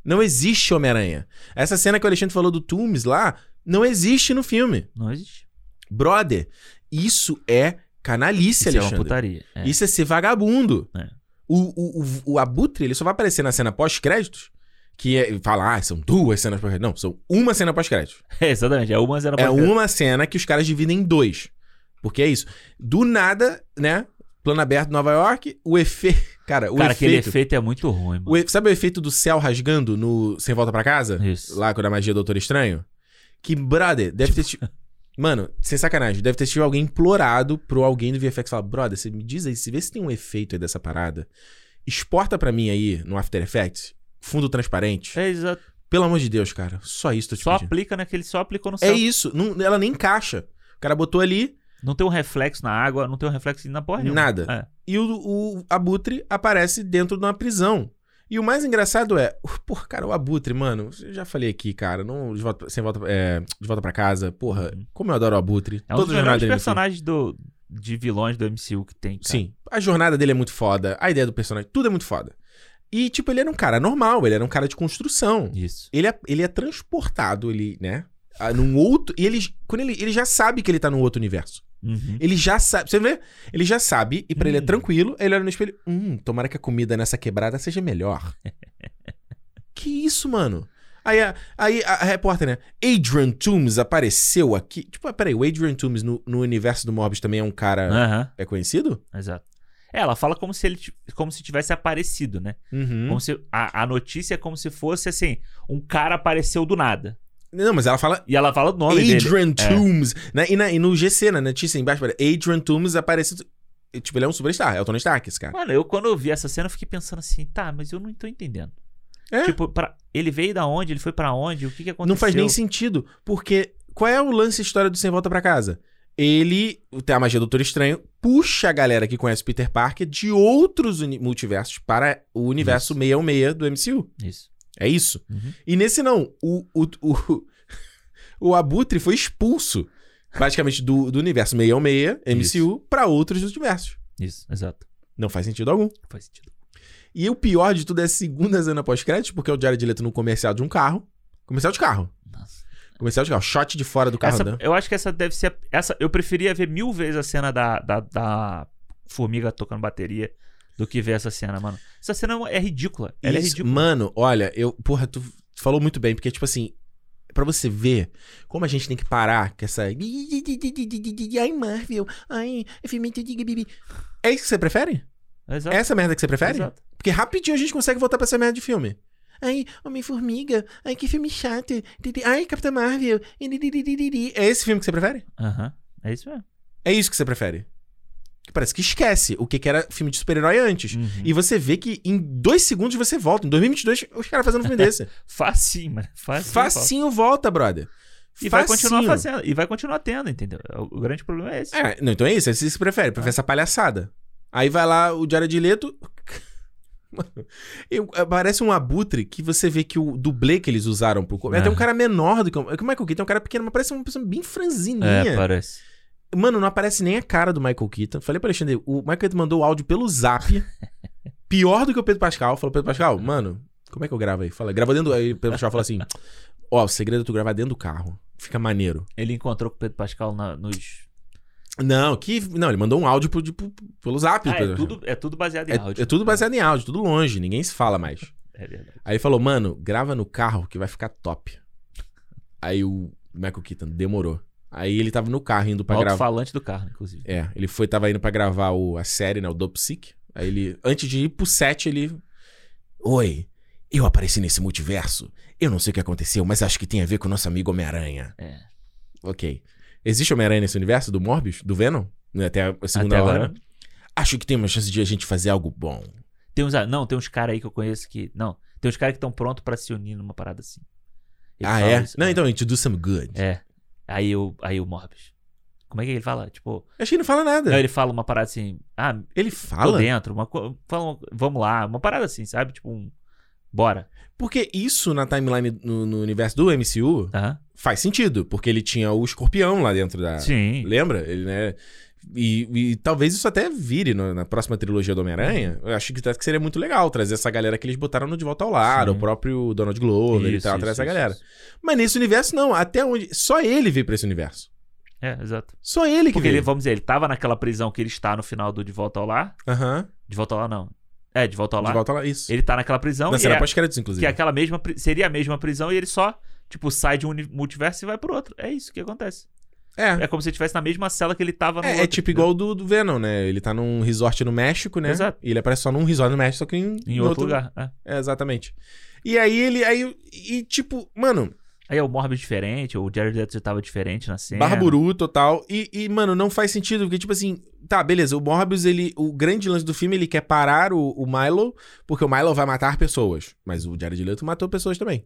A: Não existe Homem-Aranha. Essa cena que o Alexandre falou do Toomes lá, não existe no filme.
B: Não existe.
A: Brother, isso é canalice,
B: Isso é uma
A: Alexandre.
B: putaria. É.
A: Isso é ser vagabundo.
B: É.
A: O, o, o, o Abutre, ele só vai aparecer na cena pós-créditos, que é, fala, ah, são duas cenas pós-créditos. Não, são uma cena pós-créditos.
B: É, exatamente. É uma zero
A: É
B: pra-
A: uma cena que os caras dividem em dois. Porque é isso. Do nada, né? Plano aberto Nova York, o efeito. Cara, o
B: Cara, aquele
A: efeito.
B: efeito é muito ruim, mano.
A: o efe- Sabe o efeito do céu rasgando no Sem Volta pra Casa?
B: Isso.
A: Lá com a magia do Doutor Estranho? Que, brother, deve ter. tido. Mano, sem sacanagem, deve ter tido alguém implorado pro alguém do VFX falar: brother, você me diz aí, você vê se tem um efeito aí dessa parada. Exporta pra mim aí no After Effects, fundo transparente.
B: É, exa-
A: Pelo amor de Deus, cara. Só isso tô te
B: Só
A: pedindo.
B: aplica naquele, só aplicou no
A: É
B: céu.
A: isso. Não- ela nem encaixa. O cara botou ali,
B: Não tem um reflexo na água, não tem um reflexo na porra nenhuma.
A: Nada.
B: É.
A: e o, o Abutre aparece dentro de uma prisão. E o mais engraçado é, porra, cara, o Abutre, mano, eu já falei aqui, cara, não, de volta, sem volta, é, de volta pra casa, porra, como eu adoro o Abutre.
B: Uhum. É um dos
A: Toda a jornada
B: melhores
A: dele no filme.
B: personagens do, de vilões do MCU que tem. cara.
A: Sim. A jornada dele é muito foda, a ideia do personagem, tudo é muito foda. E, tipo, ele era um cara normal, ele era um cara de construção.
B: Isso.
A: Ele é, ele é transportado, ele, né? a- Num outro. E ele, quando ele, ele já sabe que ele tá num outro universo.
B: Uhum.
A: Ele já sabe. Você vê? Ele já sabe, e pra ele é
B: Hum.
A: tranquilo. Ele olha no espelho. Hum, tomara que a comida nessa quebrada seja melhor. que isso, mano? Aí, a, aí a, a repórter, né? Adrian Toomes apareceu aqui. Tipo, ah, peraí, o Adrian Toomes no, no universo do Morbius também é um cara.
B: Aham,
A: É conhecido?
B: exato. É, ela fala como se ele ti- como se tivesse aparecido, né?
A: Uhum.
B: Como se a, a notícia é como se fosse assim, um cara apareceu do nada.
A: Não, mas ela fala
B: E ela fala o nome dele. é.
A: Adrian Toomes. né? E, na- e no GC, na notícia embaixo, pera, Adrian Toomes aparece. Tipo, ele é um superstar, é o Tony Stark, esse cara.
B: Mano, eu quando eu vi essa cena, eu fiquei pensando assim, tá, mas eu não tô entendendo.
A: É.
B: Tipo, pra, ele veio da onde? Ele foi pra onde? O que que aconteceu?
A: Não faz nem sentido, porque qual é o lance da história do Sem Volta pra Casa? Ele, tem a magia do Doutor Estranho, puxa a galera que conhece Peter Parker de outros uni- multiversos para o universo 616 do MCU.
B: Isso.
A: É isso.
B: Uhum.
A: E nesse não, o, o, o, o Abutre foi expulso, basicamente, do, do universo 616, MCU, para outros universos.
B: Isso, exato.
A: Não faz sentido algum.
B: Faz sentido.
A: E o pior de tudo é a segunda cena pós-crédito, porque é o Jared Leto num comercial de um carro. Comercial de carro.
B: Nossa.
A: Comercial de carro. Shot de fora do carro.
B: Essa-
A: né?
B: eu acho que essa deve ser. a- Essa, eu preferia ver mil vezes a cena da, da, da formiga tocando bateria do que ver essa cena, mano. Essa cena é ridícula. Ela é
A: Isso,
B: ridícula.
A: Mano, olha, eu... Porra, tu falou muito bem, porque, tipo assim... Pra você ver como a gente tem que parar com essa... Ai, Marvel. Ai, filme de diga, bibi. É isso que você prefere?
B: Exato.
A: É essa merda que você prefere?
B: Exato.
A: Porque rapidinho a gente consegue voltar pra essa merda de filme. Ai, Homem-Formiga. Ai, que filme chato. Ai, Capitã Marvel. É esse filme que você prefere?
B: Aham. É isso mesmo.
A: É isso que você prefere. Que parece que esquece o que, que era filme de super-herói antes.
B: Uhum.
A: E você vê que em dois segundos você volta. Em 2022, os caras fazendo um filme desse.
B: Facinho, mano. Facinho. fala.
A: Facinho volta, brother.
B: E vai
A: Facinho.
B: continuar fazendo. E vai continuar tendo, entendeu? O, o grande problema é esse.
A: É, não, então é isso. É isso que você prefere. Prefere essa palhaçada. Aí vai lá o Diário de Leto. Mano, eu- é, parece um abutre que você vê que o dublê que eles usaram pro. co- É. Tem um
B: Ah.
A: cara menor do que. o- Como é que o Keaton é um cara pequeno, mas parece uma pessoa bem franzininha.
B: É, parece.
A: Mano, não aparece nem a cara do Michael Keaton. Falei pra Alexandre, o Michael Keaton mandou o áudio pelo zap. pior do que o Pedro Pascal. Falou, Pedro Pascal, mano, como é que eu gravo aí? Fala, grava dentro. do- Aí o Pedro Pascal falou assim: Ó, o segredo é tu gravar dentro do carro. Fica maneiro.
B: Ele encontrou com o Pedro Pascal na- nos.
A: Não, que. Não, ele mandou um áudio pro- de- pro- pelo zap.
B: Ah,
A: Pedro
B: é
A: Pascal.
B: tudo, é tudo baseado em áudio.
A: É, é tudo baseado em áudio, tudo longe, ninguém se fala mais.
B: É verdade.
A: Aí ele falou, mano, grava no carro que vai ficar top. Aí o Michael Keaton demorou. Aí ele tava no carro indo
B: O
A: pra gravar.
B: alto-falante do carro, inclusive.
A: É, ele foi, tava indo pra gravar o, a série, né? O Dope Sick. Aí ele, antes de ir pro set, ele. Oi, eu apareci nesse multiverso. Eu não sei o que aconteceu, mas acho que tem a ver com o nosso amigo Homem-Aranha.
B: É.
A: Ok. Existe Homem-Aranha nesse universo do Morbius? Do Venom? Né, Até a segunda
B: Até
A: hora.
B: agora,
A: Acho que tem uma chance de a gente fazer algo bom.
B: Tem uns, ah, não, tem uns caras aí que eu conheço que. Não, tem uns caras que estão prontos pra se unir numa parada assim. Ele
A: ah,
B: fala
A: é?
B: isso,
A: não, então, a gente do some good.
B: É. Aí o, aí o Morbius. Como é que ele fala? Tipo.
A: Acho que ele não fala nada.
B: Não,
A: ele...
B: ele fala uma parada assim. Ah, tô
A: fala?
B: dentro. Uma, co- fala uma- vamos lá. Uma parada assim, sabe? Tipo um. Bora.
A: Porque isso na timeline no, no universo do MCU
B: Aham.
A: faz sentido. Porque ele tinha o escorpião lá dentro da.
B: Sim.
A: Lembra? Ele, né? E, e talvez isso até vire no- na próxima trilogia do Homem-Aranha.
B: Uhum.
A: Eu acho que, tá- que seria muito legal trazer essa galera que eles botaram no De Volta ao Lar,
B: Sim.
A: o próprio Donald Glover e
B: Isso,
A: tal,
B: isso,
A: tá atrás dessa
B: isso,
A: galera.
B: isso.
A: Mas nesse universo, não. Até onde. Só ele veio pra esse universo.
B: É, exato.
A: Só ele que
B: Porque ele,
A: veio.
B: vamos dizer, ele tava naquela prisão que ele está no final do De Volta ao Lar.
A: Aham.
B: De Volta ao Lar, não. É, De Volta ao
A: De
B: Lar.
A: Volta ao Lar, isso.
B: Ele tá naquela prisão.
A: Na
B: e
A: cena
B: é-
A: pós-créditos,
B: Que
A: inclusive.
B: é aquela mesma. pri- Seria a mesma prisão e ele só, tipo, sai de um uni- multiverso e vai pro outro. É isso que acontece.
A: É.
B: É como se ele estivesse na mesma cela que ele tava no.
A: É, é
B: outro,
A: tipo
B: entendeu?
A: igual do, do Venom, né? Ele tá num resort no México, né?
B: Exato.
A: E ele aparece só num resort no México, só que em,
B: Em outro, lugar. é.
A: É, exatamente. E aí ele. Aí, e tipo, mano,
B: Aí é o Morbius diferente, ou o Jared Leto já tava diferente na cena.
A: Barburu total. E, e, mano, não faz sentido, porque, tipo assim, tá, beleza, o Morbius, ele. O grande lance do filme, ele quer parar o, o Milo, porque o Milo vai matar pessoas. Mas o Jared Leto matou pessoas também.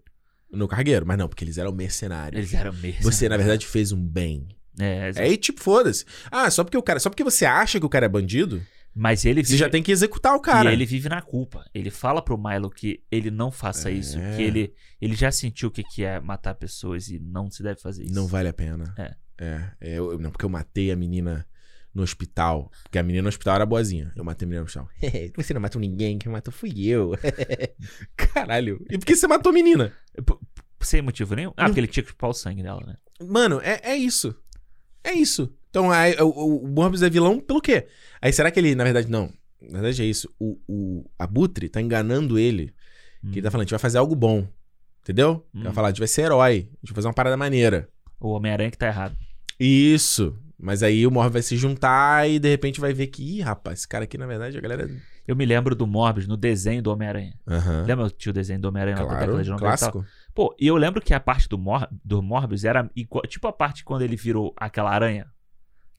A: No cargueiro, mas não, porque eles eram mercenários.
B: Eles eram mesmo.
A: Você, na verdade, fez um bem.
B: É, exa-
A: Aí, tipo, foda-se. Ah, só porque o cara. Só porque você acha que o cara é bandido,
B: Mas ele
A: você
B: vive,
A: já tem que executar o cara.
B: e ele vive na culpa. Ele fala pro Milo que ele não faça
A: É.
B: isso, que ele, ele já sentiu o que que é matar pessoas e não se deve fazer isso.
A: Não vale a pena.
B: É.
A: É. é, eu, eu- não, porque eu matei a menina no hospital. Porque a menina no hospital era boazinha. Eu matei a menina no hospital. você não matou ninguém, quem matou fui eu. Caralho. E por que você matou a menina?
B: Sem motivo nenhum. Ah,
A: Não.
B: porque ele tinha que chupar o sangue dela, né?
A: Mano, é, é isso. É isso. Então, aí, o, o- o Morbius é vilão pelo quê? Aí será que ele, na verdade, não. Na verdade é isso. O, o Abutre tá enganando ele. Que ele tá falando, a gente vai fazer algo bom. Entendeu? Ele vai
B: Hum.
A: falar, a gente vai ser herói. A gente vai fazer uma parada maneira.
B: O Homem-Aranha que tá errado.
A: Isso. Mas aí o Morbius vai se juntar e de repente vai ver que, ih, rapaz, esse cara aqui, na verdade, a galera.
B: Eu me lembro do Morbius no desenho do Homem-Aranha.
A: Aham.
B: Lembra o tio desenho do Homem-Aranha lá da década é de tá
A: Claro,
B: 90 e tal?
A: clássico. É
B: Pô, e eu lembro que a parte do, Mor do Morbius era igual, tipo a parte quando ele virou aquela aranha.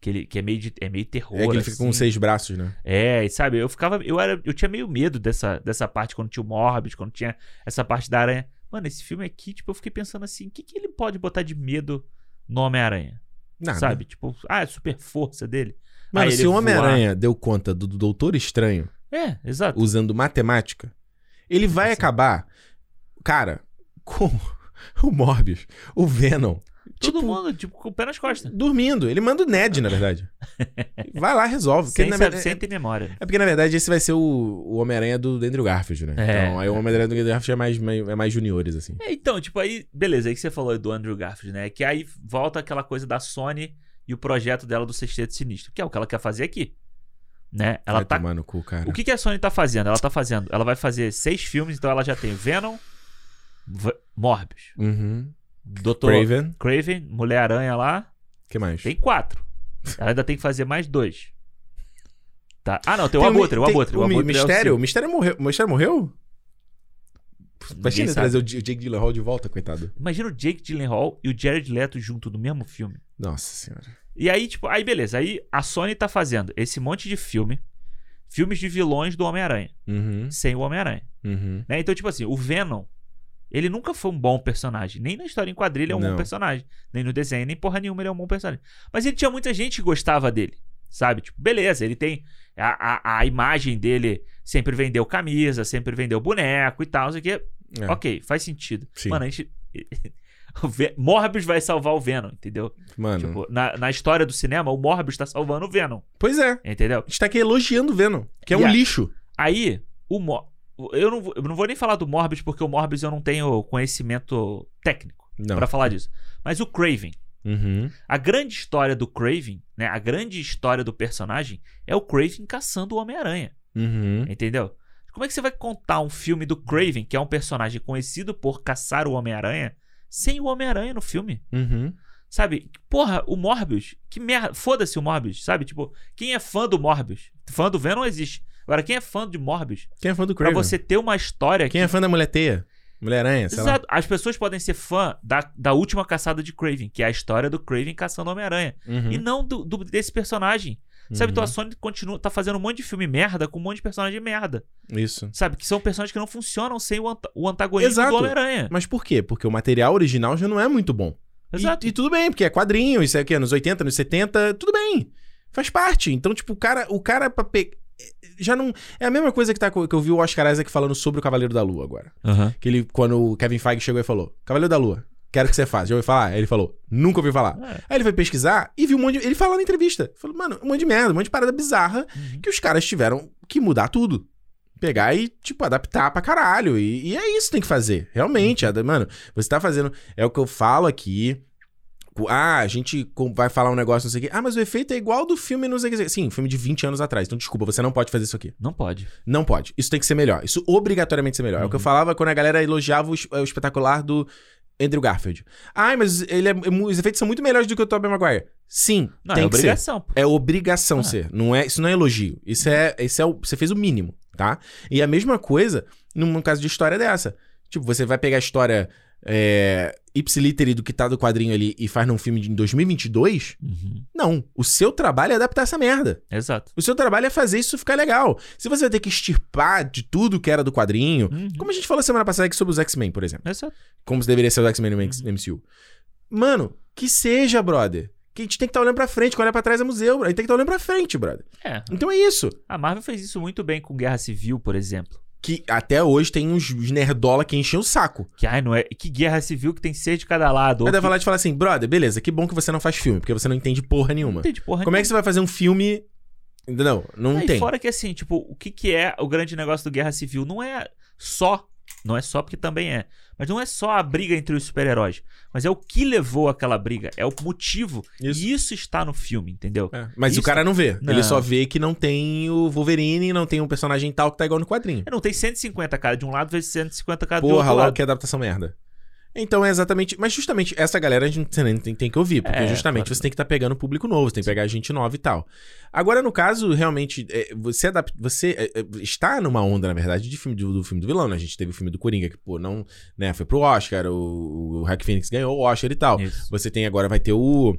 B: Que, ele, que é, meio de, é meio terror.
A: É que ele fica com
B: assim.
A: seis braços, né?
B: É, e sabe, eu ficava. Eu, era, eu tinha meio medo dessa, dessa parte quando tinha o Morbius, quando tinha essa parte da aranha. Mano, esse filme aqui, tipo, eu fiquei pensando assim: o que, que ele pode botar de medo no Homem-Aranha?
A: Nada.
B: Sabe? Tipo, ah, é super força dele.
A: Mano,
B: Aí
A: se
B: ele
A: o Homem-Aranha deu conta do, do Doutor Estranho
B: É, exato.
A: usando matemática, ele vai
B: Assim.
A: acabar. Cara, com o Morbius, o Venom.
B: Todo
A: tipo,
B: mundo, tipo, com o pé nas costas.
A: Dormindo. Ele manda o Ned, na verdade. Vai lá, resolve. Porque,
B: Sem,
A: na
B: sabe-
A: verdade,
B: sem ter memória.
A: É porque, na verdade, esse vai ser o, o Homem-Aranha do do Andrew Garfield, né?
B: É.
A: Então, aí o Homem-Aranha do Andrew Garfield é mais, mais- é mais juniores, assim.
B: É, então, tipo, aí, beleza, aí que você falou do Andrew Garfield, né? Que aí volta aquela coisa da Sony e o projeto dela do Sexteto Sinistro, que é o que ela quer fazer aqui. Né? Ela
A: Vai
B: tá.
A: tomar no cu, cara.
B: O que, que a Sony tá fazendo? Ela tá fazendo. Ela vai fazer seis filmes, então ela já tem Venom, V- Morbius,
A: Uhum.
B: Dr.
A: Craven. O
B: Craven, Mulher-Aranha lá.
A: que mais?
B: Tem quatro. Ela ainda tem que fazer mais dois. Tá. Ah, não, tem, o
A: Tem um
B: Abutre, o
A: tem
B: Abutre. O
A: mi-
B: Abutre é
A: Mistério?
B: o
A: O mistério morreu. O mistério morreu?
B: Sil-
A: Imagina
B: Ninguém
A: ele
B: sabe.
A: trazer o J- o Jake Gyllenhaal de volta, coitado.
B: Imagina o Jake Gyllenhaal e o Jared Leto junto no mesmo filme.
A: Nossa senhora.
B: E aí, tipo, aí beleza. Aí a Sony tá fazendo esse monte de filme. Filmes de vilões do Homem-Aranha.
A: Uhum.
B: Sem o Homem-Aranha.
A: Uhum.
B: né? Então, tipo assim, o Venom. Ele nunca foi um bom personagem. Nem na história em quadrilha ele é um
A: Não.
B: bom personagem. Nem no desenho, nem porra nenhuma ele é um bom personagem. Mas ele tinha muita gente que gostava dele. Sabe? Tipo, beleza, ele tem. A, a, a imagem dele sempre vendeu camisa, sempre vendeu boneco e tal, não sei o quê.
A: É.
B: Ok, faz sentido.
A: Sim.
B: Mano, a gente. o Ve- Morbius vai salvar o Venom, entendeu?
A: Mano.
B: Tipo, na, na história do cinema, o Morbius tá salvando o Venom,
A: Pois é.
B: entendeu?
A: A gente tá aqui elogiando o Venom, que é um
B: Yeah.
A: lixo.
B: Aí, o Mo... eu, não, vou- eu não vou nem falar do Morbius, porque o Morbius eu não tenho conhecimento técnico
A: Não.
B: pra falar disso. Mas o Craven.
A: Uhum.
B: A grande história do Craven, né? A grande história do personagem é o Craven caçando o Homem-Aranha,
A: Uhum.
B: entendeu? Como é que você vai contar um filme do Craven, que é um personagem conhecido por caçar o Homem-Aranha, sem o Homem-Aranha no filme?
A: Uhum.
B: Sabe? Porra, o Morbius. Que merda. Foda-se o Morbius, sabe? Tipo, quem é fã do Morbius? Fã do Venom existe. Agora, quem é fã de Morbius?
A: Quem é fã do
B: Pra
A: Craven?
B: você ter uma história
A: Quem
B: que.
A: é fã da Mulher Teia? Mulher-Aranha, sei lá.
B: Exato. As pessoas podem ser fã da, da última caçada de Craven, que é a história do Craven caçando o Homem-Aranha.
A: Uhum.
B: E não do, do- desse personagem. Sabe? Então a Sony continua, tá fazendo um monte de filme merda com um monte de personagem merda.
A: Uhum. Isso.
B: Sabe? Que são personagens que não funcionam sem o, anta- o antagonismo
A: Exato.
B: do Homem-Aranha.
A: Mas por quê? Porque o material original já não é muito bom. E-
B: Exato.
A: E, tudo bem, porque é quadrinho, isso é o quê? Nos 80, nos 70, tudo bem. Faz parte. Então, tipo, o cara, o cara pra pe- já não é a mesma coisa que tá co- que eu vi o Oscar Isaac falando sobre o Cavaleiro da Lua agora.
B: Aham.
A: Que ele quando o Kevin Feige chegou e falou: "Cavaleiro da Lua, quero que você faça". Já ouviu falar? Aí ele falou: "Nunca ouvi falar".
B: É.
A: Aí ele foi pesquisar e viu um monte de... Ele fala na entrevista. Falou, mano, um monte de merda, um monte de parada bizarra
B: Uhum.
A: que os caras tiveram que mudar tudo. Pegar e, tipo, adaptar pra caralho. E, e é isso que tem que fazer. Realmente, Adam, mano, você tá fazendo. É o que eu falo aqui. Co- Ah, a gente com- vai falar um negócio, não sei o quê. Ah, mas o efeito é igual do filme, não sei o quê. Sim, filme de 20 anos atrás. Então, desculpa, você não pode fazer isso aqui.
B: Não pode.
A: Não pode. Isso tem que ser melhor. Isso obrigatoriamente ser melhor. É o que eu
B: Uhum.
A: falava quando a galera elogiava o, es- eh, o espetacular do Andrew Garfield. Ai, mas ele é- os efeitos são muito melhores do que o Tobey Maguire. Sim,
B: Não,
A: tem
B: é
A: que ser.
B: obrigação. pô.
A: É obrigação
B: Ah.
A: ser. Não é, isso não é elogio. Isso é, isso é o, você fez o mínimo, tá? E a mesma coisa num caso de história dessa. Tipo, você vai pegar a história é, ipsiliteri do que tá do quadrinho ali e faz num filme de em 2022,
B: Uhum.
A: não. O seu trabalho é adaptar essa merda.
B: Exato.
A: O seu trabalho é fazer isso ficar legal. Se você vai ter que extirpar de tudo que era do quadrinho,
B: Uhum.
A: como a gente falou semana passada aqui sobre os X-Men, por exemplo.
B: Exato.
A: Como se deveria ser os X-Men no
B: Uhum.
A: MCU. Mano, que seja, brother. Que a gente tem que estar olhando pra frente, que olhar pra trás é museu, brother. A gente tem que estar olhando pra frente, brother.
B: É.
A: Então é isso.
B: A Marvel fez isso muito bem com Guerra Civil, por exemplo.
A: Que até hoje tem uns uns nerdola que enchem o saco.
B: Que, ai, não é... que guerra civil que tem seis de cada lado. ou
A: Aí
B: que-
A: deve falar de falar assim, brother, beleza, que bom que você não faz filme, porque você não entende porra nenhuma.
B: Não tem de porra
A: Como é que você vai fazer um filme. Não, não
B: Aí,
A: tem.
B: fora que assim, tipo, o que, que é o grande negócio do Guerra Civil? Não é só, não é só porque também é, mas não é só a briga entre os super-heróis, mas é o que levou aquela briga, é o motivo.
A: Isso.
B: E isso está no filme, entendeu?
A: É, Mas
B: Isso-
A: o cara não vê.
B: Não.
A: Ele só vê que não tem o Wolverine, não tem um personagem tal que tá igual no quadrinho.
B: É, Não tem 150 cara de um lado vezes 150 cara do
A: Porra,
B: outro
A: logo
B: lado.
A: que adaptação merda. Então é exatamente. Mas justamente essa galera a gente tem, tem- tem que ouvir, porque
B: É,
A: justamente
B: claro.
A: você tem que estar pegando público novo, você tem que pegar gente nova e tal. Agora, no caso, realmente, é, você adap- Você é, é, está numa onda, na verdade, de filme do, do filme do vilão, né? A gente teve o filme do Coringa, que, pô, não, né, foi pro Oscar, o, o Hack Phoenix ganhou o Oscar e tal.
B: Isso.
A: Você tem agora, vai ter o.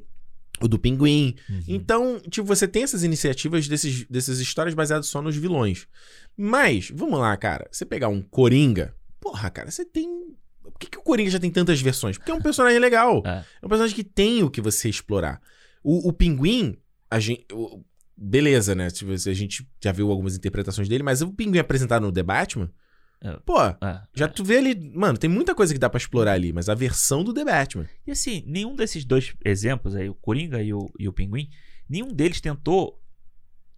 A: O do Pinguim.
B: Uhum.
A: Então, tipo, você tem essas iniciativas desses, dessas histórias baseadas só nos vilões. Mas, vamos lá, cara. Você pegar um Coringa. Porra, cara, você tem. Por que, que o Coringa já tem tantas versões? Porque é um personagem legal.
B: É.
A: É, um personagem que tem o que você explorar. O, o Pinguim, a gente. o- beleza, né? Tipo, a gente já viu algumas interpretações dele, mas o Pinguim é apresentado no The Batman.
B: É.
A: Pô,
B: É.
A: já tu vê ali. Mano, tem muita coisa que dá pra explorar ali, mas a versão do The Batman.
B: E assim, nenhum desses dois exemplos aí, o Coringa e o, e o Pinguim, nenhum deles tentou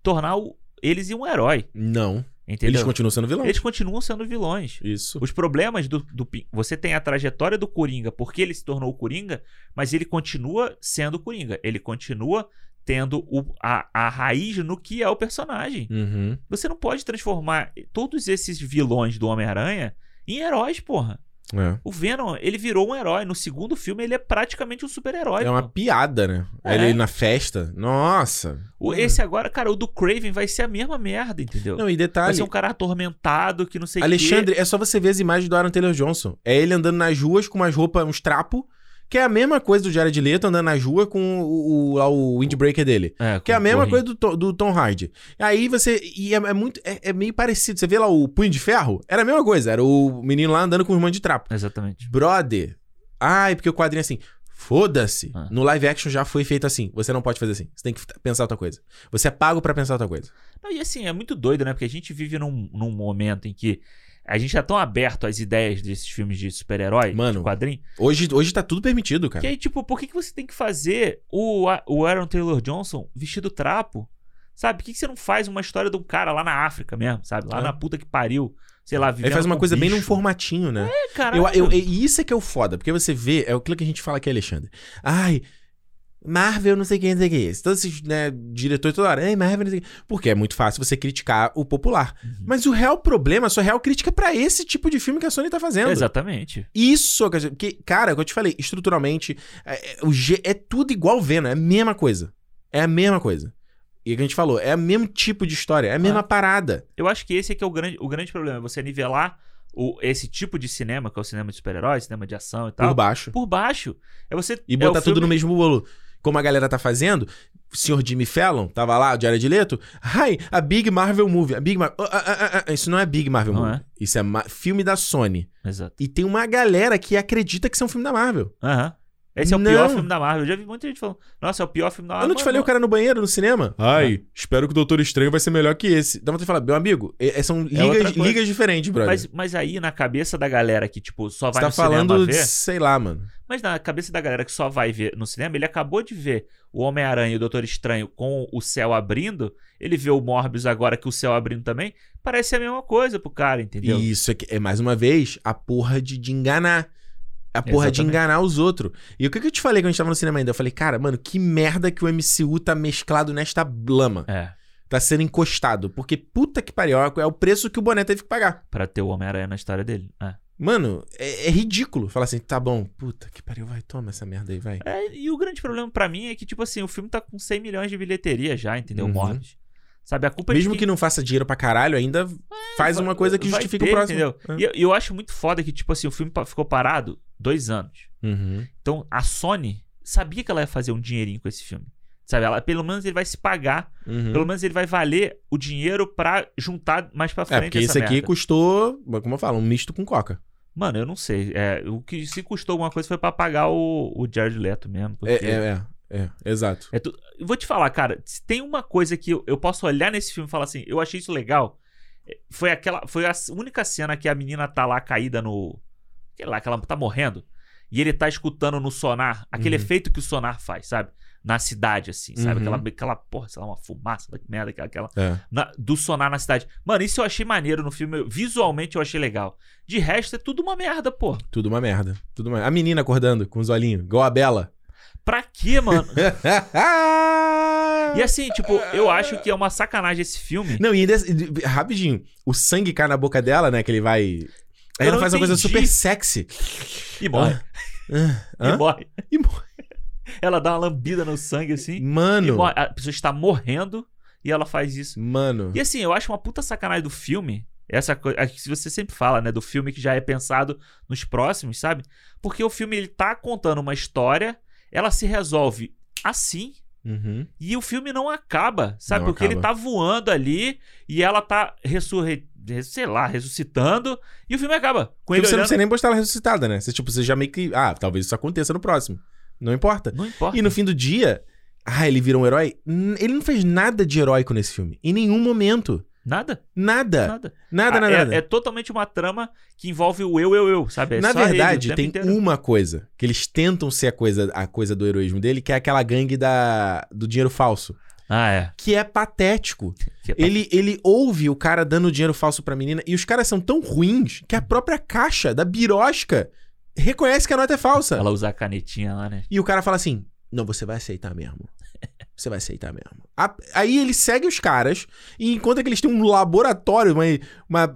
B: tornar o- eles um herói,
A: Não.
B: entendeu?
A: Eles continuam sendo vilão.
B: Eles continuam sendo vilões.
A: Isso.
B: Os problemas do, do Pin- Você tem a trajetória do Coringa, porque ele se tornou o Coringa, mas ele continua sendo o Coringa. Ele continua tendo o- a, a raiz no que é o personagem.
A: Uhum.
B: Você não pode transformar todos esses vilões do Homem-Aranha em heróis, porra.
A: É.
B: O Venom, ele virou um herói. No segundo filme, ele é praticamente um super-herói.
A: É uma
B: pô.
A: piada, né?
B: É.
A: Ele na festa. Nossa.
B: O- Esse agora, cara, o do Craven vai ser a mesma merda, entendeu?
A: É. Não, e
B: vai
A: detalhe.
B: ser um cara atormentado que não sei o quê.
A: Alexandre, é só você ver as imagens do Aaron Taylor Johnson. É ele andando nas ruas com umas roupas, uns trapos, que é a mesma coisa do Jared Leto andando nas ruas com o, o- lá o windbreaker dele. Que é a mesma coisa do, To- do Tom Hardy. Aí você. E é, é muito. É, é meio parecido. Você vê lá o Punho de Ferro? Era a mesma coisa. Era o menino lá andando com o irmão de trapo.
B: Exatamente.
A: Brother. Ai, porque o quadrinho é assim. Foda-se.
B: Ah.
A: No live action já foi feito assim. Você não pode fazer assim. Você tem que pensar outra coisa. Você é pago pra pensar outra coisa.
B: Não, e assim, é muito doido, né? Porque a gente vive num, num momento em que a gente tá tão aberto às ideias desses filmes de super-herói,
A: Mano.
B: de quadrinho,
A: Hoje, hoje tá tudo permitido, cara.
B: que aí, tipo, por que, que você tem que fazer o, A- o Aaron Taylor Johnson vestido trapo? Sabe? Por que, que você não faz uma história de um cara lá na África mesmo, sabe? Lá
A: É.
B: na puta que pariu, sei lá, vivendo
A: Ele faz uma
B: com
A: coisa bem
B: bicho.
A: num formatinho, né?
B: É, cara.
A: Eu, eu, e isso é que é o foda, porque você vê, é aquilo que a gente fala aqui, Alexandre. Ai, Marvel, não sei quem, não sei quem. Todos esses né, diretores toda hora, ai, Marvel, não sei quem. Porque é muito fácil você criticar o popular.
B: Uhum.
A: Mas o real problema, a sua real crítica é pra esse tipo de filme que a Sony tá fazendo.
B: Exatamente.
A: Isso, quer dizer, porque, cara, como eu te falei, estruturalmente, é, é, o G- é tudo igual Venom, é a mesma coisa. É a mesma coisa. E o que a gente falou, é o mesmo tipo de história, é a mesma
B: Ah.
A: parada.
B: Eu acho que esse é que é o grande, o grande problema, é você nivelar o, esse tipo de cinema, que é o cinema de super-herói, cinema de ação e tal,
A: Por baixo.
B: por baixo. É você
A: E botar
B: Tá. é o
A: tudo
B: filme-
A: no mesmo bolo. Como a galera tá fazendo, o senhor Jimmy Fallon, tava lá, o Diário de Leto. Ai, a Big Marvel Movie. A Big Mar- Ah, ah, ah, ah, Isso não é Big Marvel
B: Não
A: Movie.
B: é.
A: Isso é ma- filme da Sony.
B: Exato.
A: E tem uma galera que acredita que isso é um filme da Marvel.
B: Aham. Esse é o
A: Não.
B: pior filme da Marvel. Eu já vi muita gente falando, nossa, é o pior filme da Marvel.
A: Eu não te falei o cara no banheiro, no cinema? Ah, Ai, espero que o Doutor Estranho vai ser melhor que esse. Dá pra te falar, meu amigo, é- é- são
B: outra
A: ligas,
B: coisa.
A: ligas diferentes, brother.
B: Mas, mas aí, na cabeça da galera que, tipo, só
A: Você
B: vai
A: tá
B: no cinema
A: falando, de,
B: ver...
A: sei lá, mano.
B: Mas na cabeça da galera que só vai ver no cinema, ele acabou de ver o Homem-Aranha e o Doutor Estranho com o céu abrindo. Ele vê o Morbius agora que o céu abrindo também. Parece a mesma coisa pro cara, entendeu?
A: E isso é, que- é, mais uma vez, a porra de, de enganar. A porra de
B: Exatamente.
A: enganar os outros. E o que, que eu te falei quando a gente tava no cinema ainda? Eu falei, cara, mano, que merda que o MCU tá mesclado nesta lama.
B: É,
A: Tá sendo encostado. Porque puta que pariu, é o preço que o boné teve que pagar.
B: pra ter o Homem-Aranha na história dele. É.
A: Mano, é, é ridículo. Falar assim, tá bom, puta que pariu, vai, toma essa merda aí, vai.
B: É, e o grande problema pra mim é que, tipo assim, o filme tá com 100 milhões de bilheteria já, entendeu?
A: Uhum.
B: Morbius. Sabe? A culpa é de
A: Mesmo
B: quem-
A: que não faça dinheiro pra caralho, ainda faz
B: É, vai-
A: uma coisa que
B: vai
A: justifica
B: ter,
A: o próximo.
B: Entendeu?
A: É.
B: E eu, eu acho muito foda que, tipo assim, o filme pa- ficou parado dois anos.
A: Uhum.
B: Então, a Sony sabia que ela ia fazer um dinheirinho com esse filme. Sabe? Ela, pelo menos ele vai se pagar.
A: Uhum.
B: Pelo menos ele vai valer o dinheiro pra juntar mais pra
A: É,
B: frente.
A: porque
B: essa
A: isso aqui
B: merda.
A: custou, como eu falo, um misto com coca.
B: Mano, eu não sei. É, o que se custou alguma coisa foi pra pagar o, o Jared Leto mesmo. porque-
A: É, é, é, é, exato.
B: É tu- eu Vou te falar, cara, se tem uma coisa que eu, eu posso olhar nesse filme e falar assim, eu achei isso legal. é, Foi aquela. Foi a s- única cena que a menina tá lá caída no. Sei lá, que ela tá morrendo. E ele tá escutando no sonar aquele
A: Uhum.
B: efeito que o sonar faz, sabe? Na cidade, assim, sabe?
A: Uhum.
B: Aquela, aquela porra, sei lá, uma fumaça, que merda, aquela. aquela
A: É.
B: na- do sonar na cidade. Mano, isso eu achei maneiro no filme. eu- Visualmente eu achei legal. De resto, é tudo uma merda, pô.
A: Tudo uma merda. Tudo uma... A menina acordando com os olhinhos, igual a Bela.
B: Pra quê, mano?
A: e
B: E assim, tipo, eu acho que é uma sacanagem esse filme.
A: Não, e ainda rapidinho, o sangue cai na boca dela, né? Que ele vai. Aí
B: Eu
A: ela
B: não
A: faz uma coisa
B: entendi.
A: super sexy.
B: E morre.
A: Ah. É. Hã?
B: E morre.
A: E morre.
B: Ela dá uma lambida no sangue, assim. E
A: Mano.
B: morre. A pessoa está morrendo e ela faz isso.
A: Mano.
B: E assim, eu acho uma puta sacanagem do filme. Essa coisa que você sempre fala, né? Do filme que já é pensado nos próximos, sabe? Porque o filme, ele tá contando uma história, ela se resolve assim,
A: Uhum.
B: E o filme não acaba, sabe?
A: Não
B: Porque ele
A: acaba.
B: tá voando ali e ela tá ressurre... sei lá, ressuscitando. E o filme acaba. Com
A: Porque
B: ele
A: Tipo, você não
B: olhando...
A: precisa nem postar ela ressuscitada, né? Você, tipo, você já meio que. Ah, talvez isso aconteça no próximo. Não importa.
B: Não importa.
A: E no fim do dia. Ah, ele vira um herói? N- Ele não fez nada de heróico nesse filme. Em nenhum momento.
B: Nada,
A: Nada.
B: nada.
A: Nada,
B: Ah,
A: nada,
B: é,
A: nada.
B: é totalmente uma trama que envolve o eu, eu, eu, sabe? É
A: Na
B: só ele o
A: verdade,
B: tempo
A: tem um
B: inteiro.
A: uma coisa que eles tentam ser a coisa, a coisa do heroísmo dele, que é aquela gangue da, do dinheiro falso.
B: Ah, é.
A: Que é patético.
B: Que é-
A: Ele, ele ouve o cara dando dinheiro falso pra menina e os caras são tão ruins que a própria caixa da birosca reconhece que a nota é falsa.
B: tá- Ela usa a canetinha lá, né?
A: E o cara fala assim: Não, você vai aceitar mesmo. Você vai aceitar mesmo. A- aí ele segue os caras e encontra que eles têm um laboratório, uma. uma-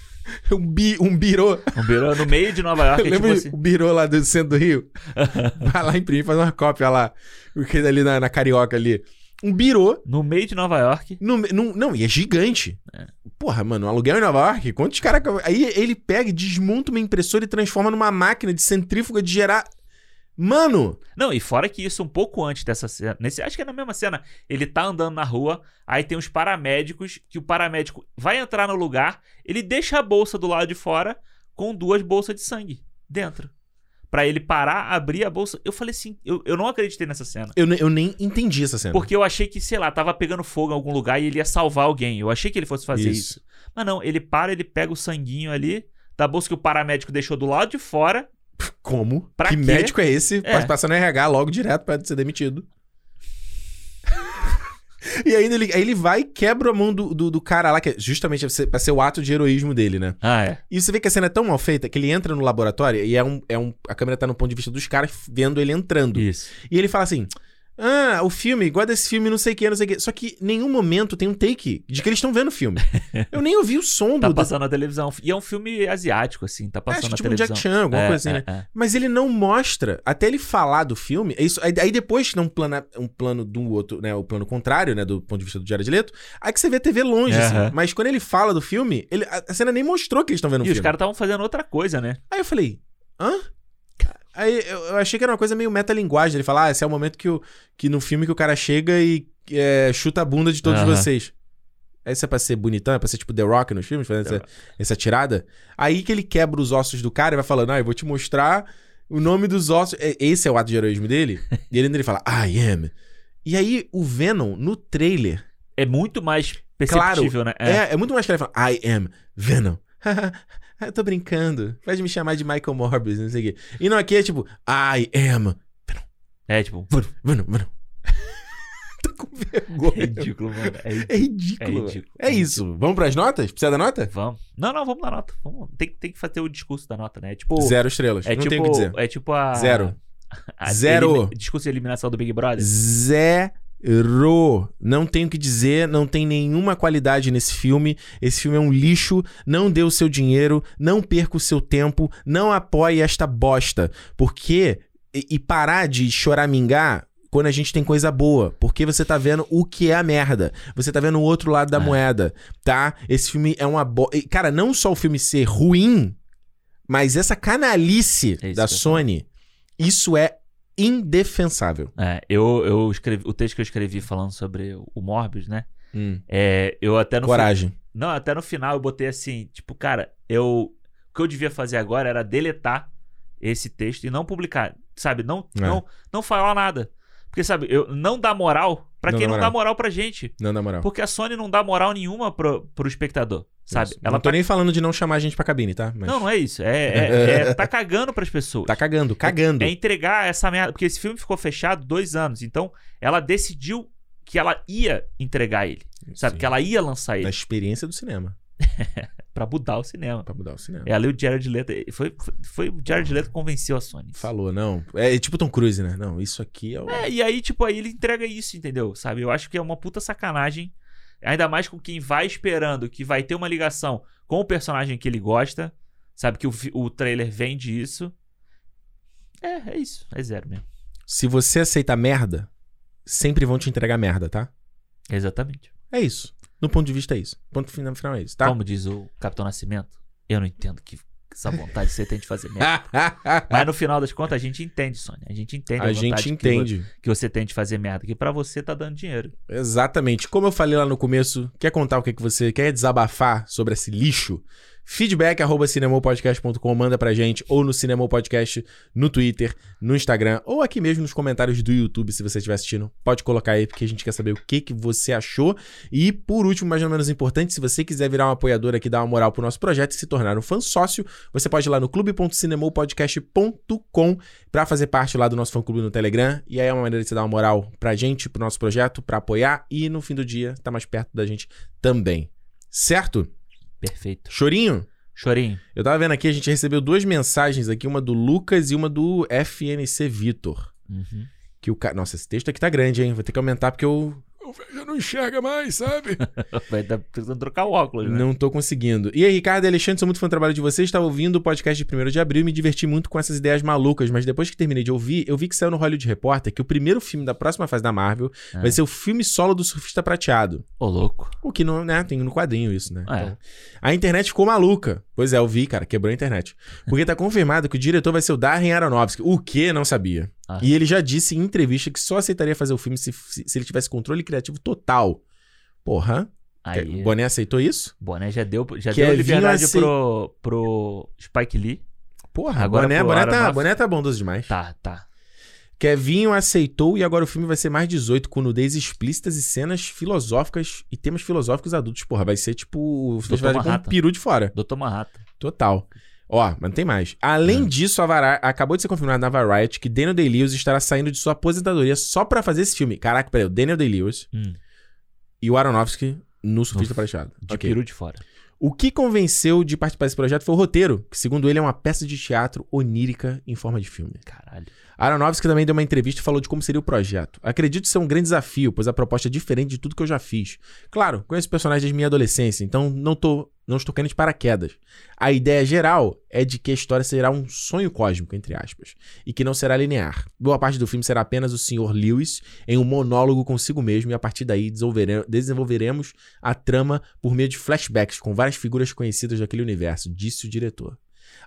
A: um, bi, um birô.
B: Um beirão no meio de Nova York, é tipo
A: Lembra
B: assim.
A: o birô lá do centro do Rio? vai lá imprimir, faz uma cópia lá. O que ali na, na carioca ali. Um birô
B: No meio de Nova York.
A: no- num- não, e é gigante. Porra, mano, aluguel em Nova York, quantos caras. Aí ele pega, e desmonta uma impressora e transforma numa máquina de centrífuga de gerar. Mano!
B: Não, e fora que isso, um pouco antes dessa cena. Nesse, acho que é na mesma cena. Ele tá andando na rua, aí tem os paramédicos, que o paramédico vai entrar no lugar, ele deixa a bolsa do lado de fora com duas bolsas de sangue dentro. Pra ele parar, abrir a bolsa. Eu falei assim, eu, eu não acreditei nessa cena.
A: Eu, ne- eu nem entendi essa cena.
B: Porque eu achei que, sei lá, tava pegando fogo em algum lugar e ele ia salvar alguém. Eu achei que ele fosse fazer
A: Isso.
B: isso. Mas não, ele para, ele pega o sanguinho ali da bolsa que o paramédico deixou do lado de fora.
A: Como?
B: Pra
A: que
B: quê?
A: médico é esse?
B: É.
A: Passa- Passa no RH logo direto pra ser demitido. e ainda ele, aí ele vai e quebra a mão do, do, do cara lá, que é justamente pra ser, pra ser o ato de heroísmo dele, né?
B: Ah, é.
A: E você vê que a cena é tão mal feita que ele entra no laboratório e é um, é um, a câmera tá no ponto de vista dos caras vendo ele entrando.
B: Isso.
A: E ele fala assim: Ah, o filme, igual desse filme, não sei o que, não sei o que. Só que em nenhum momento tem um take de que eles estão vendo o filme. Eu nem ouvi o som
B: Tá
A: do.
B: passando na televisão. E é um filme asiático, assim, tá
A: acho
B: passando
A: que
B: na
A: tipo um
B: televisão.
A: Jack Chan, alguma
B: É,
A: coisa assim,
B: é,
A: né?
B: é.
A: Mas ele não mostra, até ele falar do filme, é isso, aí, aí depois que dá um plano, um plano do outro, né, o plano contrário, né, do ponto de vista do Jared Leto, aí que você vê a TV longe, assim.
B: Aham.
A: Mas quando ele fala do filme, ele, a a cena nem mostrou que eles estão vendo o
B: E
A: filme.
B: os caras estavam fazendo outra coisa, né?
A: Aí eu falei, hã? Aí eu, eu achei que era uma coisa meio metalinguagem. Ele fala, ah, esse é o momento que, o, que no filme que o cara chega e é, chuta a bunda de todos
B: Aham.
A: vocês. Essa é pra ser bonitão, é pra ser tipo The Rock nos filmes, fazendo
B: The
A: essa, essa tirada. Aí que ele quebra os ossos do cara e vai falando, ah, eu vou te mostrar o nome dos ossos. É, Esse é o ato de heroísmo dele. e ele, ele fala, I am. E aí o Venom, no trailer,
B: É muito mais
A: Claro,
B: perceptível, né? É.
A: é, é muito mais que ele fala, I am Venom. eu tô brincando. Pode me chamar de Michael Morbius, não sei o quê. E não, aqui é tipo, I am
B: É, tipo,
A: Venom, Venom. tô com
B: é
A: vergonha.
B: ridículo, mano. É ridículo.
A: É ridículo.
B: É
A: É,
B: ridículo.
A: isso. Vamos pras notas? Precisa da nota?
B: Vamos. Não, não, vamos dar nota. Vamos. Tem, tem que fazer o discurso da nota, né? É tipo.
A: Zero estrelas.
B: É
A: não
B: tipo,
A: tenho o que dizer.
B: É tipo a.
A: Zero.
B: a
A: Zero.
B: Ah, elimi- discurso de eliminação do Big Brother.
A: Zero. Não tenho o que dizer, não tem nenhuma qualidade nesse filme. Esse filme é um lixo. Não dê o seu dinheiro, não perca o seu tempo, não apoie esta bosta. Porque. E, e parar de choramingar quando a gente tem coisa boa. Porque você tá vendo o que é a merda. Você tá vendo o outro
B: É.
A: lado da moeda, tá? Esse filme é uma bo... e, Cara, não só o filme ser ruim, mas essa canalice
B: É isso
A: da
B: que eu ia
A: Sony, isso é indefensável.
B: É, eu, eu escrevi, o texto que eu escrevi falando sobre o Morbius, né? É, eu até no
A: Coragem.
B: fi- não, até no final eu botei assim, tipo, cara, eu o que eu devia fazer agora era deletar esse texto e não publicar, sabe? Não
A: É.
B: não não falar nada. Porque sabe, eu não dá moral pra
A: Não
B: quem
A: dá
B: não
A: moral.
B: dá moral pra gente,
A: Não, na moral.
B: porque a Sony não dá moral nenhuma pro, pro espectador, sabe?
A: Isso.
B: Ela
A: não tô
B: tá-
A: nem falando de não chamar a gente pra cabine, tá? Mas
B: Não, não é isso. É, é- é- tá cagando pras pessoas.
A: Tá cagando, cagando.
B: É entregar essa merda. Porque esse filme ficou fechado dois anos. Então, ela decidiu que ela ia entregar ele. Sabe?
A: Sim.
B: Que ela é ia lançar ele
A: Na experiência do cinema.
B: pra mudar o cinema.
A: Pra mudar o cinema.
B: É ali o Jared Leto. Foi, foi, foi o Jared Leto que convenceu a Sony.
A: Falou, não. É tipo Tom Cruise, né? Não, isso aqui é o.
B: É, e aí, tipo, aí ele entrega isso, entendeu? Sabe? Eu acho que é uma puta sacanagem. Ainda mais com quem vai esperando que vai ter uma ligação com o personagem que ele gosta. Sabe que o, fi- o trailer vende isso. É, é isso. É zero mesmo.
A: Se você aceita merda, sempre vão te entregar merda, tá?
B: Exatamente.
A: É isso. No ponto de vista é isso. Ponto final, final é isso, tá?
B: Como diz o Capitão Nascimento, eu não entendo que essa vontade que você tem de fazer merda. Mas no final das contas, a gente entende, Sônia. A gente entende a,
A: a gente
B: vontade que
A: entende.
B: vo- Que, você tem de fazer merda. Que pra você tá dando dinheiro.
A: Exatamente. Como eu falei lá no começo, quer contar o que, que você quer desabafar sobre esse lixo? Feedback arroba cinemopodcast.com, manda pra gente, ou no Cinemopodcast, no Twitter, no Instagram, ou aqui mesmo nos comentários do YouTube, se você estiver assistindo. Pode colocar aí, porque a gente quer saber o que, que você achou. E por último, mas não menos importante, se você quiser virar um apoiador aqui, dar uma moral pro nosso projeto e se tornar um fã sócio, você pode ir lá no clube.cinemopodcast.com Pra fazer parte lá do nosso fã-clube no Telegram. E aí é uma maneira de você dar uma moral pra gente, pro nosso projeto, pra apoiar e no fim do dia tá mais perto da gente também. Certo?
B: Perfeito.
A: Chorinho?
B: Chorinho.
A: Eu tava vendo aqui, a gente recebeu duas mensagens aqui, uma do Lucas e uma do FNC Vitor.
B: Uhum.
A: Que o cara. Nossa, esse texto aqui tá grande, hein? Vou ter que aumentar porque eu. Eu vejo, não enxerga mais, sabe?
B: Vai dar precisando trocar o óculos, né?
A: Não tô conseguindo. E aí, Ricardo e Alexandre, sou muito fã do trabalho de vocês. Estava ouvindo o podcast de 1 de abril e me diverti muito com essas ideias malucas, mas depois que terminei de ouvir, eu vi que saiu no Hollywood Reporter que o primeiro filme da próxima fase da Marvel
B: Ah.
A: vai ser o filme solo do surfista prateado.
B: Ô, louco.
A: O que não, né? Tem no quadrinho isso, né?
B: É.
A: a internet ficou maluca. Pois é, eu vi, cara, quebrou a internet. Porque tá confirmado que o diretor vai ser o Darren Aronofsky, o que não sabia.
B: Ah.
A: E ele já disse em entrevista que só aceitaria fazer o filme se, se se ele tivesse controle criativo total. Porra,
B: Aí.
A: o Boné aceitou isso?
B: Boné já deu, já
A: Quer
B: deu
A: vir
B: liberdade
A: assim-
B: pro, pro Spike Lee.
A: Porra,
B: Agora,
A: boné,
B: pô,
A: boné, tá,
B: Aronofsky-
A: boné tá bondoso demais.
B: Tá, tá.
A: Kevinho aceitou e agora o filme vai ser mais 18, com nudez explícitas e cenas filosóficas e temas filosóficos adultos. Porra, vai ser tipo o festival com um
B: Manhattan.
A: peru de fora.
B: Doutor Manhattan.
A: Total. Ó, mas não tem mais.
B: É.
A: Além disso, a Vari- acabou de ser confirmado na Variety que Daniel Day-Lewis estará saindo de sua aposentadoria só pra fazer esse filme. Caraca, peraí, o Daniel Day-Lewis
B: Hum,
A: e o Aronofsky no Surfista
B: Uf,
A: Prateado.
B: de
A: Ok.
B: peru de fora.
A: O que convenceu de participar desse projeto foi o roteiro, que segundo ele é uma peça de teatro onírica em forma de filme.
B: Caralho.
A: Aronofsky também deu uma entrevista e falou de como seria o projeto. Acredito ser um grande desafio, pois a proposta é diferente de tudo que eu já fiz. Claro, conheço personagens de minha adolescência, então não, tô, não estou caindo de paraquedas. A ideia geral é de que a história será um sonho cósmico, entre aspas, e que não será linear. Boa parte do filme será apenas o Sr. Lewis em um monólogo consigo mesmo, e a partir daí desenvolvere- desenvolveremos a trama por meio de flashbacks com várias figuras conhecidas daquele universo, disse o diretor.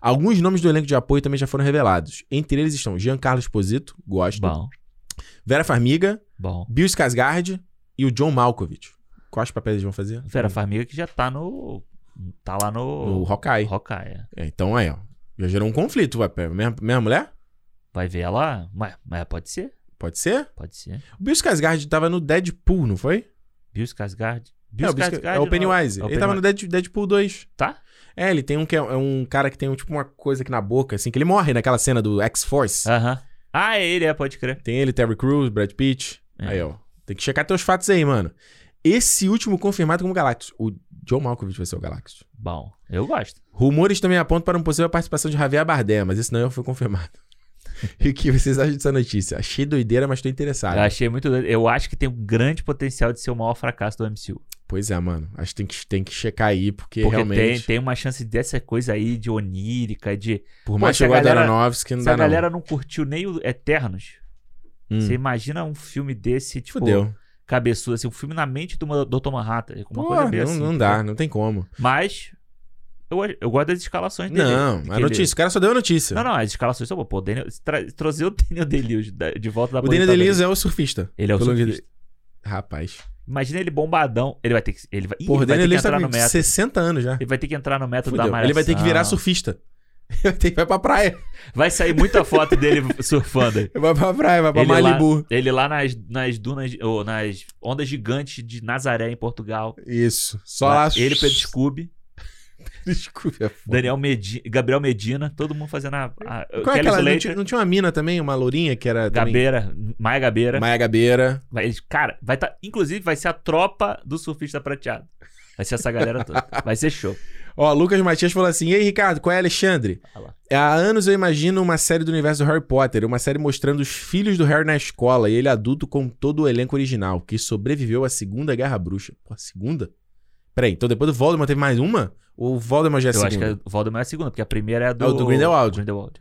A: Alguns nomes do elenco de apoio também já foram revelados. Entre eles estão Giancarlo Esposito, gosto,
B: Bom,
A: Vera Farmiga,
B: bom.
A: Bill Skarsgård e o John Malkovich. Quais papéis eles vão fazer?
B: Vera Farmiga que já tá no. Tá lá
A: O
B: no.
A: Hawkeye.
B: Rocaia.
A: É, então aí, ó. Já gerou um conflito. Ué, pera, mesma, mesma mulher?
B: Vai ver ela. Mas, mas pode ser,
A: Pode ser?
B: pode ser.
A: O Bill Skarsgård tava no Deadpool, não foi?
B: Bill Skarsgård. Bill
A: É, o, Bill Skarsgård, é o Pennywise.
B: é o
A: ele tava no Dead- Deadpool 2.
B: Tá?
A: É, ele tem um que é, é um cara que tem um, tipo uma coisa aqui na boca, assim, que ele morre naquela cena do X-Force.
B: Aham. Ah, é ele, é, pode crer.
A: Tem ele, Terry Crews, Brad Pitt.
B: É.
A: Aí, ó. Tem que checar teus fatos aí, mano. Esse último confirmado como Galactus. O John Malkovich vai ser o Galactus.
B: Bom, eu gosto.
A: Rumores também apontam para uma possível participação de Javier Bardem, mas isso não foi confirmado. e o que vocês acham dessa notícia? Achei doideira, mas tô interessado.
B: Eu achei muito doido. Eu acho que tem um grande potencial de ser o maior fracasso do MCU.
A: Pois é, mano. Acho que tem que, tem que checar aí, porque,
B: Porque tem,
A: realmente...
B: tem uma chance dessa coisa aí de onírica, de.
A: Por mais
B: Pô,
A: que eu
B: se a
A: goste do
B: galera-
A: Aronofsky, não
B: Se a
A: dá
B: galera não curtiu nem o Eternos,
A: Hum.
B: Você imagina um filme desse, tipo,
A: Fudeu.
B: cabeçudo, assim, um filme na mente do Ma- Dr. Manhattan. Alguma
A: Pô,
B: coisa bem
A: não,
B: assim,
A: não dá, não tem como.
B: Mas eu, eu gosto das escalações dele.
A: Não,
B: Que
A: a
B: ele-
A: notícia. O cara só deu a notícia.
B: Não, não, as escalações são boas. Pô, o Daniel, tra, trazer o Daniel Day-Lewis da- de volta da
A: o Daniel
B: aposentadoria.
A: Deleuze é o surfista.
B: Ele tá é o
A: Pelo que-
B: surfista.
A: Rapaz.
B: Imagina ele bombadão. Ele vai ter que. Ele vai, Ih,
A: Porra, o
B: ele vai
A: Daniel
B: ter que
A: Deleuze tá
B: entrar no
A: com
B: método.
A: 60 anos já.
B: Ele vai ter que entrar no método da
A: Fudeu.
B: malhação.
A: Ele vai ter que virar surfista. Ele vai ter que vai pra praia.
B: Vai sair muita foto dele surfando. aí.
A: Vai pra praia, vai pra
B: Ele
A: Malibu.
B: lá, ele lá nas, nas dunas, ou nas ondas gigantes de Nazaré, em Portugal.
A: Isso. Só
B: Lá-
A: lá.
B: Ele, Pedro Scooby,
A: Desculpa. é foda.
B: Daniel Medina, Gabriel Medina, todo mundo fazendo a. a
A: Qual é
B: Kelly
A: aquela? Não
B: Slater,
A: tinha, não tinha uma mina também, uma lourinha que era. também-
B: Gabeira, Maia Gabeira.
A: Maia Gabeira.
B: Vai- eles- cara, vai tá, inclusive vai ser a tropa do surfista prateado. Vai ser essa galera toda. Vai ser show.
A: Ó, Lucas Matias falou assim: Ei, Ricardo, qual é Alexandre?
B: Olha lá.
A: Há anos eu imagino uma série do universo do Harry Potter, uma série mostrando os filhos do Harry na escola e ele adulto com todo o elenco original, que sobreviveu à Segunda Guerra Bruxa. Pô, a segunda? Peraí, então depois do Voldemort teve mais uma? Ou o Voldemort já é a
B: Eu acho que
A: segunda?
B: a Voldemort é a segunda, porque a primeira é a do,
A: É o do Grindelwald.
B: Grindelwald,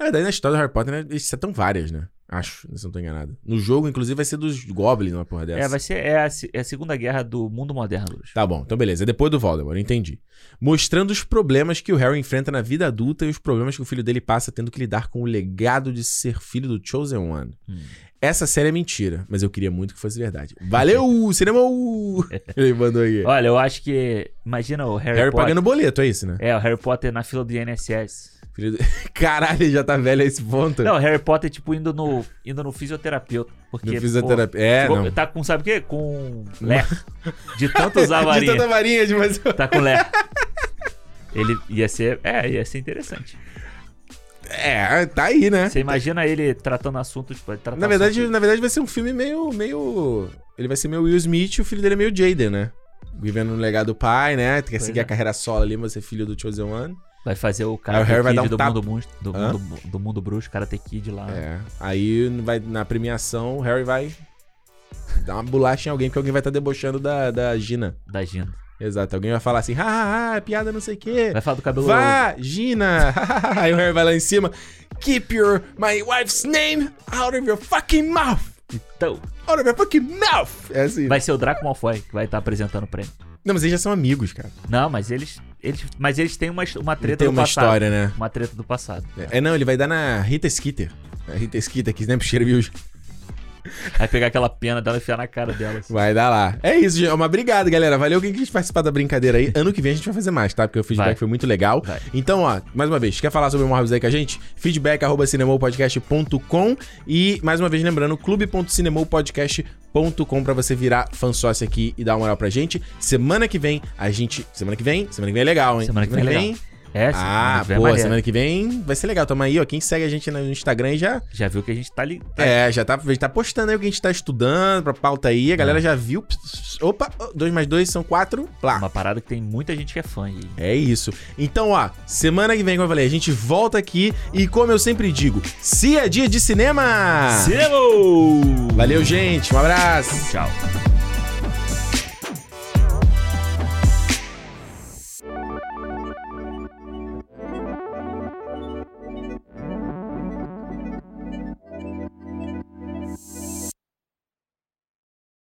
B: é.
A: É, daí na história do Harry Potter, né, isso são várias, né? Acho, se eu não tô enganado. No jogo, inclusive, vai ser dos Goblins, uma porra dessa.
B: É, vai ser é a, se- é a segunda guerra do mundo moderno, Luz.
A: Tá bom, então beleza. É depois do Voldemort, entendi. Mostrando os problemas que o Harry enfrenta na vida adulta e os problemas que o filho dele passa tendo que lidar com o legado de ser filho do Chosen One.
B: Hum.
A: Essa série é mentira, mas eu queria muito que fosse verdade. Valeu, cinema! Ele mandou aí.
B: Olha, eu acho que. Imagina o Harry,
A: Harry
B: Potter.
A: pagando boleto, é isso, né?
B: É, o Harry Potter na fila do INSS.
A: Filho do- Caralho, ele já tá velho a esse ponto.
B: Não, o Harry Potter, tipo, indo no, indo no fisioterapeuta. Porque,
A: no fisioterapia. É,
B: pô,
A: não.
B: Tá com, sabe o quê? Com ler. De tanto usar a
A: De
B: varinha.
A: tanta varinha de mais...
B: Tá com ler. Ele ia ser. É, ia ser interessante.
A: É, tá aí, né?
B: Você imagina ele tratando assuntos. Tipo, ele tratar
A: Na verdade,
B: assuntos-
A: na verdade, vai ser um filme meio, meio. Ele vai ser meio Will Smith e o filho dele é meio Jaden, né? Vivendo no legado do pai, né? Quer
B: Pois
A: seguir
B: é.
A: a carreira solo ali, mas ser filho do Chosen One.
B: vai fazer o
A: Aí
B: cara
A: o Harry vai dar um
B: do,
A: tapa.
B: mundo, monstro- do,
A: Hã?
B: mundo, do mundo bruxo, cara Kid lá.
A: É. Aí vai, na premiação, o Harry vai dar uma bolacha em alguém, porque alguém vai estar debochando da, da Gina.
B: Da Gina.
A: Exato. Alguém vai falar assim, ha, ha, ha, é piada não sei o quê.
B: Vai falar do cabelo.
A: Vá, Gina! Aí o Harry vai lá em cima. Keep your my wife's name out of your fucking mouth!
B: Então,
A: Out of your fucking mouth! É assim.
B: vai ser o Draco Malfoy que vai estar apresentando o prêmio.
A: Não, mas eles já são amigos, cara.
B: Não, mas eles. eles mas eles têm uma, uma
A: Ele
B: treta
A: tem
B: do
A: uma
B: passado.
A: história, né?
B: Uma treta do passado.
A: É, não, ele vai dar na Rita Skeeter. A Rita Skeeter, né, que sempre serviu.
B: Vai pegar aquela pena dela e enfiar na cara dela. assim.
A: Vai dar lá. É isso, gente. Mas obrigado, galera. Valeu quem quis participar da brincadeira aí. Ano que vem a gente vai fazer mais, tá? Porque o feedback
B: Vai.
A: foi muito legal.
B: Vai.
A: Então, ó, mais uma vez, quer falar sobre o Morbius aí com a gente? Feedback arroba cinemopodcast.com e, mais uma vez, lembrando, clube.cinemopodcast.com pra você virar fã sócio aqui e dar uma moral pra gente. Semana que vem, a gente... Semana que vem? Semana que vem é legal, hein?
B: Semana que vem é legal. É,
A: Ah,
B: semana que vem é
A: pô,
B: maneiro.
A: semana que vem vai ser legal. Tamo aí, ó. Quem segue a gente no Instagram já
B: Já viu que a gente tá ali. tá-
A: É, já tá, já tá postando aí o que a gente tá estudando pra pauta aí. A
B: É.
A: galera já viu. Ps, ps, Opa, 2 mais 2 são 4. Plá.
B: Uma parada que tem muita gente que é fã. E
A: É isso. Então, ó, semana que vem, como eu falei, a gente volta aqui e, como eu sempre digo, se é dia de cinema!
B: Cinema!
A: Valeu, gente. Um abraço.
B: Tchau.